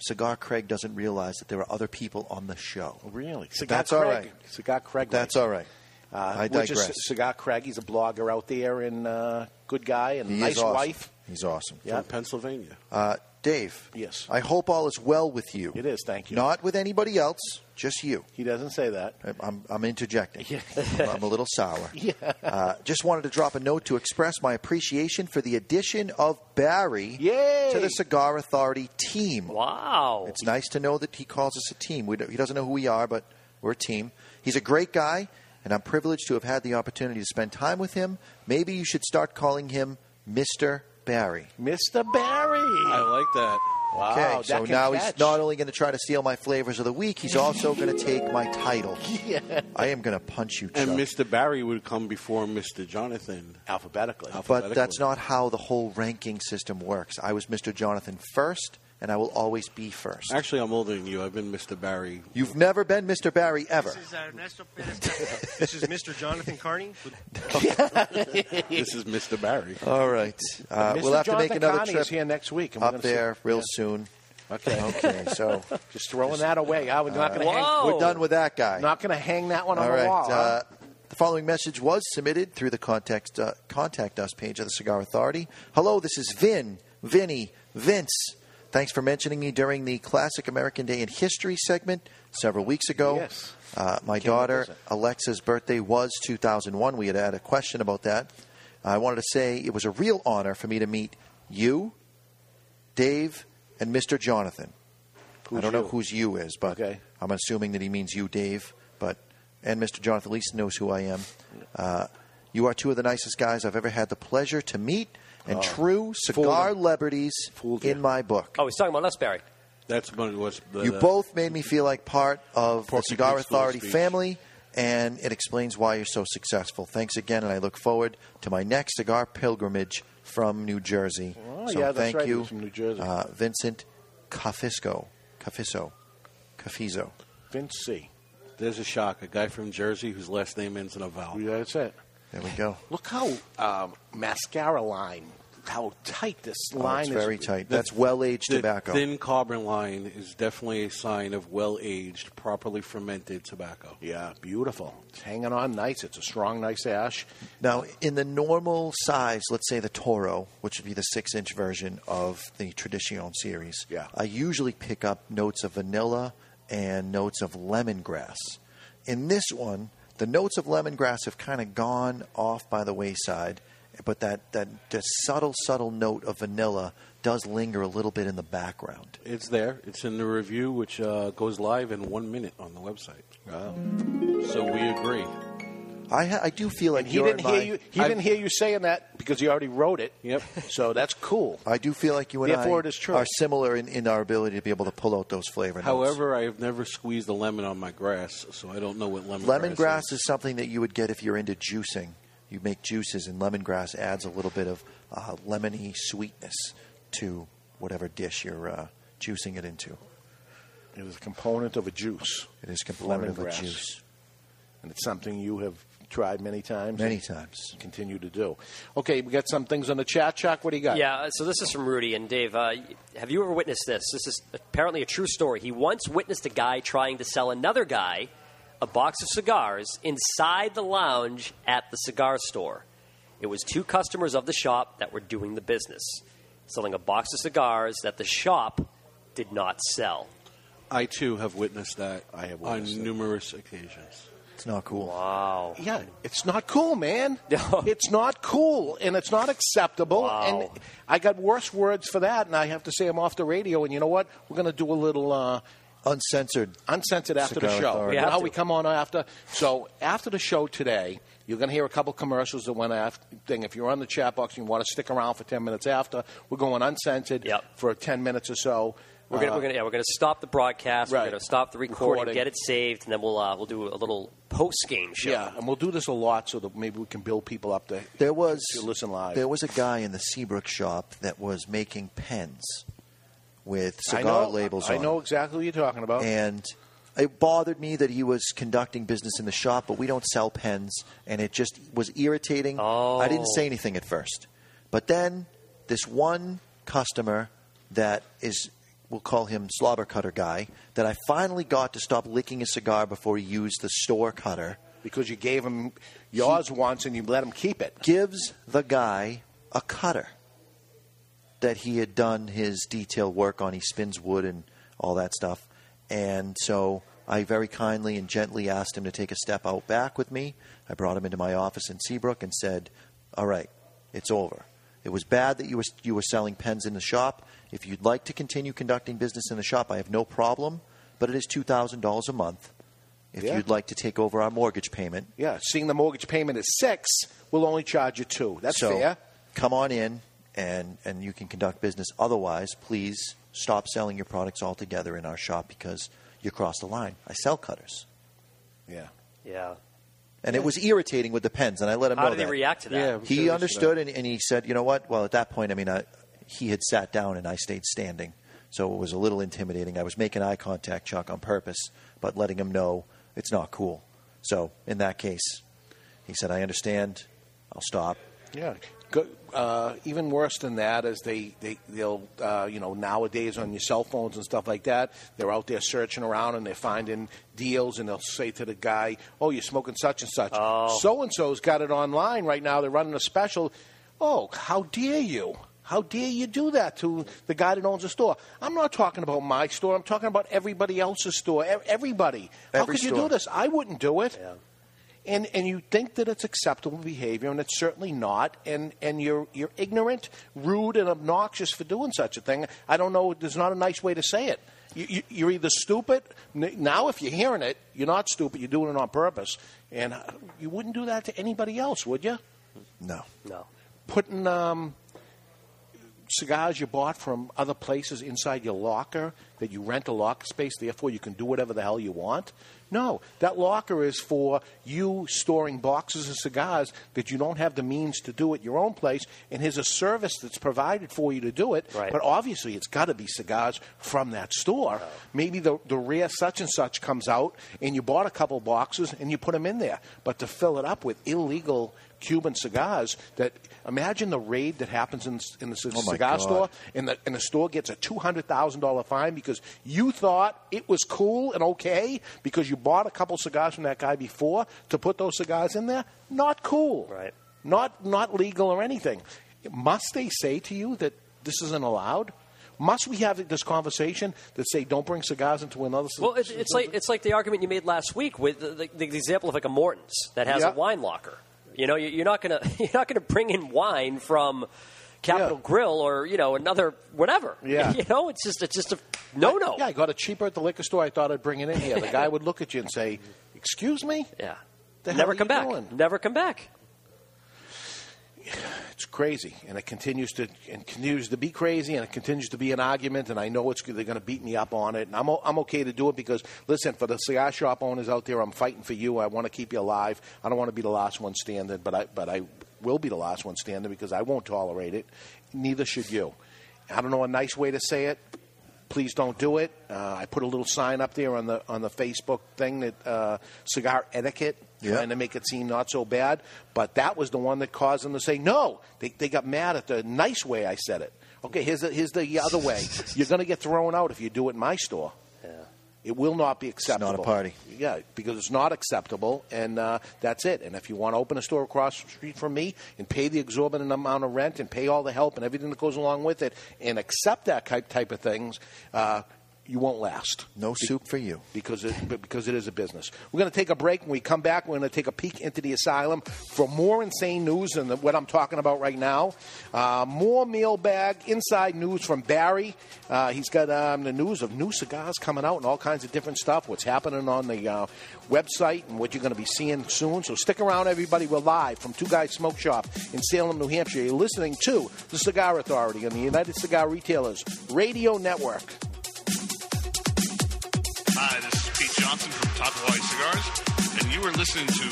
Speaker 16: Cigar Craig doesn't realize that there are other people on the show.
Speaker 5: Really?
Speaker 16: But
Speaker 5: Cigar
Speaker 16: That's
Speaker 5: Craig.
Speaker 16: all right.
Speaker 5: Cigar Craig.
Speaker 16: That's all right.
Speaker 5: Uh,
Speaker 16: I
Speaker 5: which is
Speaker 16: digress.
Speaker 5: Cigar Craig. He's a blogger out there and uh, good guy and
Speaker 16: He is
Speaker 5: nice
Speaker 16: awesome.
Speaker 5: wife.
Speaker 16: He's awesome.
Speaker 5: Yeah. From
Speaker 17: Pennsylvania.
Speaker 16: Uh, Dave.
Speaker 5: Yes.
Speaker 16: I hope all is well with you. It
Speaker 5: is. Thank you.
Speaker 16: Not with anybody else, just you.
Speaker 5: He doesn't say that.
Speaker 16: I'm, I'm interjecting. I'm, I'm a little sour.
Speaker 5: Yeah.
Speaker 16: Uh, just wanted to drop a note to express my appreciation for the addition of Barry to the Cigar Authority team.
Speaker 1: Wow.
Speaker 16: It's nice to know that he calls us a team. We don't, he doesn't know who we are, but we're a team. He's a great guy, and I'm privileged to have had the opportunity to spend time with him. Maybe you should start calling him Mr. Barry.
Speaker 5: Mr. Barry. I
Speaker 17: like that.
Speaker 16: Okay,
Speaker 17: Wow.
Speaker 16: so now he's not only going to try to steal my flavors of the week, he's also going to take my title.
Speaker 5: Yeah.
Speaker 16: I am going to punch you, Chuck.
Speaker 17: And Mr. Barry would come before Mr. Jonathan.
Speaker 5: Alphabetically.
Speaker 16: But that's not how the whole ranking system works. I was Mr. Jonathan first, and I will always be first.
Speaker 17: Actually, I'm older than you. I've been Mr. Barry.
Speaker 16: You've never been Mr. Barry ever.
Speaker 21: This is, uh, Ernesto Perez Cabrera. This is Mr. Jonathan Carney.
Speaker 17: this is Mr. Barry.
Speaker 16: All right. Uh,
Speaker 5: Mr.
Speaker 16: we'll have to
Speaker 5: Jonathan
Speaker 16: make another
Speaker 5: Carney
Speaker 16: trip
Speaker 5: is here next week, and we're
Speaker 16: up
Speaker 5: gonna
Speaker 16: there
Speaker 5: see-
Speaker 16: real
Speaker 5: yeah.
Speaker 16: soon.
Speaker 5: Okay.
Speaker 16: Okay. So
Speaker 5: just throwing that away. I was not going to hang.
Speaker 16: We're done with that guy.
Speaker 5: Not going to hang that one on
Speaker 16: All
Speaker 5: the
Speaker 16: right,
Speaker 5: wall. huh?
Speaker 16: uh, the following message was submitted through the contact uh, contact us page of the Cigar Authority. Hello, this is Vin, Vinny, Vince. Thanks for mentioning me during the Classic American Day in History segment several weeks ago.
Speaker 5: Yes.
Speaker 16: Uh, my daughter Alexa's birthday was 2001. We had had a question about that. I wanted to say it was a real honor for me to meet you, Dave, and Mr. Jonathan. I don't know whose you is, but I'm assuming that he means you, Dave. But and Mr. Jonathan Leeson knows who I am. Uh, you are two of the nicest guys I've ever had the pleasure to meet, and
Speaker 1: Oh.
Speaker 16: true cigar celebrities in my book.
Speaker 1: Oh, he's talking about us, Barry.
Speaker 17: That's what it was.
Speaker 16: You both made me feel like part of the Cigar
Speaker 17: Pig School
Speaker 16: Authority
Speaker 17: speech.
Speaker 16: family, and it explains why you're so successful. Thanks again, and I look forward to my next cigar pilgrimage from New Jersey.
Speaker 5: Oh,
Speaker 16: so
Speaker 5: yeah, that's
Speaker 16: thank
Speaker 5: right,
Speaker 16: you,
Speaker 5: he's from New Jersey.
Speaker 16: Uh, Vincent Cafisco. Cafiso. Cafizo.
Speaker 5: Vince C.
Speaker 17: There's a shock. A guy from Jersey whose last name ends in a vowel.
Speaker 5: Yeah, that's it.
Speaker 16: There we go.
Speaker 5: Look how um, mascara line, how tight this
Speaker 16: Oh,
Speaker 5: line is.
Speaker 17: The-
Speaker 16: well-aged
Speaker 17: the
Speaker 16: tobacco.
Speaker 17: Thin carbon line is definitely a sign of well-aged, properly fermented tobacco.
Speaker 5: Yeah, beautiful. It's hanging on nice. It's a strong, nice ash.
Speaker 16: Now, in the normal size, let's say the Toro, which would be the six inch version of the Tradition series, yeah. I usually pick up notes of vanilla and notes of lemongrass. In this one, the notes of lemongrass have kind of gone off by the wayside, but that, that, that subtle, subtle note of vanilla does linger a little bit in the background.
Speaker 17: It's there. It's in the review, which uh, goes live in one minute on the website. Wow. So we agree.
Speaker 16: I, ha- I do feel like
Speaker 5: He didn't hear you. He didn't hear you saying that because he already wrote it.
Speaker 17: Yep.
Speaker 5: So that's cool.
Speaker 16: I do feel like you and
Speaker 5: Therefore,
Speaker 16: I
Speaker 5: it is true.
Speaker 16: are similar in, in our ability to be able to pull out those flavor notes.
Speaker 17: However, I have never squeezed a lemon on my grass, so I don't know what lemon.
Speaker 16: Lemongrass is something that you would get if you're into juicing. You make juices, and lemongrass adds a little bit of uh, lemony sweetness to whatever dish you're uh, juicing it into.
Speaker 5: It is a component of a juice.
Speaker 16: It is component of a
Speaker 5: Lemongrass.
Speaker 16: juice.
Speaker 5: And it's something you have tried many times.
Speaker 16: Many
Speaker 5: and
Speaker 16: times.
Speaker 5: Continue to do. Okay, we got some things on the chat, Chuck. What do you got?
Speaker 1: Yeah, uh, so this is from Rudy. And Dave, uh, have you ever witnessed this? This is apparently a true story. He once witnessed a guy trying to sell another guy a box of cigars inside the lounge at the cigar store. It was two customers of the shop that were doing the business. selling a box of cigars that the shop did not sell.
Speaker 17: I too have witnessed that
Speaker 1: witnessed
Speaker 17: on numerous occasions.
Speaker 16: It's not cool.
Speaker 1: Wow.
Speaker 5: Yeah, it's not cool, man. It's not cool, and it's not acceptable.
Speaker 1: Wow.
Speaker 5: And I got worse words for that, and I have to say I'm off the radio. And you know what? We're going to do a little uh,
Speaker 16: uncensored,
Speaker 5: uncensored after the
Speaker 16: Cigar
Speaker 5: show.
Speaker 16: Authority. We
Speaker 5: You know
Speaker 16: have
Speaker 5: how
Speaker 16: to.
Speaker 5: we come on after. So after the show today, you're going to hear a couple commercials that went after thing. If you're on the chat box and you want to stick around for ten minutes after, we're going uncensored for ten minutes or so.
Speaker 1: We're gonna,
Speaker 5: Uh,
Speaker 1: we're gonna, yeah, we're gonna stop the broadcast.
Speaker 5: Right.
Speaker 1: We're gonna stop the recording,
Speaker 5: Recording.
Speaker 1: get it saved, and then we'll uh, we'll do a little post game show.
Speaker 5: yeah, and we'll do this a lot so that maybe we can build people up to
Speaker 16: There was
Speaker 5: to listen live.
Speaker 16: There was a guy in the Seabrook shop that was making pens with
Speaker 5: I
Speaker 16: cigar
Speaker 5: know-
Speaker 16: labels
Speaker 5: I
Speaker 16: on.
Speaker 5: know exactly what you're talking about.
Speaker 16: And it bothered me that he was conducting business in the shop, but we don't sell pens, and it just was irritating. I didn't
Speaker 5: Oh.
Speaker 16: say anything at first, but then this one customer that is. We'll call him slobber cutter guy. That I finally got to stop licking a cigar before he used the store cutter
Speaker 5: because you gave him yours once and you let him keep it.
Speaker 16: Gives the guy a cutter that he had done his detail work on. He spins wood and all that stuff. And so I very kindly and gently asked him to take a step out back with me. I brought him into my office in Seabrook and said, "All right, it's over. It was bad that you were you were selling pens in the shop. If you'd like to continue conducting business in the shop, I have no problem, but it is $2,000 a month. If
Speaker 5: Yeah.
Speaker 16: you'd like to take over our mortgage payment,
Speaker 5: Yeah, seeing the mortgage payment is six, we'll only charge you two. That's
Speaker 16: so
Speaker 5: fair.
Speaker 16: Come on in, and and you can conduct business. Otherwise, please stop selling your products altogether in our shop because you crossed the line. I sell cutters,
Speaker 5: Yeah.
Speaker 1: Yeah.
Speaker 16: and it was irritating with the pens, and I let him
Speaker 1: How
Speaker 16: know
Speaker 1: did he
Speaker 16: that.
Speaker 1: react to that? Yeah, I'm
Speaker 16: he
Speaker 1: curious
Speaker 16: understood,
Speaker 1: about
Speaker 16: and, and he said, "You know what? Well, at that point, I mean, I, he had sat down, and I stayed standing." So it was a little intimidating. I was making eye contact, Chuck, on purpose, but letting him know it's not cool. So in that case, he said, "I understand. I'll stop."
Speaker 5: Yeah. Go, uh, even worse than that is they, they, they'll, uh, you know, nowadays on your cell phones and stuff like that, they're out there searching around and they're finding deals and they'll say to the guy, oh, you're smoking such and such. So and so's got it online right now. They're running a special. Oh, how dare you? How dare you do that to the guy that owns the store? I'm not talking about my store. I'm talking about everybody else's store. Ev- Everybody. how
Speaker 16: Every
Speaker 5: could you do
Speaker 16: store.
Speaker 5: this? I wouldn't do it and and you think that it's acceptable behavior, and it's certainly not. And and you're you're ignorant, rude, and obnoxious for doing such a thing. I don't know. There's not a nice way to say it. You, you, you're either stupid. n- Now, if you're hearing it, you're not stupid. You're doing it on purpose, and uh, you wouldn't do that to anybody else, would you?
Speaker 16: No.
Speaker 1: No.
Speaker 5: Putting um, cigars you bought from other places inside your locker that you rent a locker space, therefore you can do whatever the hell you want. No, that locker is for you storing boxes of cigars that you don't have the means to do at your own place, and here's a service that's provided for you to do it.
Speaker 1: Right.
Speaker 5: But obviously, it's got to be cigars from that store. Maybe the, the rare such and such comes out, and you bought a couple boxes and you put them in there. But to fill it up with illegal Cuban cigars, that imagine the raid that happens in, in the
Speaker 16: Oh, my
Speaker 5: cigar
Speaker 16: God.
Speaker 5: store, and the, and the store gets a $200,000 fine because you thought it was cool and okay because you bought a couple cigars from that guy before to put those cigars in there? Not cool. Right. Not, not legal or anything. Must they say to you that this isn't allowed? Must we have this conversation that say don't bring cigars into another? c-
Speaker 1: Well, it's, it's like it's like the argument you made last week with the, the, the example of like a Morton's that has
Speaker 5: Yeah.
Speaker 1: a wine locker. You know, you, you're not gonna you're not gonna bring in wine from Capital Grill or you know another whatever.
Speaker 5: Yeah.
Speaker 1: you know, it's just it's just a no no.
Speaker 5: Yeah, I got it cheaper at the liquor store. I thought I'd bring it in here. The guy would look at you and say, "Excuse me."
Speaker 1: Yeah.
Speaker 5: The
Speaker 1: Never
Speaker 5: hell are
Speaker 1: come
Speaker 5: you
Speaker 1: back.
Speaker 5: doing?
Speaker 1: Never come back.
Speaker 5: It's crazy, and it continues to and continues to be crazy, and it continues to be an argument. And I know it's they're going to beat me up on it, and I'm o- I'm okay to do it because listen, for the cigar shop owners out there, I'm fighting for you. I want to keep you alive. I don't want to be the last one standing, but I but I will be the last one standing because I won't tolerate it. Neither should you. I don't know a nice way to say it. Please don't do it. Uh, I put a little sign up there on the on the Facebook thing that uh, cigar etiquette,
Speaker 16: Yeah.
Speaker 5: trying to make it seem not so bad. But that was the one that caused them to say no. They they got mad at the nice way I said it. Okay, here's the, here's the other way. You're going to get thrown out if you do it in my store.
Speaker 1: Yeah.
Speaker 5: It will not be acceptable.
Speaker 27: not a party.
Speaker 5: Yeah, because it's not acceptable, and uh, that's it. And if you want to open a store across the street from me and pay the exorbitant amount of rent and pay all the help and everything that goes along with it and accept that ki- type of things, uh, you won't last.
Speaker 27: No soup for you.
Speaker 5: Because it, b- because it is a business. We're going to take a break. When we come back, we're going to take a peek into the asylum for more insane news than the, what I'm talking about right now. Uh, more mailbag, inside news from Barry. Uh, he's got um, the news of new cigars coming out and all kinds of different stuff, what's happening on the uh, website and what you're going to be seeing soon. So stick around, everybody. We're live from Two Guys Smoke Shop in Salem, New Hampshire. You're listening to The Cigar Authority on the United Cigar Retailers Radio Network.
Speaker 28: Hi, this is Pete Johnson from Top Hawaii Cigars, and you are listening to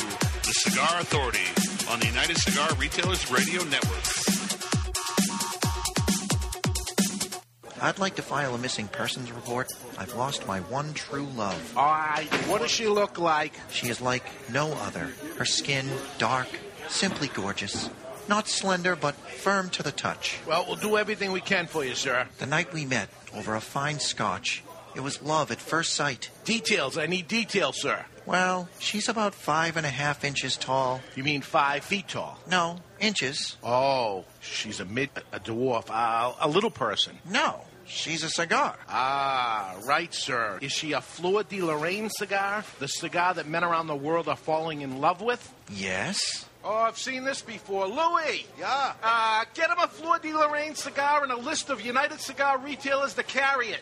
Speaker 28: The Cigar Authority on the United Cigar Retailers Radio Network.
Speaker 29: I'd like to file a missing persons report. I've lost my one true love.
Speaker 5: All right, what does she look like?
Speaker 29: She is like no other. Her skin, dark, simply gorgeous. Not slender, but firm to the touch.
Speaker 5: Well, we'll do everything we can for you, sir.
Speaker 29: The night we met over a fine scotch, it was love at first sight.
Speaker 5: Details, I need details, sir.
Speaker 29: Well, she's about five and a half inches tall.
Speaker 5: You mean five feet tall?
Speaker 29: No, inches.
Speaker 5: Oh, she's a mid, a dwarf, uh, a little person.
Speaker 29: No, she's a cigar.
Speaker 5: Ah, right, sir. Is she a Fleur de Lorraine cigar? The cigar that men around the world are falling in love with?
Speaker 29: Yes?
Speaker 5: Oh, I've seen this before. Louis! Yeah? Uh, get him a Fleur de Lorraine cigar and a list of United Cigar retailers to carry it.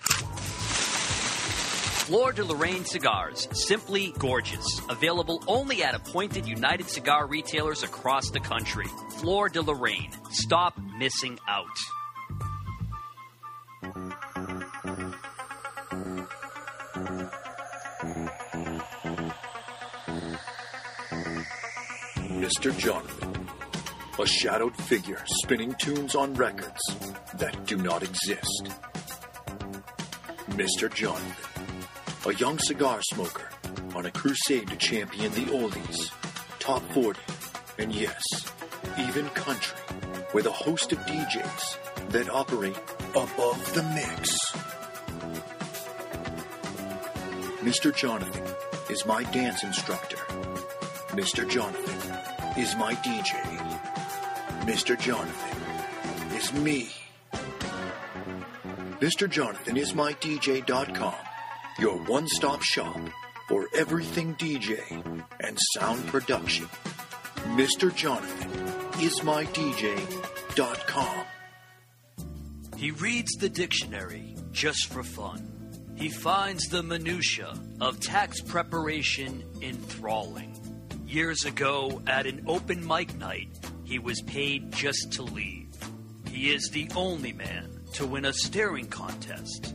Speaker 30: Fleur de Lorraine cigars, simply gorgeous. Available only at appointed United Cigar retailers across the country. Fleur de Lorraine. Stop missing out.
Speaker 16: Mr. Jonathan, a shadowed figure spinning tunes on records that do not exist. Mr. Jonathan, a young cigar smoker on a crusade to champion the oldies, top 40, and yes, even country, with a host of DJs that operate above the mix. Mr. Jonathan is my dance instructor. Mr. Jonathan is my DJ. Mr. Jonathan is me. Mr. Jonathan is my DJ.com, your one stop shop for everything DJ and sound production. Mr. Jonathan is my DJ.com.
Speaker 30: He reads the dictionary just for fun. He finds the minutiae of tax preparation enthralling. Years ago, at an open mic night, he was paid just to leave. He is the only man to win a staring contest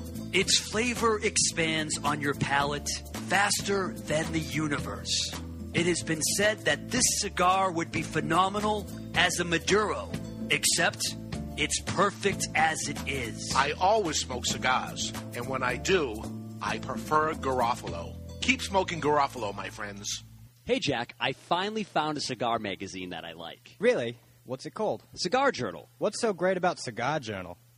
Speaker 30: Its flavor expands on your palate faster than the universe. It has been said that this cigar would be phenomenal as a Maduro, except it's perfect as it is.
Speaker 5: I always smoke cigars, and when I do, I prefer Garofalo. Keep smoking Garofalo, my friends.
Speaker 30: Hey, Jack, I finally found a cigar magazine that I like. Really? What's it called? Cigar Journal.
Speaker 18: What's so great about Cigar Journal?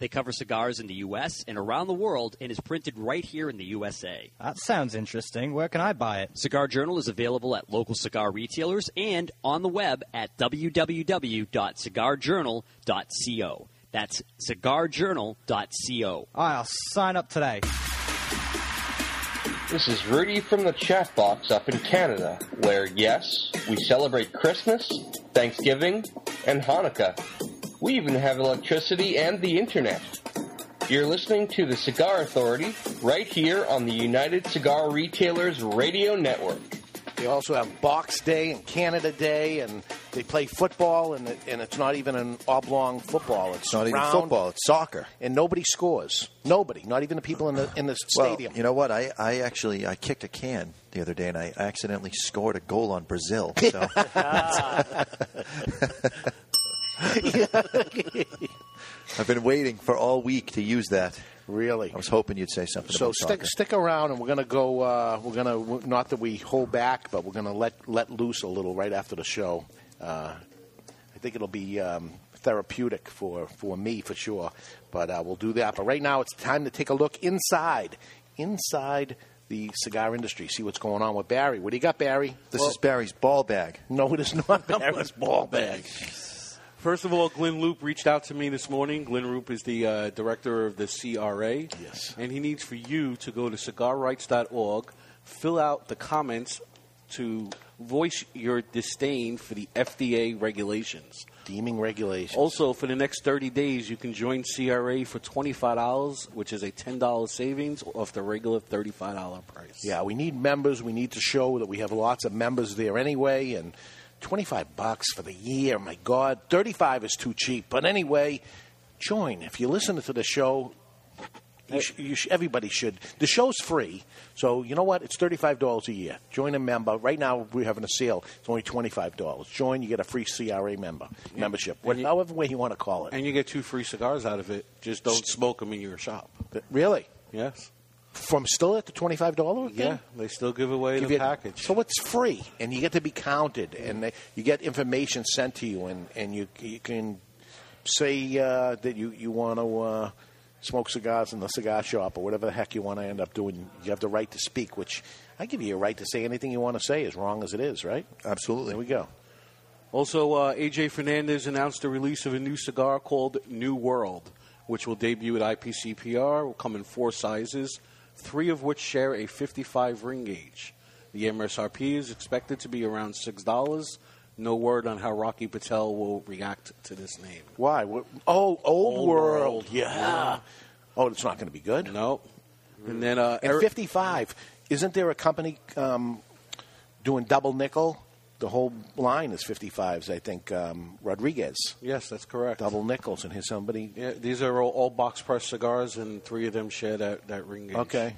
Speaker 30: They cover cigars in the U.S. and around the world and is printed right here in the USA.
Speaker 11: That sounds interesting. Where can I buy it?
Speaker 30: Cigar Journal is available at local cigar retailers and on the web at www.cigarjournal.co. That's cigarjournal.co.
Speaker 11: I'll sign up today.
Speaker 12: This is Rudy from the chat box up in Canada, where, yes, we celebrate Christmas, Thanksgiving, and Hanukkah. We even have electricity and the internet. You're listening to the Cigar Authority right here on the United Cigar Retailers Radio Network.
Speaker 5: They also have Box Day and Canada Day, and they play football, and, it, and it's not even an oblong football. It's
Speaker 16: It's not even
Speaker 5: round,
Speaker 16: football, it's soccer.
Speaker 5: and nobody scores. Nobody, not even the people in the in the stadium.
Speaker 16: Well, you know what? I, I actually I kicked a can the other day and I accidentally scored a goal on Brazil. So I've been waiting for all week to use that.
Speaker 5: Really?
Speaker 16: I was hoping you'd say something.
Speaker 5: So
Speaker 16: about
Speaker 5: stick
Speaker 16: soccer.
Speaker 5: stick around, and we're gonna go. Uh, we're gonna not that we hold back, but we're gonna let let loose a little right after the show. Uh, I think it'll be um, therapeutic for for me for sure. But uh, we'll do that. But right now, it's time to take a look inside inside the cigar industry. See what's going on with Barry. What do you got, Barry?
Speaker 16: This is Barry's ball bag.
Speaker 5: No, it is not Barry's ball bag.
Speaker 17: First of all, Glenn Loop reached out to me this morning. Glenn Loop is the uh, director of the CRA. Yes. And he needs for you to go to cigarrights.org, fill out the comments to voice your disdain for the FDA regulations.
Speaker 5: Deeming regulations.
Speaker 17: Also, for the next 30 days, you can join CRA for $25, which is a $10 savings off the regular $35 price.
Speaker 5: Yeah, we need members. We need to show that we have lots of members there anyway. And 25 bucks for the year, my God. 35 is too cheap. But anyway, join. If you listen to the show, you sh- you sh- everybody should. The show's free. So you know what? It's $35 a year. Join a member. Right now, we're having a sale. It's only $25. Join, you get a free CRA member membership, what, however way you want to call it.
Speaker 17: And you get two free cigars out of it. Just don't smoke them in your shop.
Speaker 5: Really?
Speaker 17: Yes.
Speaker 5: From still at the $25 again?
Speaker 17: Yeah, they still give away
Speaker 5: Give
Speaker 17: the
Speaker 5: you-
Speaker 17: package.
Speaker 5: So it's free, and you get to be counted, and they, you get information sent to you, and, and you you can say uh, that you you want to uh, smoke cigars in the cigar shop or whatever the heck you want to end up doing. You have the right to speak, which I give you a right to say anything you want to say, as wrong as it is, right?
Speaker 16: Absolutely.
Speaker 5: There we go.
Speaker 17: Also, uh, AJ Fernandez announced the release of a new cigar called New World, which will debut at IPCPR. Will come in four sizes, three of which share a 55 ring gauge. The MSRP is expected to be around six dollars. No word on how Rocky Patel will react to this name.
Speaker 5: Why? What, oh, old,
Speaker 17: Old
Speaker 5: world.
Speaker 17: World.
Speaker 5: Yeah.
Speaker 17: Yeah.
Speaker 5: Oh, it's not going to be good.
Speaker 17: No. And then uh,
Speaker 5: and fifty five. Isn't there a company um, doing double nickel? The whole line is fifty fives. I think um, Rodriguez.
Speaker 17: Yes, that's correct.
Speaker 5: Double nickels, and here's somebody.
Speaker 17: Yeah, these are all, all box press cigars, and three of them share that, that ring gauge.
Speaker 5: Okay.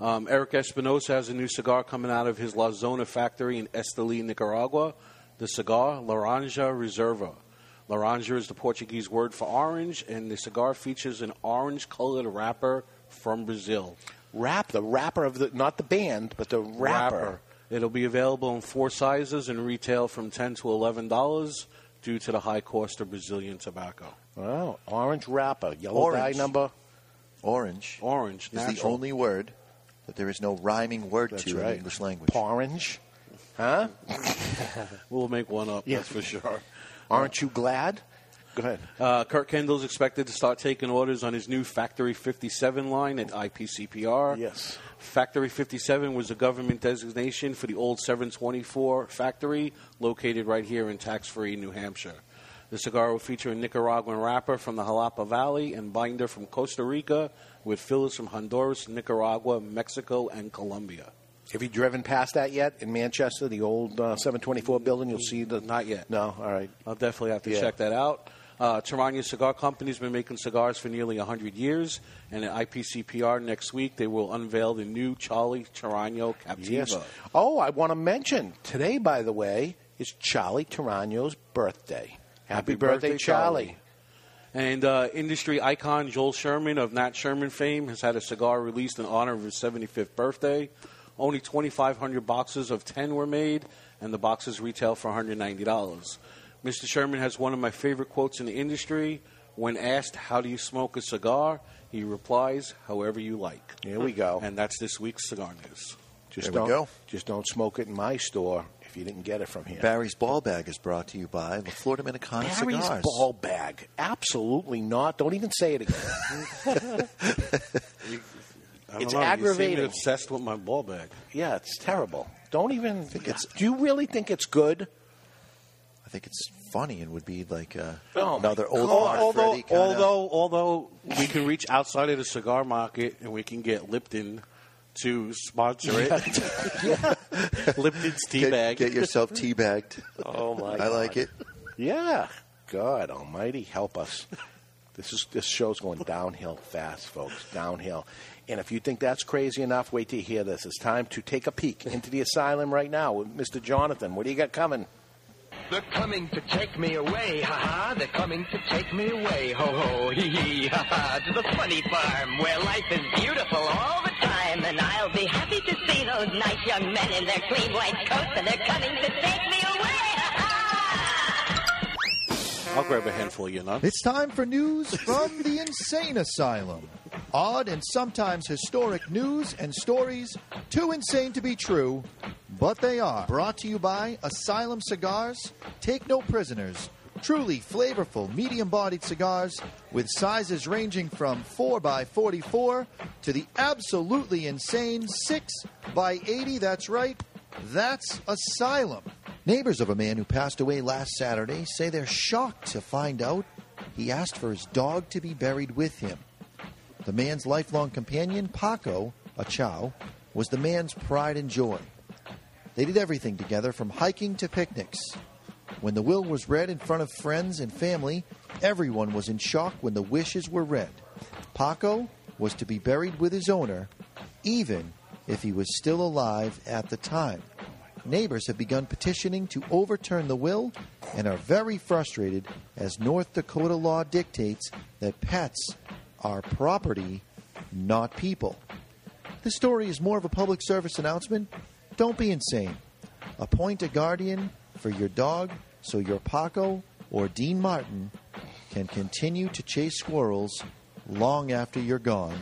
Speaker 17: Um, Eric Espinosa has a new cigar coming out of his La Zona factory in Esteli, Nicaragua. The cigar, Laranja Reserva. Laranja is the Portuguese word for orange, and the cigar features an orange colored wrapper from Brazil.
Speaker 5: Wrap, the wrapper of the, not the band, but the wrapper.
Speaker 17: It'll be available in four sizes and retail from 10 to $11 due to the high cost of Brazilian tobacco.
Speaker 5: Wow, orange wrapper, yellow
Speaker 17: Orange.
Speaker 5: dye number.
Speaker 16: Orange.
Speaker 17: Orange
Speaker 16: is the
Speaker 17: natural.
Speaker 16: only word that there is no rhyming word
Speaker 5: That's
Speaker 16: to in
Speaker 5: right.
Speaker 16: the English language.
Speaker 5: Orange, huh?
Speaker 17: we'll make one up.
Speaker 5: Yeah.
Speaker 17: That's for sure.
Speaker 5: Aren't you glad? Go ahead.
Speaker 17: Uh, Kirk Kendall's expected to start taking orders on his new Factory 57 line at IPCPR.
Speaker 5: Yes.
Speaker 17: Factory 57 was a government designation for the old 724 factory located right here in tax free New Hampshire. The cigar will feature a Nicaraguan wrapper from the Jalapa Valley and binder from Costa Rica with fillers from Honduras, Nicaragua, Mexico, and Colombia.
Speaker 5: Have you driven past that yet in Manchester, the old uh, 724 building? You'll see the.
Speaker 17: Not yet.
Speaker 5: No, all right.
Speaker 17: I'll definitely have to
Speaker 5: Yeah.
Speaker 17: check that out. Uh, Tarania Cigar Company's been making cigars for nearly 100 years, and at IPCPR next week they will unveil the new Charlie Tarano Captiva.
Speaker 5: Yes. Oh, I want to mention today, by the way, is Charlie Tarano's birthday. Happy birthday, Charlie.
Speaker 17: And uh, industry icon Joel Sherman of Nat Sherman fame has had a cigar released in honor of his 75th birthday. Only 2,500 boxes of 10 were made, and the boxes retail for $190. Mr. Sherman has one of my favorite quotes in the industry. When asked, How do you smoke a cigar? he replies, However you like.
Speaker 5: Here we go.
Speaker 17: And that's this week's cigar news.
Speaker 5: Just
Speaker 17: There we
Speaker 5: don't,
Speaker 17: go.
Speaker 5: Just don't smoke it in my store if you didn't get it from here.
Speaker 16: Barry's ball bag is brought to you by La Florida Dominicana
Speaker 5: Barry's
Speaker 16: Cigars.
Speaker 5: ball bag. Absolutely not. Don't even say it again.
Speaker 17: I don't
Speaker 5: it's
Speaker 17: know, you seem
Speaker 5: aggravating.
Speaker 17: obsessed with my ball bag.
Speaker 5: yeah, it's terrible. Don't even. do you really think it's good?
Speaker 16: I think it's funny and would be like uh,
Speaker 5: Oh,
Speaker 16: another old
Speaker 17: Al-
Speaker 16: Hard
Speaker 17: although,
Speaker 16: Freddy kinda-
Speaker 17: although, although we can reach outside of the cigar market and we can get Lipton to sponsor it. Lipton's tea
Speaker 16: get,
Speaker 17: bag.
Speaker 16: Get yourself teabagged.
Speaker 5: Oh my!
Speaker 16: I like it.
Speaker 5: Yeah. God Almighty, help us. This is this show's going downhill fast, folks. Downhill. And if you think that's crazy enough, wait till you hear this. It's time to take a peek into the asylum right now with Mr. Jonathan. What do you got coming?
Speaker 13: They're coming to take me away, ha ha. They're coming to take me away, ho ho, hee hee, ha ha. To the funny farm where life is beautiful all the time. And I'll be happy to see those nice young men in their clean white coats. And they're coming to take me away.
Speaker 17: I'll grab a handful, you know.
Speaker 14: It's time for news from the Insane Asylum. Odd and sometimes historic news and stories too insane to be true, but they are. Brought to you by Asylum Cigars. Take no prisoners. Truly flavorful, medium bodied cigars with sizes ranging from 4x44 to the absolutely insane 6x80. That's right, that's Asylum.
Speaker 16: Neighbors of a man who passed away last Saturday say they're shocked to find out he asked for his dog to be buried with him. The man's lifelong companion, Paco, a chow, was the man's pride and joy. They did everything together from hiking to picnics. When the will was read in front of friends and family, everyone was in shock when the wishes were read. Paco was to be buried with his owner, even if he was still alive at the time. Neighbors have begun petitioning to overturn the will and are very frustrated as North Dakota law dictates that pets are property, not people. This story is more of a public service announcement. Don't be insane. Appoint a guardian for your dog so your Paco or Dean Martin can continue to chase squirrels long after you're gone.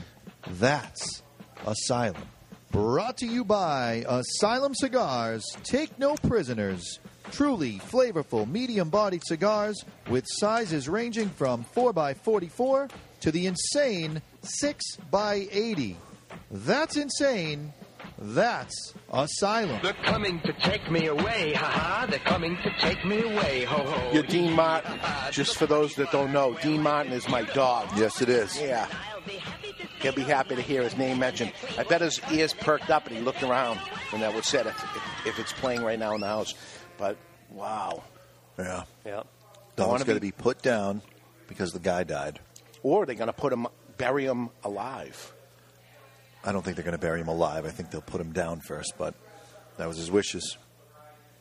Speaker 16: That's asylum.
Speaker 14: Brought to you by Asylum Cigars. Take no prisoners. Truly flavorful, medium bodied cigars with sizes ranging from 4x44 to the insane 6x80. That's insane. That's Asylum.
Speaker 13: They're coming to take me away, ha ha. They're coming to take me away, ho ho.
Speaker 5: Your Dean Martin. Just for those that don't know, Dean Martin is my dog.
Speaker 16: Yes, it is.
Speaker 5: Yeah. He'll be happy to hear his name mentioned. I bet his ears perked up and he looked around when that was said, if, if, if it's playing right now in the house. But, wow.
Speaker 16: Yeah.
Speaker 5: Yeah.
Speaker 16: Dog's going to be put down because the guy died.
Speaker 5: Or they're going to put him, bury him alive.
Speaker 16: I don't think they're going to bury him alive. I think they'll put him down first, but that was his wishes.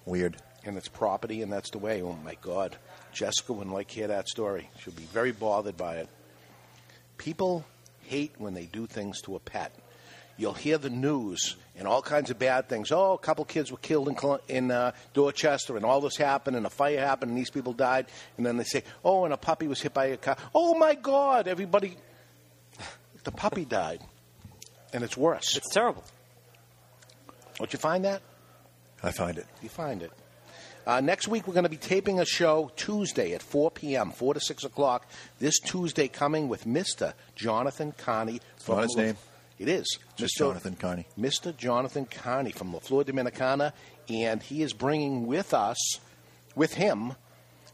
Speaker 16: Weird.
Speaker 5: And it's property, and that's the way. Oh, my God. Jessica wouldn't like to hear that story. She'll be very bothered by it. People hate when they do things to a pet. You'll hear the news and all kinds of bad things. Oh, a couple kids were killed in, Col- in uh, Dorchester, and all this happened, and a fire happened, and these people died. And then they say, oh, and a puppy was hit by a car. Oh, my God, everybody. The puppy died. And it's worse. It's
Speaker 1: terrible.
Speaker 5: Don't you find that?
Speaker 16: I find it.
Speaker 5: You find it. Uh, next week, we're going to be taping a show Tuesday at 4 p.m., 4 to 6 o'clock. This Tuesday coming with Mr. Jonathan Carney.
Speaker 16: It's not his name.
Speaker 5: It is.
Speaker 16: Just
Speaker 5: Mr.
Speaker 16: Jonathan Carney.
Speaker 5: Mr. Jonathan Carney from La Flor Dominicana, and he is bringing with us, with him,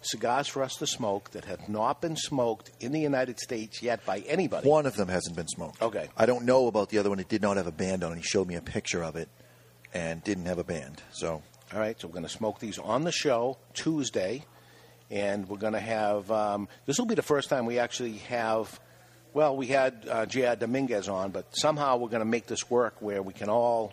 Speaker 5: cigars for us to smoke that have not been smoked in the United States yet by anybody.
Speaker 16: One of them hasn't been smoked.
Speaker 5: Okay.
Speaker 16: I don't know about the other one. It did not have a band on it. He showed me a picture of it and didn't have a band. So
Speaker 5: All right, so we're going to smoke these on the show Tuesday, and we're going to have um, this will be the first time we actually have. Well, we had uh, J.R. Dominguez on, but somehow we're going to make this work where we can all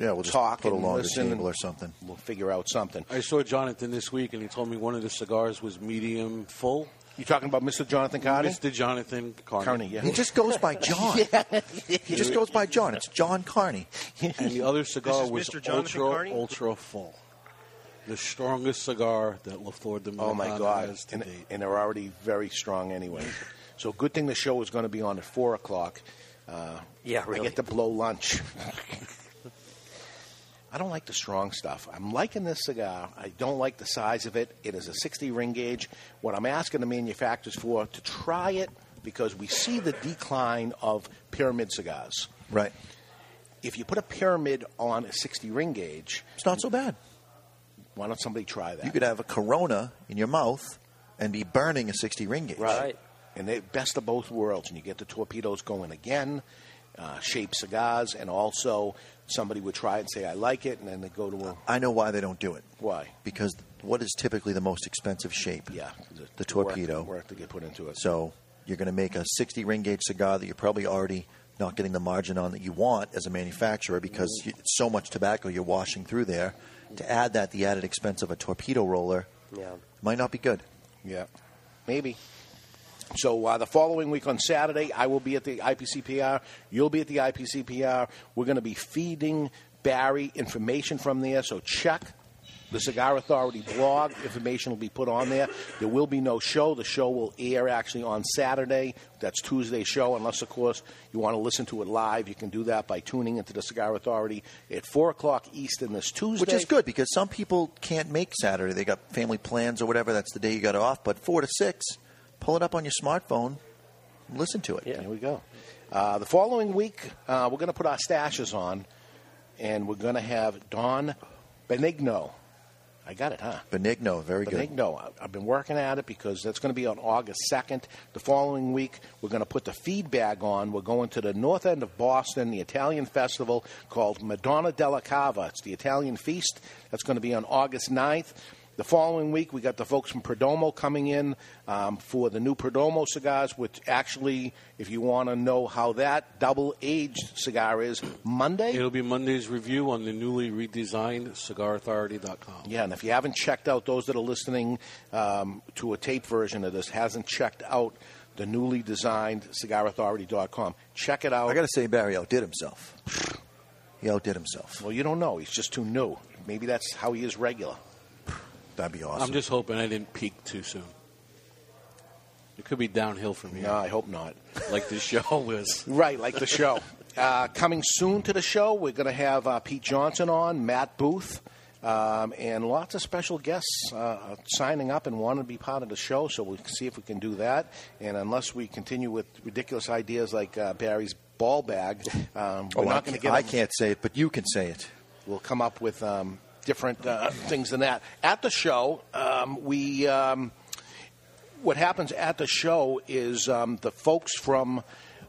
Speaker 16: Yeah, we'll just
Speaker 5: talk
Speaker 16: put a
Speaker 5: and
Speaker 16: longer
Speaker 5: listen
Speaker 16: table or
Speaker 5: and
Speaker 16: something.
Speaker 5: We'll figure out something.
Speaker 17: I saw Jonathan this week, and he told me one of the cigars was medium full.
Speaker 5: You talking about Mr. Jonathan Carney?
Speaker 17: Mr. Jonathan Carney.
Speaker 5: Carney, yeah.
Speaker 16: He just goes by John. He just goes by John. It's John Carney.
Speaker 17: and the other cigar
Speaker 16: is
Speaker 17: was
Speaker 16: Mr. Jonathan
Speaker 17: ultra,
Speaker 16: Carney?
Speaker 17: ultra full. The strongest cigar that LaFleur de
Speaker 5: Oh my
Speaker 17: Milacan
Speaker 5: God!
Speaker 17: has to
Speaker 5: And,
Speaker 17: date.
Speaker 5: and they're already very strong anyway. So good thing the show is going to be on at four o'clock. Uh,
Speaker 1: Yeah,
Speaker 5: I
Speaker 1: really.
Speaker 5: get to blow lunch. I don't like the strong stuff. I'm liking this cigar. I don't like the size of it. It is a 60 ring gauge. What I'm asking the manufacturers for to try it because we see the decline of pyramid cigars.
Speaker 16: Right.
Speaker 5: If you put a pyramid on a 60 ring gauge,
Speaker 16: it's not so bad.
Speaker 5: Why don't somebody try that?
Speaker 16: You could have a Corona in your mouth and be burning a 60 ring gauge.
Speaker 5: Right. And they best of both worlds, and you get the torpedoes going again, uh, shaped cigars, and also somebody would try it and say, "I like it," and then they go to a
Speaker 16: I know why they don't do it.
Speaker 5: why
Speaker 16: Because what is typically the most expensive shape?
Speaker 5: Yeah,
Speaker 16: The,
Speaker 5: work-
Speaker 16: torpedo.
Speaker 5: work, to get put into it.
Speaker 16: So you're going to make a 60 ring gauge cigar that you're probably already not getting the margin on that you want as a manufacturer because you, it's so much tobacco you're washing through there. To add that, the added expense of a torpedo roller
Speaker 5: yeah,
Speaker 16: might not be good.
Speaker 5: yeah, maybe. So uh, the following week on Saturday, I will be at the IPCPR. You'll be at the IPCPR. We're going to be feeding Barry information from there. So check the Cigar Authority blog. Information will be put on there. There will be no show. The show will air actually on Saturday. That's Tuesday's show, unless of course you want to listen to it live. You can do that by tuning into the Cigar Authority at four o'clock Eastern this Tuesday.
Speaker 16: Which is good because some people can't make Saturday. They got family plans or whatever. That's the day you got off. But four to six, pull it up on your smartphone, and listen to it.
Speaker 5: Yeah. There we go. Uh, the following week, uh, we're going to put our stashes on, and we're going to have Don Benigno. I got it, huh?
Speaker 16: Benigno, very good.
Speaker 5: Benigno. I- I've been working at it because that's going to be on August 2nd. The following week, we're going to put the feed bag on. We're going to the north end of Boston, the Italian festival called Madonna della Cava. It's the Italian feast. That's going to be on August 9th. The following week, we got the folks from Perdomo coming in um, for the new Perdomo cigars, which actually, if you want to know how that double aged cigar is, Monday.
Speaker 17: It'll be Monday's review on the newly redesigned cigarauthority.com.
Speaker 5: Yeah, and if you haven't checked out, those that are listening um, to a tape version of this hasn't checked out the newly designed cigarauthority.com, check it out.
Speaker 16: I got to say, Barry outdid himself. He outdid himself.
Speaker 5: Well, you don't know. He's just too new. Maybe that's how he is regular.
Speaker 16: That'd be
Speaker 17: I'm just hoping I didn't peak too soon. It could be downhill from here.
Speaker 5: No, I hope not.
Speaker 17: Like this show is.
Speaker 5: Right, like the show. uh, coming soon to the show, we're going to have uh, Pete Johnson on, Matt Booth, um, and lots of special guests uh, are signing up and want to be part of the show. So we'll see if we can do that. And unless we continue with ridiculous ideas like uh, Barry's ball bag, um,
Speaker 16: Oh, I,
Speaker 5: we're not going
Speaker 16: can't,
Speaker 5: to get.
Speaker 16: I
Speaker 5: him-
Speaker 16: can't say it, but you can say it.
Speaker 5: We'll come up with um, different uh, things than that. At the show, um, we um, what happens at the show is um, the folks from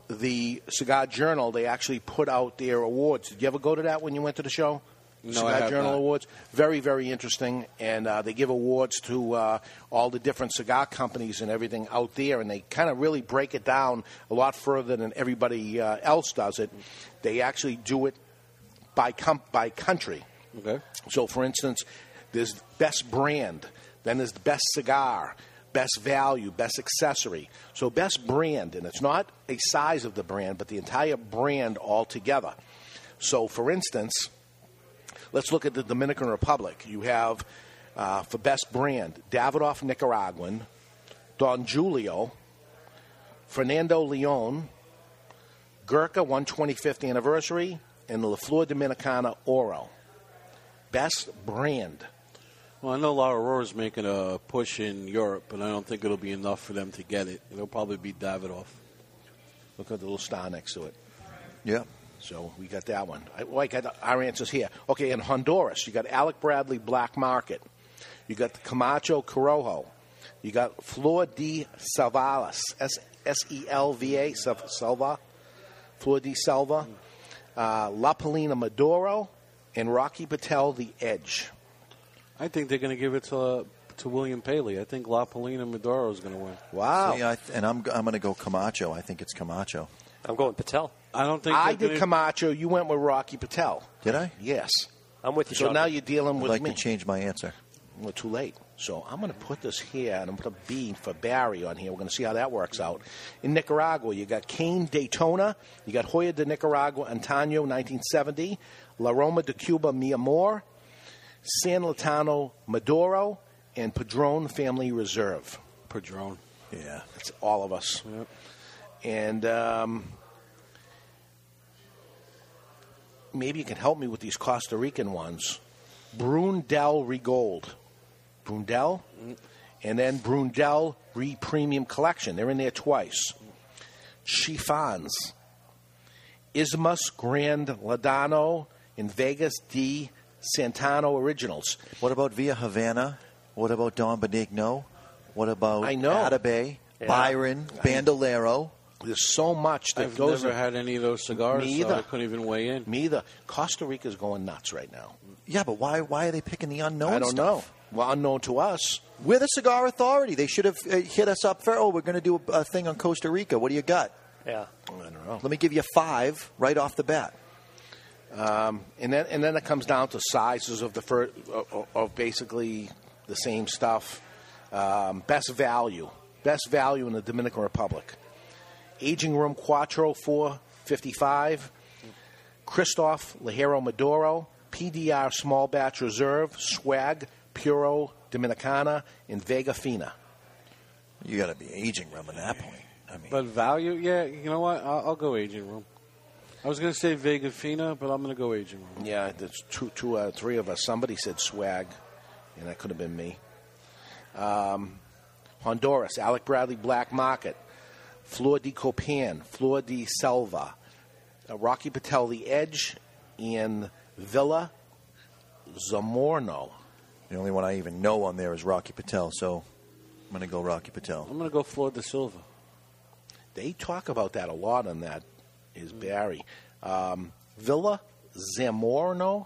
Speaker 5: the Cigar Journal they actually put out their awards. Did you ever go to that when you went to the show?
Speaker 17: No, I
Speaker 5: Cigar
Speaker 17: have
Speaker 5: Journal
Speaker 17: not.
Speaker 5: Awards, very very interesting, and uh, they give awards to uh, all the different cigar companies and everything out there, and they kind of really break it down a lot further than everybody uh, else does it. They actually do it by com- by country.
Speaker 17: Okay.
Speaker 5: So, for instance, there's best brand, then there's the best cigar, best value, best accessory. So, best brand, and it's not a size of the brand, but the entire brand altogether. So, for instance, let's look at the Dominican Republic. You have uh, for best brand Davidoff Nicaraguan, Don Julio, Fernando Leon, Gurkha 125th anniversary, and the La Flor Dominicana Oro. Best brand.
Speaker 17: Well, I know La Aurora's making a push in Europe, but I don't think it'll be enough for them to get it. It'll probably be Davidoff.
Speaker 5: Look at the little star next to it.
Speaker 16: Yeah.
Speaker 5: So we got that one. I, well, I got our answers here. Okay, in Honduras, you got Alec Bradley Black Market. You got the Camacho Corojo. You got Flor de Salvalas, S S E L V A, Sal- Salva. Flor de Salva. Uh, La Polina Maduro. And Rocky Patel, The Edge.
Speaker 17: I think they're going to give it to uh, to William Paley. I think La Polina Maduro is going to win.
Speaker 5: Wow.
Speaker 16: See, I th- and I'm, I'm going to go Camacho. I think it's Camacho.
Speaker 1: I'm going Patel.
Speaker 17: I don't
Speaker 5: I did Camacho. You went with Rocky Patel.
Speaker 16: Did I?
Speaker 5: Yes.
Speaker 1: I'm with you.
Speaker 5: So
Speaker 1: Sean.
Speaker 5: now you're dealing
Speaker 16: I'd
Speaker 5: with
Speaker 16: like
Speaker 5: me.
Speaker 16: to change my answer.
Speaker 5: Well, too late. So I'm going to put this here, and I'm going to put a B for Barry on here. We're going to see how that works out. In Nicaragua, you got Kane Daytona, you got Hoya de Nicaragua, Antonio 1970, La Roma de Cuba, Mia Moore, San Latano Maduro, and Padron Family Reserve.
Speaker 17: Padron.
Speaker 5: Yeah. That's all of us. And um, maybe you can help me with these Costa Rican ones. Brundel Regold. Brundel? And then Brundel Re Premium Collection. They're in there twice. Chiffons. Ismus Grand Ladano in Vegas D. Santano Originals.
Speaker 16: What about Via Havana? What about Don Benigno? What about
Speaker 5: I know.
Speaker 16: Atabay,
Speaker 5: Yeah.
Speaker 16: Byron,
Speaker 5: I-
Speaker 16: Bandolero?
Speaker 5: There's so much that
Speaker 17: I've
Speaker 5: goes
Speaker 17: never
Speaker 5: in-
Speaker 17: had any of those cigars.
Speaker 5: Me
Speaker 17: so
Speaker 5: either.
Speaker 17: I couldn't even weigh in.
Speaker 5: Me either. Costa Rica's going nuts right now.
Speaker 16: Yeah, but why why are they picking the unknown?
Speaker 5: I don't know. Well, unknown to us.
Speaker 16: We're the Cigar Authority. They should have uh, hit us up for. Oh, we're going to do a, a thing on Costa Rica. What do you got?
Speaker 1: Yeah.
Speaker 16: Let me give you five right off the bat.
Speaker 5: Um, and then and then it comes down to sizes of the fir- of, of basically the same stuff. Um, best value, best value in the Dominican Republic. Aging room Quattro four fifty five. Christoph Lajero Maduro, PDR Small Batch Reserve, Swag Puro Dominicana, and Vega Fina.
Speaker 16: You got to be aging rum at that point.
Speaker 17: But value, yeah. You know what? I'll, I'll go aging room. I was going to say Vega Fina, but I'm going to go aging room.
Speaker 5: Yeah, there's two, two out of three of us. Somebody said swag, and that could have been me. Um, Honduras, Alec Bradley Black Market, Flor de Copan, Flor de Selva, uh, Rocky Patel The Edge, and Villa Zamorno.
Speaker 16: The only one I even know on there is Rocky Patel, so I'm going to go Rocky Patel.
Speaker 17: I'm going to go Flor de Silva.
Speaker 5: They talk about that a lot on that, is Barry. Um, Villa Zamorno?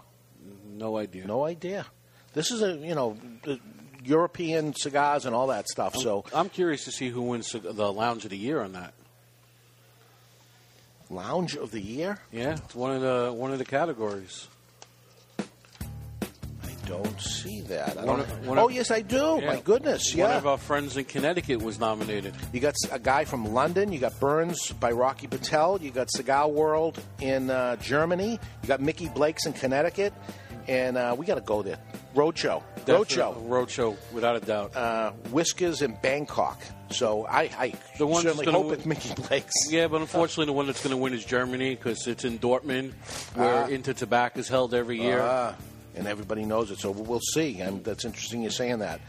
Speaker 17: No idea.
Speaker 5: No idea. This is a, you know, the European cigars and all that stuff, so.
Speaker 17: I'm curious to see who wins the the Lounge of the Year on that.
Speaker 5: Lounge of the year?
Speaker 17: Yeah, it's one of the one of the categories.
Speaker 5: I don't see that. I
Speaker 17: One
Speaker 5: don't-
Speaker 17: of- one
Speaker 5: oh,
Speaker 17: of-
Speaker 5: yes, I do.
Speaker 17: Yeah.
Speaker 5: My goodness,
Speaker 17: One
Speaker 5: yeah.
Speaker 17: of our friends in Connecticut was nominated.
Speaker 5: You got a guy from London. You got Burns by Rocky Patel. You got Cigar World in uh, Germany. You got Mickey Blake's in Connecticut. And uh, we got to go there. Roadshow.
Speaker 17: Definitely
Speaker 5: Roadshow.
Speaker 17: a Roadshow, without a doubt.
Speaker 5: Uh, Whiskers in Bangkok. So I, I
Speaker 17: The one that's
Speaker 5: certainly
Speaker 17: gonna
Speaker 5: hope
Speaker 17: win-
Speaker 5: it's Mickey Blake's.
Speaker 17: Yeah, but unfortunately, the one that's going to win is Germany because it's in Dortmund, where
Speaker 5: Ah.
Speaker 17: Inter Tobacco is held every year.
Speaker 5: Ah, and everybody knows it, so we'll see. And that's interesting you're saying that.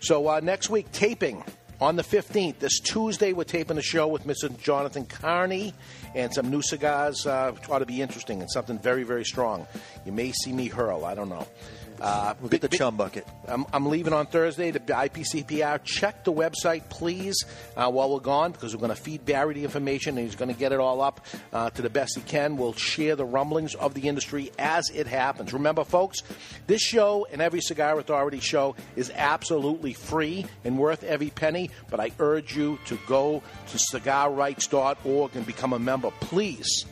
Speaker 5: So uh, next week, taping on the 15th. This Tuesday, we're taping the show with Mr. Jonathan Carney, and some new cigars uh, which ought to be interesting and something very, very strong. You may see me hurl. I don't know. Uh,
Speaker 16: We'll get the chum bucket.
Speaker 5: I'm, I'm leaving on Thursday to IPCPR. Check the website, please, uh, while we're gone, because we're going to feed Barry the information and he's going to get it all up uh, to the best he can. We'll share the rumblings of the industry as it happens. Remember, folks, this show and every Cigar Authority show is absolutely free and worth every penny, but I urge you to go to cigarrights.org and become a member, please.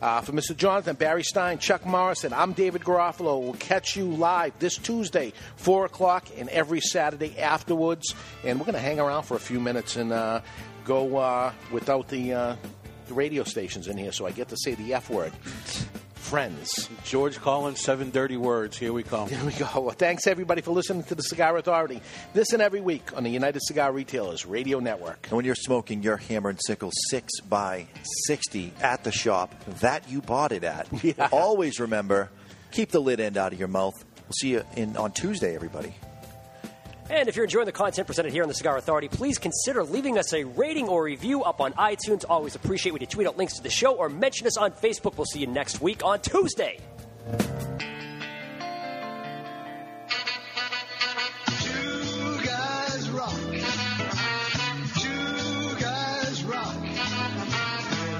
Speaker 5: Uh, for Mr. Jonathan, Barry Stein, Chuck Morrison, I'm David Garofalo. We'll catch you live this Tuesday, 4 o'clock, and every Saturday afterwards. And we're going to hang around for a few minutes and uh, go uh, without the, uh, the radio stations in here, so I get to say the F word. Friends.
Speaker 17: George Collins, seven dirty words. Here we come.
Speaker 5: Here we go. Well, thanks, everybody, for listening to the Cigar Authority. This and every week on the United Cigar Retailers Radio Network.
Speaker 16: And when you're smoking your hammer and sickle 6 by 60 at the shop that you bought it at, always remember keep the lid end out of your mouth. We'll see you in, on Tuesday, everybody.
Speaker 1: And if you're enjoying the content presented here on the Cigar Authority, please consider leaving us a rating or review up on iTunes. Always appreciate when you tweet out links to the show or mention us on Facebook. We'll see you next week on Tuesday.
Speaker 2: Two guys rock. Two guys rock. With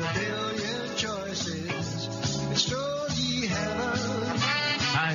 Speaker 2: a billion choices. It's Trolley Heaven.
Speaker 8: Hi,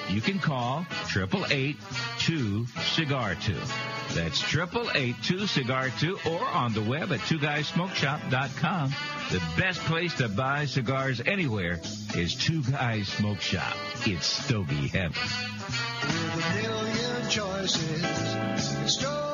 Speaker 13: You can call 888-2-CIGAR-2. That's 888-2-CIGAR-2 or on the web at two twoguysmokeshop.com. The best place to buy cigars anywhere is Two Guys Smoke Shop. It's Stogie Heaven.
Speaker 31: With a million choices, it's Stogie